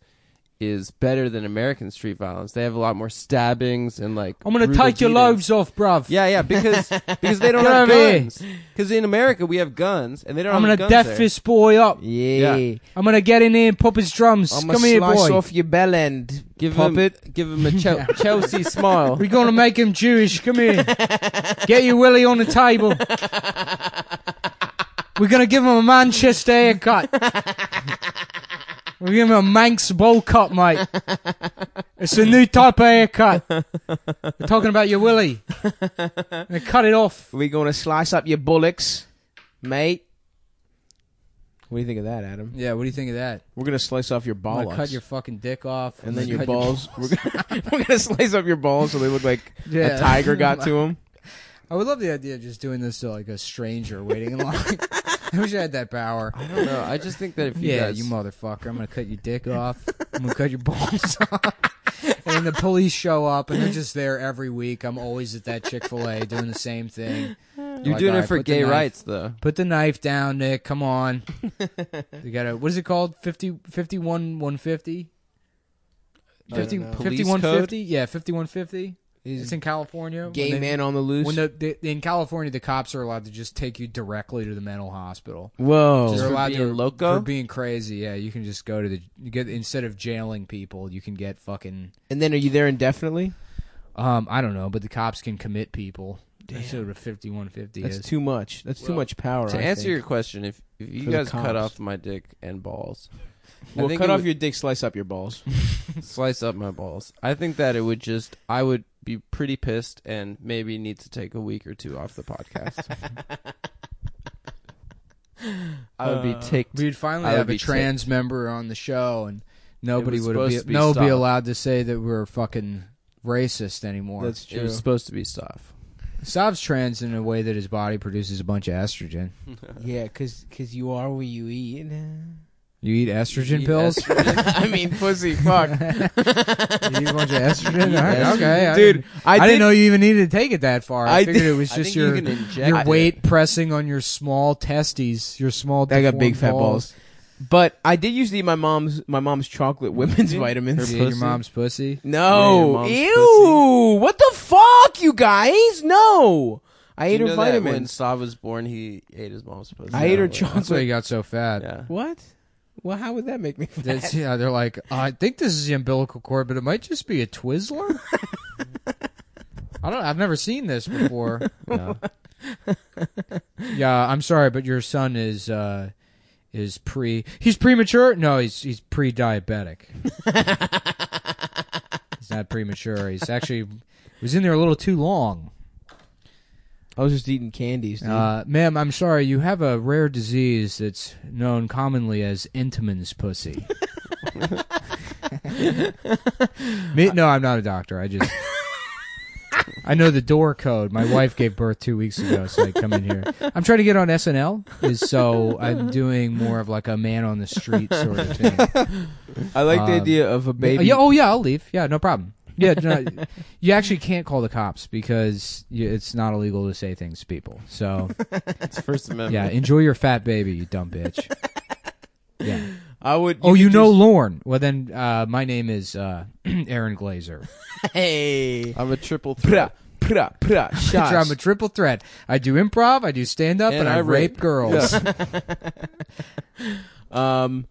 [SPEAKER 2] is better than American street violence. They have a lot more stabbings and like.
[SPEAKER 1] I'm gonna
[SPEAKER 2] brutal
[SPEAKER 1] take your
[SPEAKER 2] beatings.
[SPEAKER 1] loaves off, bruv.
[SPEAKER 2] Yeah, yeah, because because they don't
[SPEAKER 1] Get
[SPEAKER 2] have
[SPEAKER 1] over here.
[SPEAKER 2] guns. Because in America we have guns, and they don't.
[SPEAKER 1] I'm gonna
[SPEAKER 2] have guns
[SPEAKER 1] death
[SPEAKER 2] there.
[SPEAKER 1] this boy up.
[SPEAKER 3] yeah.
[SPEAKER 2] Yeah.
[SPEAKER 1] I'm gonna get in here and pop his drums.
[SPEAKER 3] I'm
[SPEAKER 1] Come
[SPEAKER 3] gonna
[SPEAKER 1] here,
[SPEAKER 3] slice
[SPEAKER 1] boy.
[SPEAKER 3] off your bell end.
[SPEAKER 2] Give him,
[SPEAKER 3] puppet.
[SPEAKER 2] give him a Chel- Chelsea smile.
[SPEAKER 1] We're gonna make him Jewish. Come here. Get your willy on the table. We're gonna give him a Manchester haircut. We're giving him a Manx bowl cut, mate. It's a new type of haircut. We're talking about your willy. They cut it off.
[SPEAKER 3] We're gonna slice up your bullocks, mate. What do you think of that, Adam?
[SPEAKER 1] Yeah, what do you think of that?
[SPEAKER 3] We're gonna slice off your
[SPEAKER 1] I'm
[SPEAKER 3] bollocks.
[SPEAKER 1] gonna cut your fucking dick off,
[SPEAKER 3] and then your balls. We're gonna we're gonna slice up your balls so they look like
[SPEAKER 1] Yeah.
[SPEAKER 3] a tiger got to them.
[SPEAKER 1] I would love the idea of just doing this to like a stranger waiting in line. I wish I had that power.
[SPEAKER 2] I don't know. I just think that if you
[SPEAKER 1] yeah,
[SPEAKER 2] guys,
[SPEAKER 1] you motherfucker. I'm gonna cut your dick off. I'm gonna cut your balls off. and the police show up, and they're just there every week. I'm always at that Chick Fil A doing the same thing.
[SPEAKER 2] You're
[SPEAKER 1] Like,
[SPEAKER 2] doing
[SPEAKER 1] all
[SPEAKER 2] it
[SPEAKER 1] right,
[SPEAKER 2] for
[SPEAKER 1] put the
[SPEAKER 2] gay
[SPEAKER 1] knife-
[SPEAKER 2] rights, though.
[SPEAKER 1] Put the knife down, Nick. Come on. you got to what is it called? 50, 51 150? 50,
[SPEAKER 2] know.
[SPEAKER 1] 5150? Yeah, 5150.
[SPEAKER 3] Is
[SPEAKER 1] It's in California.
[SPEAKER 3] gay
[SPEAKER 1] When they-
[SPEAKER 3] man on the loose.
[SPEAKER 1] When the, the, in California, the cops are allowed to just take you directly to the mental hospital.
[SPEAKER 3] Whoa.
[SPEAKER 1] Just
[SPEAKER 2] for
[SPEAKER 1] allowed
[SPEAKER 2] being
[SPEAKER 1] to,
[SPEAKER 2] loco?
[SPEAKER 1] for being crazy. Yeah, you can just go to the you get instead of jailing people, you can get fucking
[SPEAKER 3] and then are you there indefinitely?
[SPEAKER 1] um I don't know, but the cops can commit people. That's what a fifty one fifty
[SPEAKER 3] That's
[SPEAKER 1] is.
[SPEAKER 3] too much. That's too much power.
[SPEAKER 2] To
[SPEAKER 3] I
[SPEAKER 2] answer
[SPEAKER 3] think.
[SPEAKER 2] your question, if, if you
[SPEAKER 3] For the
[SPEAKER 2] guys cut
[SPEAKER 3] cops.
[SPEAKER 2] off my dick and balls, I
[SPEAKER 3] well,
[SPEAKER 2] think
[SPEAKER 3] cut
[SPEAKER 2] it
[SPEAKER 3] off
[SPEAKER 2] would-
[SPEAKER 3] your dick, slice up your balls.
[SPEAKER 2] slice up my balls. I think that it would just I would be pretty pissed and maybe need to take a week or two off the podcast. I would be ticked.
[SPEAKER 1] We'd finally
[SPEAKER 2] I would
[SPEAKER 1] have a
[SPEAKER 2] be
[SPEAKER 1] trans member on the show, and nobody
[SPEAKER 2] was
[SPEAKER 1] would
[SPEAKER 2] supposed
[SPEAKER 1] be,
[SPEAKER 2] to be
[SPEAKER 1] nobody
[SPEAKER 2] stopped.
[SPEAKER 1] allowed to say that we're fucking racist anymore.
[SPEAKER 3] That's
[SPEAKER 2] It
[SPEAKER 3] true.
[SPEAKER 2] was supposed to be stuff.
[SPEAKER 1] Sob's trans in a way that his body produces a bunch of estrogen.
[SPEAKER 3] Yeah, because you are what you eat.
[SPEAKER 1] You eat estrogen pills.
[SPEAKER 3] I mean, pussy, fuck.
[SPEAKER 1] you eat a bunch of estrogen. All right, okay, I
[SPEAKER 3] Dude,
[SPEAKER 1] didn't-
[SPEAKER 3] I,
[SPEAKER 1] I,
[SPEAKER 3] did,
[SPEAKER 1] didn't know you even needed to take it that far. I,
[SPEAKER 3] I
[SPEAKER 1] figured
[SPEAKER 3] did-
[SPEAKER 1] it was
[SPEAKER 2] I
[SPEAKER 1] just
[SPEAKER 2] think you
[SPEAKER 1] your
[SPEAKER 2] can inject
[SPEAKER 1] your
[SPEAKER 2] it.
[SPEAKER 1] weight pressing on your small testes, your small.
[SPEAKER 3] I got
[SPEAKER 1] deformed
[SPEAKER 3] big fat
[SPEAKER 1] balls.
[SPEAKER 3] balls. But I did used to eat my mom's my mom's chocolate women's vitamins.
[SPEAKER 1] You ate your mom's pussy.
[SPEAKER 3] No,
[SPEAKER 2] Yeah, your mom's
[SPEAKER 3] ew! What the fuck, you guys? No, I ate
[SPEAKER 2] You
[SPEAKER 3] her
[SPEAKER 2] know that When
[SPEAKER 3] vitamins.
[SPEAKER 2] Sav was born, he ate his mom's pussy.
[SPEAKER 3] I ate her
[SPEAKER 2] Yeah.
[SPEAKER 1] That's why
[SPEAKER 3] chocolate.
[SPEAKER 1] you got so fat.
[SPEAKER 2] Yeah.
[SPEAKER 3] What? Well, how would that make me fat?
[SPEAKER 1] That's, yeah, they're like, "Oh, I think this is the umbilical cord, but it might just be a Twizzler. I don't. I've never seen this before. Yeah, Yeah, I'm sorry, but your son is uh, is pre. He's premature. No, he's he's pre-diabetic. he's not premature. He's actually he was in there a little too long.
[SPEAKER 3] I was just eating candies. Dude.
[SPEAKER 1] Uh, ma'am, I'm sorry. You have a rare disease that's known commonly as Intamin's pussy. Me, no, I'm not a doctor. I just. I know the door code. My wife gave birth two weeks ago, so I come in here. I'm trying to get on SNL, is so I'm doing more of like a man on the street sort of thing.
[SPEAKER 3] I like the
[SPEAKER 1] um,
[SPEAKER 3] idea of a baby.
[SPEAKER 1] Yeah, oh yeah, I'll leave. Yeah, no problem. Yeah, no, you actually can't call the cops because you, it's not illegal to say things to people. So
[SPEAKER 2] It's First Amendment.
[SPEAKER 1] yeah, enjoy your fat baby, you dumb bitch. Yeah.
[SPEAKER 3] I would.
[SPEAKER 1] oh,
[SPEAKER 3] could
[SPEAKER 1] you know
[SPEAKER 3] just-
[SPEAKER 1] Lorne. Well, then uh, my name is uh, Aaron Glazer.
[SPEAKER 3] Hey,
[SPEAKER 2] I'm a triple
[SPEAKER 3] pra
[SPEAKER 2] threat.
[SPEAKER 3] pra pra shots.
[SPEAKER 1] I'm a triple threat. I do improv, I do stand up, and, I, rape, girls.
[SPEAKER 3] Um,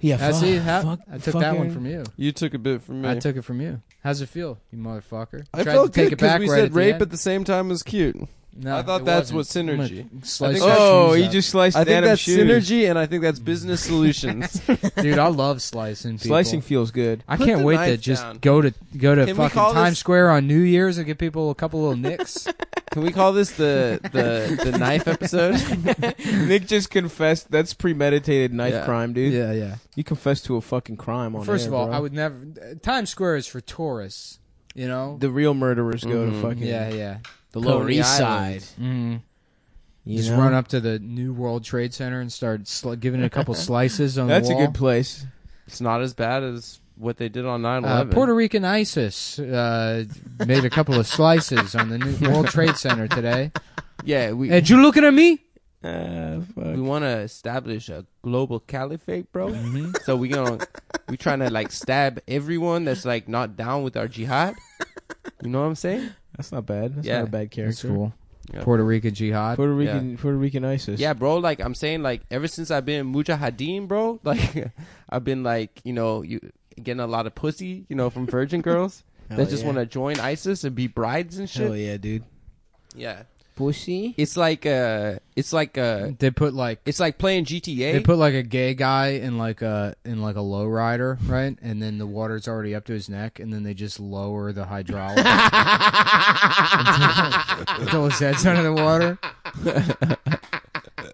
[SPEAKER 3] yeah,
[SPEAKER 1] I
[SPEAKER 3] fuck,
[SPEAKER 1] see. How,
[SPEAKER 3] fuck,
[SPEAKER 1] I took that one
[SPEAKER 3] fucking-
[SPEAKER 1] from you.
[SPEAKER 2] You took a bit from me.
[SPEAKER 1] I took it from you. How's it feel, you motherfucker?
[SPEAKER 2] I
[SPEAKER 1] Tried
[SPEAKER 2] felt
[SPEAKER 1] to take
[SPEAKER 2] good
[SPEAKER 1] it back
[SPEAKER 2] we
[SPEAKER 1] right
[SPEAKER 2] said
[SPEAKER 1] at the
[SPEAKER 2] rape
[SPEAKER 1] end.
[SPEAKER 2] at the same time was cute.
[SPEAKER 1] No,
[SPEAKER 2] I thought
[SPEAKER 1] it
[SPEAKER 2] that's
[SPEAKER 1] wasn't.
[SPEAKER 2] what
[SPEAKER 1] I'm gonna
[SPEAKER 2] synergy.
[SPEAKER 1] Slice
[SPEAKER 2] I think-
[SPEAKER 1] your
[SPEAKER 3] Oh,
[SPEAKER 1] shoes
[SPEAKER 3] he
[SPEAKER 1] up.
[SPEAKER 3] just sliced
[SPEAKER 2] I think
[SPEAKER 3] Adam's
[SPEAKER 2] that's
[SPEAKER 3] shoes.
[SPEAKER 2] synergy, and I think that's business solutions.
[SPEAKER 1] dude. I love slicing. People.
[SPEAKER 3] Slicing feels good.
[SPEAKER 1] I
[SPEAKER 2] Put
[SPEAKER 1] can't
[SPEAKER 2] the
[SPEAKER 1] wait to
[SPEAKER 2] knife
[SPEAKER 1] just
[SPEAKER 2] down.
[SPEAKER 1] go to go to
[SPEAKER 2] Can we
[SPEAKER 1] fucking
[SPEAKER 2] call
[SPEAKER 1] Times
[SPEAKER 2] this-
[SPEAKER 1] Square on New Year's and get people a couple little nicks.
[SPEAKER 2] Can we call this the the, the knife episode?
[SPEAKER 3] Nick just confessed. That's premeditated knife
[SPEAKER 2] Yeah.
[SPEAKER 3] crime, dude.
[SPEAKER 1] yeah.
[SPEAKER 3] You confessed to a fucking crime on
[SPEAKER 1] First
[SPEAKER 3] air,
[SPEAKER 1] of all,
[SPEAKER 3] bro.
[SPEAKER 1] I would never. uh, Times Square is for tourists, you know.
[SPEAKER 3] The real murderers go to fucking
[SPEAKER 1] yeah, yeah.
[SPEAKER 3] the Lower
[SPEAKER 2] Coney
[SPEAKER 3] East
[SPEAKER 2] Island.
[SPEAKER 3] Side.
[SPEAKER 1] Mm.
[SPEAKER 3] You
[SPEAKER 1] Just
[SPEAKER 3] know?
[SPEAKER 1] run up to the New World Trade Center and start sl- giving it a couple slices on
[SPEAKER 3] That's
[SPEAKER 1] the
[SPEAKER 3] a
[SPEAKER 1] wall.
[SPEAKER 3] good place.
[SPEAKER 2] It's not as bad as what they did on
[SPEAKER 1] uh,
[SPEAKER 2] 9/11.
[SPEAKER 1] Puerto Rican ISIS uh, made a couple of slices on the New World Trade Center today.
[SPEAKER 2] yeah, we
[SPEAKER 1] And you looking at me? Uh,
[SPEAKER 2] we want to establish a global caliphate, bro.
[SPEAKER 3] Mm-hmm.
[SPEAKER 2] So we gonna we trying to like stab everyone that's like not down with our jihad. You know what I'm saying?
[SPEAKER 3] That's not bad. That's
[SPEAKER 2] Yeah.
[SPEAKER 3] not a bad character.
[SPEAKER 1] That's cool.
[SPEAKER 2] Yeah.
[SPEAKER 1] Puerto Rican jihad.
[SPEAKER 3] Puerto Rican, Puerto Rican ISIS.
[SPEAKER 2] Yeah, bro. Like I'm saying, like ever since I've been mujahideen, bro. Like I've been like you know you getting a lot of pussy, you know, from virgin girls
[SPEAKER 3] Hell
[SPEAKER 2] that just
[SPEAKER 3] yeah.
[SPEAKER 2] want to join ISIS and be brides and shit.
[SPEAKER 3] Hell yeah, dude.
[SPEAKER 2] yeah.
[SPEAKER 5] Pussy.
[SPEAKER 2] It's like uh it's like uh
[SPEAKER 1] They put like
[SPEAKER 2] it's like playing GTA.
[SPEAKER 1] They put like a gay guy in like a in like a low rider, right? And then the water's already up to his neck, and then they just lower the hydraulic until, until his head's under the water.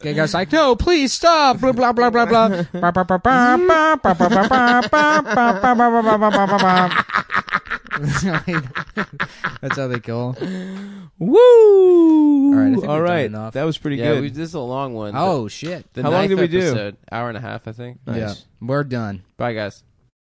[SPEAKER 1] Gay guy's like, no, please stop. Blah blah blah blah blah. Ba, ba, ba, ba, ba, ba, ba, ba, ba, ba, ba, ba, ba, ba, ba, ba, ba, ba. That's how they kill. him.
[SPEAKER 3] Woo!
[SPEAKER 1] All right, I think
[SPEAKER 3] All
[SPEAKER 1] we've done
[SPEAKER 3] right.
[SPEAKER 1] enough.
[SPEAKER 3] that was pretty
[SPEAKER 2] yeah,
[SPEAKER 3] good.
[SPEAKER 2] we, this is a long one.
[SPEAKER 1] Oh shit!
[SPEAKER 2] the
[SPEAKER 3] How long
[SPEAKER 2] ninth
[SPEAKER 3] did we do?
[SPEAKER 2] episode, Hour and a half, I think.
[SPEAKER 1] Yeah, we're done.
[SPEAKER 2] Bye, guys.